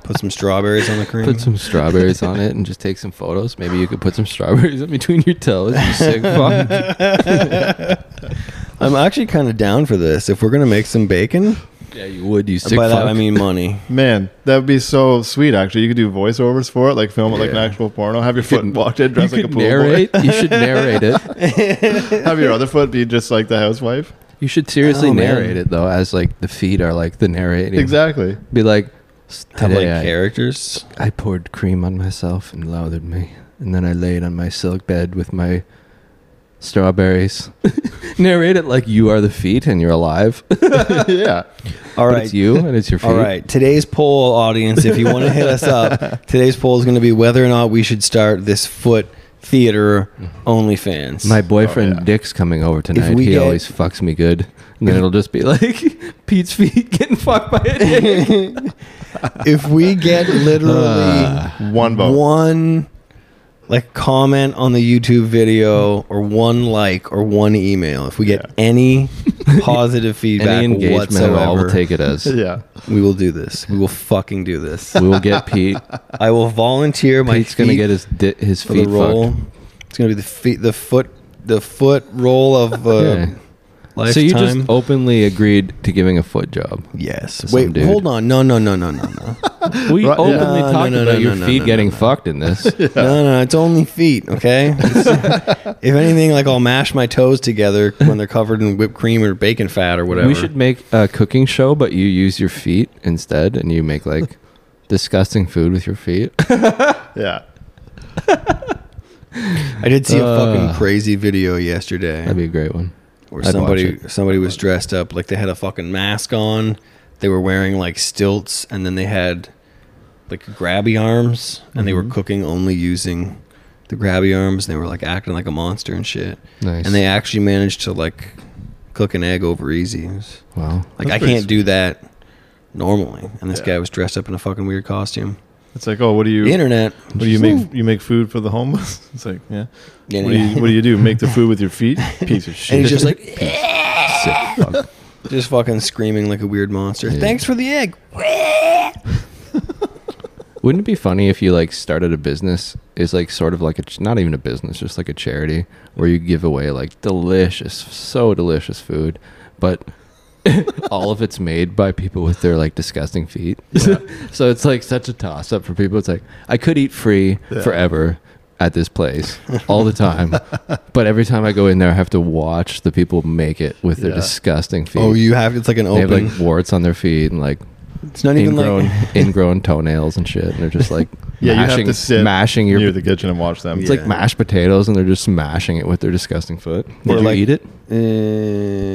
[SPEAKER 4] Put some strawberries on the cream.
[SPEAKER 2] Put some strawberries on it, and just take some photos. Maybe you could put some strawberries in between your toes. You sick fuck.
[SPEAKER 4] I'm actually kind of down for this. If we're gonna make some bacon,
[SPEAKER 2] Yeah, you would. You sick
[SPEAKER 4] by
[SPEAKER 2] fuck.
[SPEAKER 4] that I mean money.
[SPEAKER 3] Man, that would be so sweet. Actually, you could do voiceovers for it, like film it like an
[SPEAKER 4] Yeah.
[SPEAKER 3] actual porno. Have your foot
[SPEAKER 2] could-
[SPEAKER 3] walked in,
[SPEAKER 2] you
[SPEAKER 3] dressed like a
[SPEAKER 2] could
[SPEAKER 3] pool
[SPEAKER 2] narrate. you should narrate it.
[SPEAKER 3] boy. Have your other foot be just like the housewife.
[SPEAKER 2] You should seriously
[SPEAKER 4] Oh, man.
[SPEAKER 2] narrate it though, as like the feet are like the narrating.
[SPEAKER 3] Exactly.
[SPEAKER 2] Be like. "S-
[SPEAKER 4] Have like
[SPEAKER 2] today I-
[SPEAKER 4] characters.
[SPEAKER 2] I poured cream on myself and lathered me, and then I laid on my silk bed with my strawberries. Narrate it like you are the feet and you're alive.
[SPEAKER 3] yeah.
[SPEAKER 4] All
[SPEAKER 2] but
[SPEAKER 4] right.
[SPEAKER 2] it's you and it's your feet.
[SPEAKER 4] All right. Today's poll, audience, if you want to hit us up, today's poll is going to be whether or not we should start this foot theater
[SPEAKER 2] Mm-hmm.
[SPEAKER 4] OnlyFans.
[SPEAKER 2] My boyfriend
[SPEAKER 3] yeah.
[SPEAKER 2] Dick's coming over tonight.
[SPEAKER 4] oh, we
[SPEAKER 2] He
[SPEAKER 4] get-
[SPEAKER 2] always fucks me good, and then it'll just be like Pete's feet getting fucked by a dick.
[SPEAKER 4] if we get literally
[SPEAKER 3] One vote.
[SPEAKER 4] one like comment on the YouTube video or one like or one email, if we get
[SPEAKER 3] Yeah.
[SPEAKER 4] any positive feedback
[SPEAKER 2] Any engagement at
[SPEAKER 4] whatsoever,
[SPEAKER 2] all, we'll take it as
[SPEAKER 3] Yeah.
[SPEAKER 4] we will do this. We will fucking do this.
[SPEAKER 2] we will get Pete.
[SPEAKER 4] I will volunteer my
[SPEAKER 2] Pete's gonna
[SPEAKER 4] feet
[SPEAKER 2] get his di- his
[SPEAKER 4] for the
[SPEAKER 2] feet
[SPEAKER 4] roll.
[SPEAKER 2] fucked.
[SPEAKER 4] It's gonna be the feet, the foot, the foot roll of uh,
[SPEAKER 2] Yeah.
[SPEAKER 4] lifetime.
[SPEAKER 2] So you just openly agreed to giving a foot job.
[SPEAKER 4] yes.
[SPEAKER 2] Some
[SPEAKER 4] Wait,
[SPEAKER 2] dude.
[SPEAKER 4] hold on. No, no, no, no, no, no,
[SPEAKER 2] We
[SPEAKER 3] Right, yeah.
[SPEAKER 2] openly
[SPEAKER 4] No,
[SPEAKER 2] talked
[SPEAKER 4] no, no,
[SPEAKER 2] about
[SPEAKER 4] no,
[SPEAKER 2] your
[SPEAKER 4] no,
[SPEAKER 2] feet
[SPEAKER 4] no,
[SPEAKER 2] getting
[SPEAKER 4] no, no.
[SPEAKER 2] fucked in this.
[SPEAKER 4] no, no. It's only feet. Okay. It's- if anything, like I'll mash my toes together when they're covered in whipped cream or bacon fat or whatever.
[SPEAKER 2] We should make a cooking show, but you use your feet instead, and you make like disgusting food with your feet.
[SPEAKER 3] Yeah.
[SPEAKER 4] I did see a
[SPEAKER 2] Uh.
[SPEAKER 4] fucking crazy video yesterday
[SPEAKER 2] That'd be a great one.
[SPEAKER 4] where
[SPEAKER 2] I'd watch
[SPEAKER 4] somebody
[SPEAKER 2] it.
[SPEAKER 4] somebody was dressed up like they had a fucking mask on. They were wearing like stilts, and then they had like grabby arms, and they were
[SPEAKER 2] Mm-hmm.
[SPEAKER 4] cooking only using the grabby arms. And they were like acting like a monster and shit.
[SPEAKER 2] Nice.
[SPEAKER 4] And they actually managed to like cook an egg over easy. It was-
[SPEAKER 2] Wow.
[SPEAKER 4] like
[SPEAKER 3] That's
[SPEAKER 4] I
[SPEAKER 3] pretty
[SPEAKER 4] can't
[SPEAKER 3] sweet.
[SPEAKER 4] do that normally. And this
[SPEAKER 3] Yeah.
[SPEAKER 4] guy was dressed up in a fucking weird costume.
[SPEAKER 3] It's like, oh, what do you?
[SPEAKER 4] The internet.
[SPEAKER 3] What do you make? You make food for the homeless? It's like, yeah.
[SPEAKER 4] Yeah,
[SPEAKER 3] What do you? What do you do? Make the food with your feet? Piece of shit.
[SPEAKER 4] and he's just like,
[SPEAKER 2] Sick fuck.
[SPEAKER 4] Just fucking screaming like a weird monster.
[SPEAKER 2] Yeah.
[SPEAKER 4] Thanks for the egg.
[SPEAKER 2] Wouldn't it be funny if you like started a business? Is like sort of like a ch- not even a business, just like a charity where you give away like delicious, so delicious food, but all of it's made by people with their like disgusting feet. so it's like such a toss up for people. It's like I could eat free
[SPEAKER 3] Yeah.
[SPEAKER 2] forever at this place all the time, but every time I go in there, I have to watch the people make it with their
[SPEAKER 3] Yeah.
[SPEAKER 2] disgusting feet.
[SPEAKER 4] Oh, you have it's like an
[SPEAKER 2] they have
[SPEAKER 4] open.
[SPEAKER 2] like warts on their feet and like
[SPEAKER 4] it's not even
[SPEAKER 2] ingrown
[SPEAKER 4] like
[SPEAKER 2] ingrown toenails and shit, and they're just like
[SPEAKER 3] Yeah, you
[SPEAKER 2] mashing,
[SPEAKER 3] have to sit
[SPEAKER 2] mashing your.
[SPEAKER 3] near the kitchen and watch them.
[SPEAKER 2] it's
[SPEAKER 4] Yeah.
[SPEAKER 2] like mashed potatoes, and they're just smashing it with their disgusting foot. Did
[SPEAKER 4] Or
[SPEAKER 2] you
[SPEAKER 4] like-
[SPEAKER 2] eat it?
[SPEAKER 4] Uh,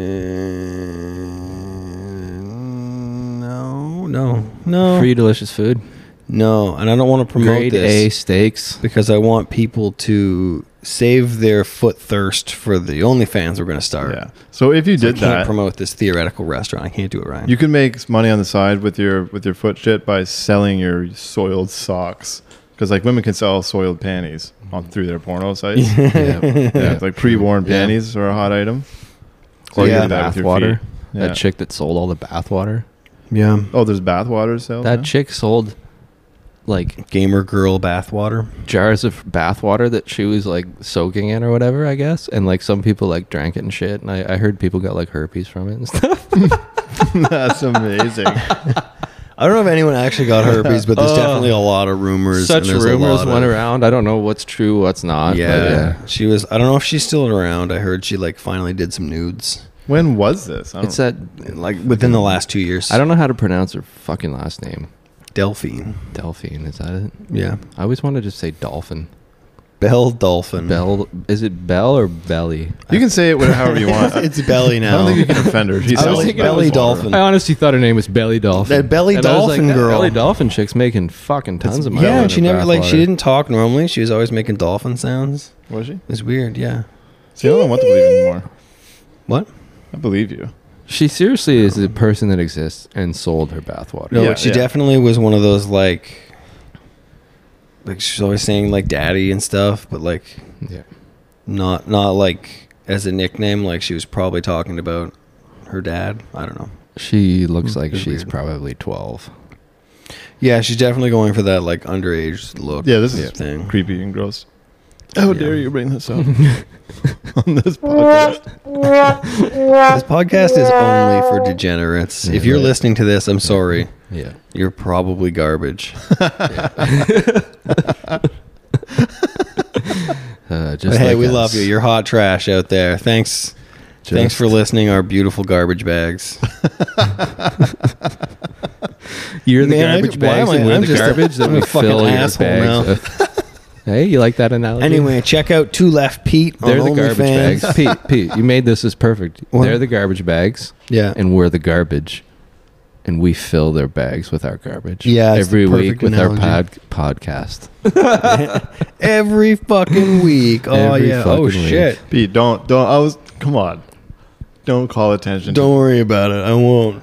[SPEAKER 4] no, no, no,
[SPEAKER 2] Free delicious food.
[SPEAKER 4] no. And I don't want to promote
[SPEAKER 2] Grade
[SPEAKER 4] this
[SPEAKER 2] A steaks.
[SPEAKER 4] because I want people to save their foot thirst for the OnlyFans we're going to start.
[SPEAKER 3] Yeah. So if you
[SPEAKER 4] So I
[SPEAKER 3] did
[SPEAKER 4] can't
[SPEAKER 3] that,
[SPEAKER 4] promote this theoretical restaurant. I can't do it, Ryan.
[SPEAKER 3] you can make money on the side with your with your foot shit by selling your soiled socks. Because like women can sell soiled panties on through their porno sites.
[SPEAKER 2] yeah.
[SPEAKER 3] Yeah, like pre-worn
[SPEAKER 2] Yeah.
[SPEAKER 3] panties are a hot item.
[SPEAKER 2] Or
[SPEAKER 4] Yeah.
[SPEAKER 2] yeah, bath water.
[SPEAKER 3] Yeah.
[SPEAKER 2] That chick that sold all the bath water.
[SPEAKER 4] yeah.
[SPEAKER 3] Oh, there's bath water sales.
[SPEAKER 2] That
[SPEAKER 3] now?
[SPEAKER 2] chick sold like
[SPEAKER 4] Gamer girl bathwater.
[SPEAKER 2] jars of bath water that she was like soaking in or whatever, I guess. And like some people like drank it and shit. And I, I heard people got like herpes from it and stuff.
[SPEAKER 3] That's amazing.
[SPEAKER 4] I don't know if anyone actually got herpes, but there's definitely a lot of rumors.
[SPEAKER 2] Such
[SPEAKER 4] and there's a
[SPEAKER 2] rumors
[SPEAKER 4] lot
[SPEAKER 2] went
[SPEAKER 4] of-
[SPEAKER 2] around. I don't know what's true, what's not. but
[SPEAKER 4] Yeah. she was. I don't know if she's still around. I heard she like finally did some nudes,
[SPEAKER 3] when was this? I don't
[SPEAKER 2] It's that
[SPEAKER 4] like within the last two years.
[SPEAKER 2] I don't know how to pronounce her fucking last name.
[SPEAKER 4] Delphine.
[SPEAKER 2] Delphine, is that it?
[SPEAKER 4] Yeah,
[SPEAKER 2] I always wanted to just say dolphin.
[SPEAKER 4] Belle Dolphin.
[SPEAKER 2] Bell is it Bell or Belly?
[SPEAKER 3] you can say it with- however you want. I
[SPEAKER 4] it's Belly now.
[SPEAKER 3] don't think you can offend her. She
[SPEAKER 4] I was
[SPEAKER 3] sells
[SPEAKER 4] thinking
[SPEAKER 3] bath
[SPEAKER 4] it was-
[SPEAKER 3] water.
[SPEAKER 4] Dolphin.
[SPEAKER 2] I honestly thought her name was Belly Dolphin.
[SPEAKER 4] That Belly
[SPEAKER 2] And I was
[SPEAKER 4] Dolphin
[SPEAKER 2] "That
[SPEAKER 4] girl."
[SPEAKER 2] Belly Dolphin chick's making fucking tons of money.
[SPEAKER 4] yeah,
[SPEAKER 2] with
[SPEAKER 4] she
[SPEAKER 2] her
[SPEAKER 4] never like
[SPEAKER 2] bathwater.
[SPEAKER 4] she didn't talk normally. She was always making dolphin sounds.
[SPEAKER 3] Was she?
[SPEAKER 4] It's weird. Yeah.
[SPEAKER 3] See, I don't want to believe you anymore.
[SPEAKER 4] What?
[SPEAKER 3] I believe you.
[SPEAKER 2] She seriously is a person that exists and sold her bathwater.
[SPEAKER 4] No,
[SPEAKER 3] Yeah,
[SPEAKER 4] she
[SPEAKER 3] yeah.
[SPEAKER 4] definitely was one of those like, like she's always saying like daddy and stuff, but like
[SPEAKER 2] Yeah.
[SPEAKER 4] not not like as a nickname. Like she was probably talking about her dad. I don't know.
[SPEAKER 2] She looks like
[SPEAKER 4] it's
[SPEAKER 2] she's
[SPEAKER 4] weird.
[SPEAKER 2] probably 12.
[SPEAKER 4] Yeah, she's definitely going for that like underage look.
[SPEAKER 3] Yeah, this is
[SPEAKER 4] thing.
[SPEAKER 3] creepy and gross. How
[SPEAKER 4] Yeah.
[SPEAKER 3] dare you bring this up on this podcast?
[SPEAKER 4] This podcast is only for degenerates.
[SPEAKER 2] Yeah,
[SPEAKER 4] if you're
[SPEAKER 2] right.
[SPEAKER 4] listening to this, I'm sorry.
[SPEAKER 2] Yeah.
[SPEAKER 4] You're probably garbage.
[SPEAKER 2] Uh, just
[SPEAKER 4] But hey,
[SPEAKER 2] like
[SPEAKER 4] we
[SPEAKER 2] us.
[SPEAKER 4] love you. You're hot trash out there. Thanks.
[SPEAKER 2] Just-
[SPEAKER 4] Thanks for listening, our beautiful garbage bags.
[SPEAKER 2] You're the
[SPEAKER 4] Man, I-
[SPEAKER 2] garbage
[SPEAKER 4] why am
[SPEAKER 2] bags
[SPEAKER 4] I-
[SPEAKER 2] and we're
[SPEAKER 4] I'm
[SPEAKER 2] the
[SPEAKER 4] just a-
[SPEAKER 2] garbage that
[SPEAKER 4] I'm a
[SPEAKER 2] we
[SPEAKER 4] fucking
[SPEAKER 2] fill your bags
[SPEAKER 4] asshole now.
[SPEAKER 2] with. hey, you like that analogy?
[SPEAKER 4] Anyway, check out Two Left Pete on
[SPEAKER 2] they're the garbage
[SPEAKER 4] OnlyFans.
[SPEAKER 2] bags. Pete, Pete, you made this as perfect.
[SPEAKER 4] What?
[SPEAKER 2] They're the garbage bags,
[SPEAKER 4] Yeah.
[SPEAKER 2] and we're the garbage, and we fill their bags with our garbage.
[SPEAKER 4] Yeah, it's
[SPEAKER 2] every
[SPEAKER 4] the
[SPEAKER 2] week
[SPEAKER 4] perfect
[SPEAKER 2] with our
[SPEAKER 4] analogy.
[SPEAKER 2] pod podcast.
[SPEAKER 4] Every fucking week. Oh
[SPEAKER 2] Every
[SPEAKER 4] yeah.
[SPEAKER 2] fucking
[SPEAKER 4] Oh
[SPEAKER 2] week.
[SPEAKER 4] shit.
[SPEAKER 3] Pete, don't don't. I was. Come on. Don't call attention.
[SPEAKER 4] Don't worry about it. I won't.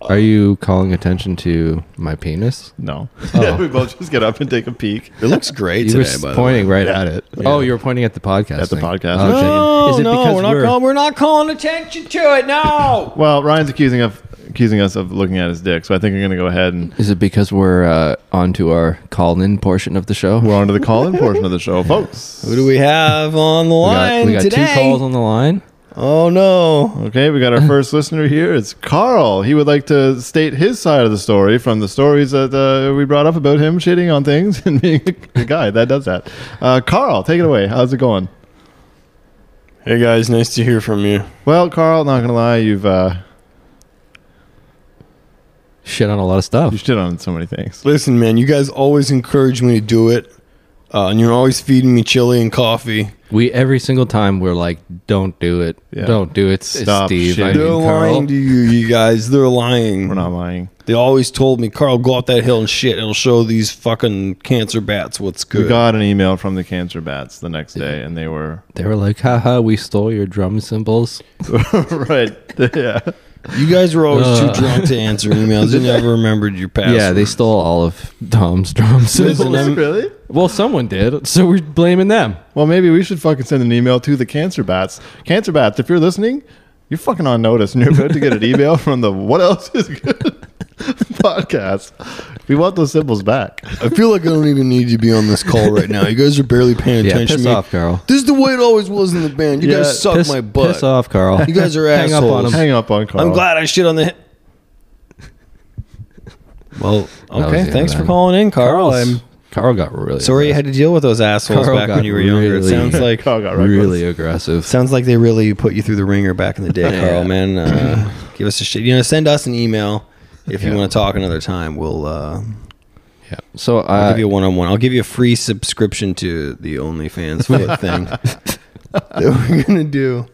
[SPEAKER 2] Are you calling attention to my penis?
[SPEAKER 3] To, no.
[SPEAKER 2] Oh.
[SPEAKER 3] Yeah, we both just get up and take a peek.
[SPEAKER 4] It looks great
[SPEAKER 2] You
[SPEAKER 4] today,
[SPEAKER 2] were
[SPEAKER 4] by the way.
[SPEAKER 2] pointing right at it. Oh, you were pointing at the podcast.
[SPEAKER 3] At the
[SPEAKER 2] thing.
[SPEAKER 3] podcast.
[SPEAKER 2] Oh, okay.
[SPEAKER 4] No,
[SPEAKER 2] Is it
[SPEAKER 4] no,
[SPEAKER 2] because
[SPEAKER 4] we're not calling. We're not calling attention to it. No.
[SPEAKER 3] Well, Ryan's accusing of accusing us of looking at his dick, so I think I'm gonna go ahead and
[SPEAKER 2] Is it because we're uh, on to our call-in portion of the show?
[SPEAKER 3] we're on to the call-in portion of the show, folks.
[SPEAKER 4] Who do we have on the
[SPEAKER 2] we
[SPEAKER 4] line
[SPEAKER 2] got, we got
[SPEAKER 4] today?
[SPEAKER 2] two calls on the line.
[SPEAKER 4] oh no.
[SPEAKER 3] Okay, we got our first listener here. It's Carl. He would like to state his side of the story from the stories that uh, we brought up about him shitting on things and being a guy that does that. Uh, Carl, take it away. How's it going?
[SPEAKER 1] Hey guys, nice to hear from you.
[SPEAKER 3] Well, Carl, not gonna lie, you've uh,
[SPEAKER 2] Shit on a lot of stuff.
[SPEAKER 3] you shit on so many things.
[SPEAKER 1] Listen, man, you guys always encourage me to do it, uh, and you're always feeding me chili and coffee.
[SPEAKER 2] We every single time we're like, "Don't do it,
[SPEAKER 3] Yeah.
[SPEAKER 2] don't do it." It's
[SPEAKER 3] Stop
[SPEAKER 2] Steve,
[SPEAKER 3] shit.
[SPEAKER 2] I mean,
[SPEAKER 1] They're lying
[SPEAKER 2] Carl.
[SPEAKER 1] to you, you guys. They're lying.
[SPEAKER 3] We're not lying.
[SPEAKER 1] They always told me, Carl, go up that hill and shit. It'll show these fucking cancer bats what's
[SPEAKER 3] We
[SPEAKER 1] good.
[SPEAKER 3] got an email from the cancer bats the next day, and they were
[SPEAKER 2] They were like, haha, we stole your drum cymbals.
[SPEAKER 3] right. Yeah,
[SPEAKER 1] you guys were always
[SPEAKER 2] Ugh.
[SPEAKER 1] too drunk to answer emails. You never remembered your password.
[SPEAKER 2] Yeah, they stole all of Tom's drum cymbals.
[SPEAKER 1] I'm-
[SPEAKER 3] really?
[SPEAKER 2] well, someone did, so we're blaming them.
[SPEAKER 3] Well, maybe we should fucking send an email to the Cancer Bats. Cancer Bats, if you're listening, You're fucking on notice, and you're about to get an email from the "What Else Is Good" podcast. We want those symbols back.
[SPEAKER 1] I feel like I don't even need to be on this call right now. You guys are barely paying
[SPEAKER 2] Yeah,
[SPEAKER 1] attention.
[SPEAKER 2] piss
[SPEAKER 1] to me.
[SPEAKER 2] off, Carl.
[SPEAKER 1] This is the way it always was in the band. You
[SPEAKER 3] Yeah,
[SPEAKER 1] guys suck
[SPEAKER 2] piss,
[SPEAKER 1] my butt.
[SPEAKER 2] piss off, Carl.
[SPEAKER 1] You guys are
[SPEAKER 2] Hang up on
[SPEAKER 1] assholes.
[SPEAKER 2] him.
[SPEAKER 3] Hang up on Carl.
[SPEAKER 4] I'm glad I shit on the. Well,
[SPEAKER 2] was
[SPEAKER 4] okay.
[SPEAKER 2] the
[SPEAKER 4] Thanks
[SPEAKER 2] end.
[SPEAKER 4] for calling in, Carl. I'm
[SPEAKER 2] Carl got really.
[SPEAKER 4] sorry you had to deal with those assholes
[SPEAKER 2] Carl
[SPEAKER 4] back
[SPEAKER 2] got
[SPEAKER 4] when you were younger.
[SPEAKER 2] really-
[SPEAKER 4] it sounds like
[SPEAKER 3] Carl got reckless.
[SPEAKER 2] really aggressive.
[SPEAKER 4] sounds like they really put you through the ringer back in the day, Carl. Man, uh, give us a shit. You know, send us an email if you
[SPEAKER 2] Yeah.
[SPEAKER 4] want to talk another time. We'll. Uh,
[SPEAKER 2] Yeah. So
[SPEAKER 4] I'll
[SPEAKER 2] I
[SPEAKER 4] give you a one-on-one. I'll give you a free subscription to the OnlyFans foot thing that we're gonna do.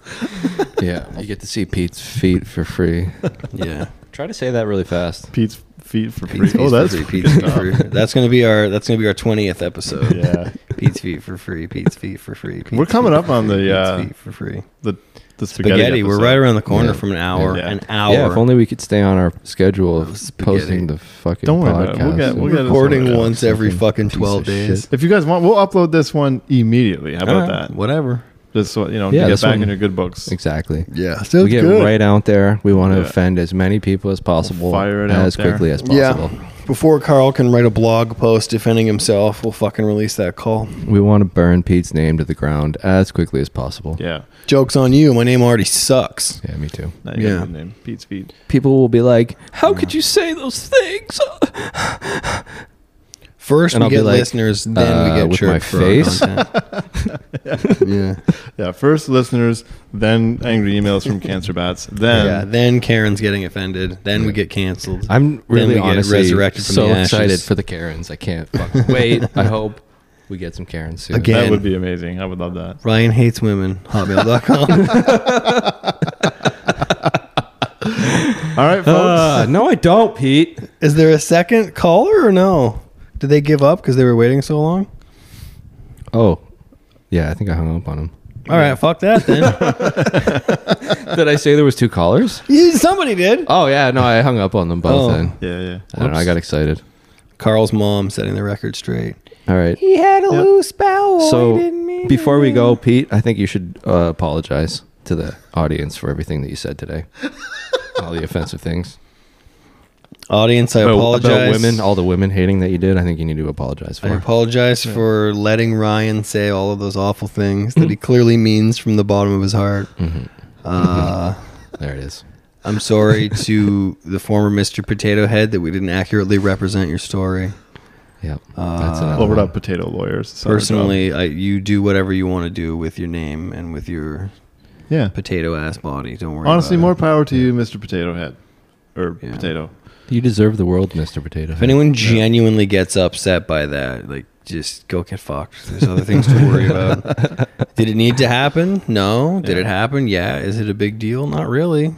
[SPEAKER 2] yeah, you get to see Pete's feet for free.
[SPEAKER 4] Yeah,
[SPEAKER 2] Try to say that really fast.
[SPEAKER 3] Pete's feet for free.
[SPEAKER 4] Pete's
[SPEAKER 3] oh,
[SPEAKER 4] Feet
[SPEAKER 3] that's
[SPEAKER 4] for free. Pete's Feet for free. That's gonna be our that's gonna be our twentieth episode.
[SPEAKER 3] yeah.
[SPEAKER 4] Pete's feet for free. Pete's feet for free. Pete's
[SPEAKER 3] We're coming
[SPEAKER 4] Feet
[SPEAKER 3] up
[SPEAKER 4] for
[SPEAKER 3] on
[SPEAKER 4] free,
[SPEAKER 3] the,
[SPEAKER 4] Pete's
[SPEAKER 3] uh,
[SPEAKER 4] feet for free.
[SPEAKER 3] The the spaghetti.
[SPEAKER 4] Spaghetti. we're
[SPEAKER 3] episode.
[SPEAKER 4] right around the corner
[SPEAKER 2] Yeah.
[SPEAKER 4] from an hour.
[SPEAKER 3] Yeah.
[SPEAKER 4] An hour.
[SPEAKER 2] Yeah, if only we could stay on our schedule
[SPEAKER 4] Oh,
[SPEAKER 2] of
[SPEAKER 4] spaghetti.
[SPEAKER 2] posting the fucking
[SPEAKER 3] Don't worry about
[SPEAKER 2] podcast.
[SPEAKER 3] it. We'll get- we'll
[SPEAKER 2] and-
[SPEAKER 3] get it
[SPEAKER 1] Recording
[SPEAKER 3] Yeah.
[SPEAKER 1] once every fucking
[SPEAKER 2] Piece of
[SPEAKER 1] 12 days.
[SPEAKER 2] shit.
[SPEAKER 3] If you guys want, we'll upload this one immediately. How about
[SPEAKER 4] All right,
[SPEAKER 3] that?
[SPEAKER 4] Whatever.
[SPEAKER 3] Just so you know,
[SPEAKER 2] Yeah,
[SPEAKER 3] to
[SPEAKER 2] this
[SPEAKER 3] get back
[SPEAKER 2] one-
[SPEAKER 3] in your good books.
[SPEAKER 2] Exactly.
[SPEAKER 1] Yeah, sounds
[SPEAKER 2] we get
[SPEAKER 1] good.
[SPEAKER 2] right out there. We want to
[SPEAKER 3] Yeah.
[SPEAKER 2] offend as many people as possible,
[SPEAKER 3] fire it out
[SPEAKER 2] as
[SPEAKER 3] there.
[SPEAKER 2] quickly as possible.
[SPEAKER 1] Yeah, before Carl can write a blog post defending himself, we'll fucking release that call.
[SPEAKER 2] We want to burn Pete's name to the ground as quickly as possible.
[SPEAKER 3] Yeah.
[SPEAKER 1] Joke's on you. My name already sucks.
[SPEAKER 2] Yeah, me too.
[SPEAKER 3] Now you got a
[SPEAKER 1] Yeah.
[SPEAKER 3] good name. Pete's feet.
[SPEAKER 2] People will be like, "How could you say those things?"
[SPEAKER 1] First,
[SPEAKER 2] And
[SPEAKER 1] we
[SPEAKER 2] I'll be
[SPEAKER 1] get
[SPEAKER 2] like,
[SPEAKER 1] listeners, then
[SPEAKER 2] uh,
[SPEAKER 1] we get
[SPEAKER 2] with
[SPEAKER 1] chirped
[SPEAKER 2] my
[SPEAKER 1] for our
[SPEAKER 2] face?
[SPEAKER 1] content. yeah.
[SPEAKER 3] Yeah. First listeners, then angry emails from cancer bats,
[SPEAKER 2] Um,
[SPEAKER 3] then
[SPEAKER 4] yeah. Then Karen's getting offended. Then we get canceled.
[SPEAKER 2] I'm really
[SPEAKER 4] we get
[SPEAKER 2] honestly
[SPEAKER 4] resurrected from
[SPEAKER 2] so
[SPEAKER 4] the
[SPEAKER 2] excited
[SPEAKER 4] ashes.
[SPEAKER 2] for the Karens. I can't fucking wait. I hope we get some Karens soon.
[SPEAKER 4] Again.
[SPEAKER 3] that would be amazing. I would love that.
[SPEAKER 4] Ryan hates women. Hotmail.com.
[SPEAKER 3] All right, folks.
[SPEAKER 2] Uh, no, I don't, Pete.
[SPEAKER 4] Is there a second caller or no? Did they give up because they were waiting so long?
[SPEAKER 2] Oh, yeah. I think I hung up on him.
[SPEAKER 4] All right, fuck that then.
[SPEAKER 2] Did I say there was two callers?
[SPEAKER 4] You- Somebody did.
[SPEAKER 2] Oh yeah, no, I hung up on them both.
[SPEAKER 4] Oh.
[SPEAKER 2] Then
[SPEAKER 3] yeah, yeah.
[SPEAKER 2] I don't know. I got excited.
[SPEAKER 4] Carl's mom setting the record straight.
[SPEAKER 2] All right.
[SPEAKER 4] He had a
[SPEAKER 3] Yep.
[SPEAKER 4] loose bowel.
[SPEAKER 2] So before we go, Pete, I think you should uh, apologize to the audience for everything that you said today. all the offensive things.
[SPEAKER 4] audience, I
[SPEAKER 2] About-
[SPEAKER 4] apologize.
[SPEAKER 2] about women, all the women hating that you did. I think you need to apologize
[SPEAKER 4] I
[SPEAKER 2] for.
[SPEAKER 4] apologize for letting Ryan say all of those awful things that he
[SPEAKER 2] Mm.
[SPEAKER 4] clearly means from the bottom of his heart. Uh,
[SPEAKER 2] There it is.
[SPEAKER 4] I'm sorry to the former Mr. Potato Head that we didn't accurately represent your story.
[SPEAKER 2] Yeah.
[SPEAKER 4] Uh,
[SPEAKER 3] Well, we're not potato lawyers. It's not our job.
[SPEAKER 4] Personally, I, you do whatever you want to do with your name and with your
[SPEAKER 3] yeah.
[SPEAKER 4] potato ass body. Don't worry.
[SPEAKER 3] Honestly,
[SPEAKER 4] about
[SPEAKER 3] more
[SPEAKER 4] it.
[SPEAKER 3] power to you, Mr. Potato Head, or
[SPEAKER 4] Yeah.
[SPEAKER 3] potato.
[SPEAKER 2] You deserve the world, Mr. Potato.
[SPEAKER 4] If anyone genuinely gets upset by that, like just go get fucked. There's other things to worry about. Did it need to happen? No. Did it happen? Yeah. Is it a big deal? Not really.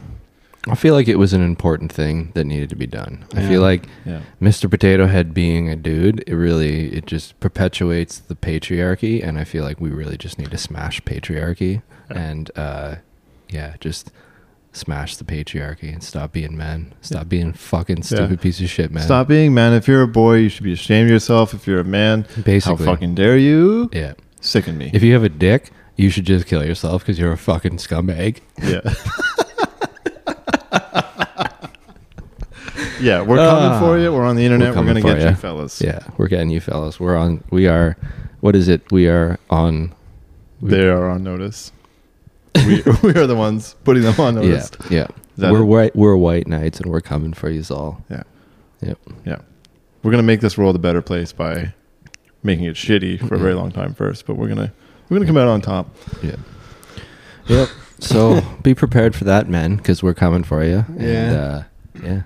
[SPEAKER 2] I feel like it was an important thing that needed to be done. I
[SPEAKER 4] Yeah.
[SPEAKER 2] feel like
[SPEAKER 3] Yeah.
[SPEAKER 2] Mr. Potato Head being a dude, it really it just perpetuates the patriarchy, and I feel like we really just need to smash patriarchy and uh, yeah, just smash the patriarchy and stop being men, stop being fucking stupid piece of shit men.
[SPEAKER 3] Stop being man. If you're a boy, you should be ashamed of yourself. If you're a man,
[SPEAKER 2] Basically.
[SPEAKER 3] how fucking dare you?
[SPEAKER 2] Yeah,
[SPEAKER 3] Sicken me.
[SPEAKER 2] if you have a dick, you should just kill yourself because you're a fucking scumbag.
[SPEAKER 3] yeah. yeah, we're coming
[SPEAKER 2] Ah.
[SPEAKER 3] for you. We're on the internet. We're,
[SPEAKER 2] coming
[SPEAKER 3] gonna
[SPEAKER 2] for
[SPEAKER 3] get
[SPEAKER 2] ya.
[SPEAKER 3] you, fellas.
[SPEAKER 2] Yeah, we're getting you, fellas. We're on. We are. What is it? We are on.
[SPEAKER 3] They are on notice. we, we are the ones putting them on
[SPEAKER 2] Yeah,
[SPEAKER 3] notice.
[SPEAKER 2] yeah.
[SPEAKER 3] that
[SPEAKER 2] We're
[SPEAKER 3] it?
[SPEAKER 2] white. We're white knights, and we're coming for you all.
[SPEAKER 3] Yeah.
[SPEAKER 2] Yep.
[SPEAKER 3] Yeah. We're going to make this world a better place by making it shitty for a very long time first, but we're going to we're going to come out on top.
[SPEAKER 2] Yeah. Yep. So be prepared for that, men, because we're coming for you. And,
[SPEAKER 4] Yeah.
[SPEAKER 2] uh, yeah.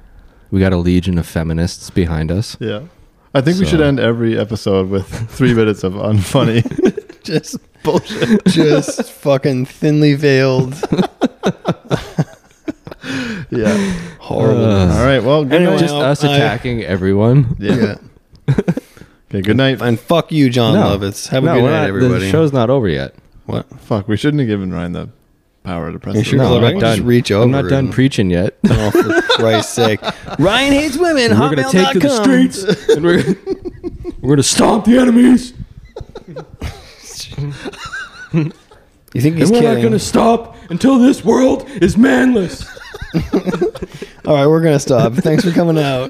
[SPEAKER 2] We got a legion of feminists behind us.
[SPEAKER 3] Yeah. I think we should
[SPEAKER 2] So-
[SPEAKER 3] end every episode with 3 minutes of unfunny
[SPEAKER 4] Just
[SPEAKER 3] bullshit.
[SPEAKER 4] just fucking thinly veiled
[SPEAKER 3] Yeah.
[SPEAKER 4] horrible.
[SPEAKER 2] Uh,
[SPEAKER 3] All right. Well, good
[SPEAKER 4] Anyway,
[SPEAKER 3] night.
[SPEAKER 2] Just
[SPEAKER 4] Well,
[SPEAKER 2] us
[SPEAKER 4] I-
[SPEAKER 2] attacking everyone.
[SPEAKER 3] yeah. Okay, good night.
[SPEAKER 4] And fuck you, John Lovitz. Have a
[SPEAKER 2] No,
[SPEAKER 4] good
[SPEAKER 2] we're
[SPEAKER 4] night,
[SPEAKER 2] not-
[SPEAKER 4] everybody.
[SPEAKER 2] The show's not over yet.
[SPEAKER 4] what?
[SPEAKER 3] Fuck, we shouldn't have given Ryan the power to press
[SPEAKER 4] You
[SPEAKER 3] the
[SPEAKER 4] should
[SPEAKER 3] button.
[SPEAKER 4] have
[SPEAKER 2] No,
[SPEAKER 4] let
[SPEAKER 2] I'm
[SPEAKER 4] him
[SPEAKER 2] not
[SPEAKER 4] just
[SPEAKER 2] done.
[SPEAKER 4] reach over.
[SPEAKER 2] I'm not done
[SPEAKER 4] and-
[SPEAKER 2] preaching yet.
[SPEAKER 4] Oh, for Christ's sake. Ryan hates women.
[SPEAKER 2] we're gonna take to the
[SPEAKER 4] hotmail.com.
[SPEAKER 2] streets, and we're we're gonna stomp the enemies.
[SPEAKER 4] You think he's
[SPEAKER 2] and we're
[SPEAKER 4] kidding?
[SPEAKER 2] not gonna stop until this world is manless.
[SPEAKER 4] All right, we're gonna stop. Thanks for coming out.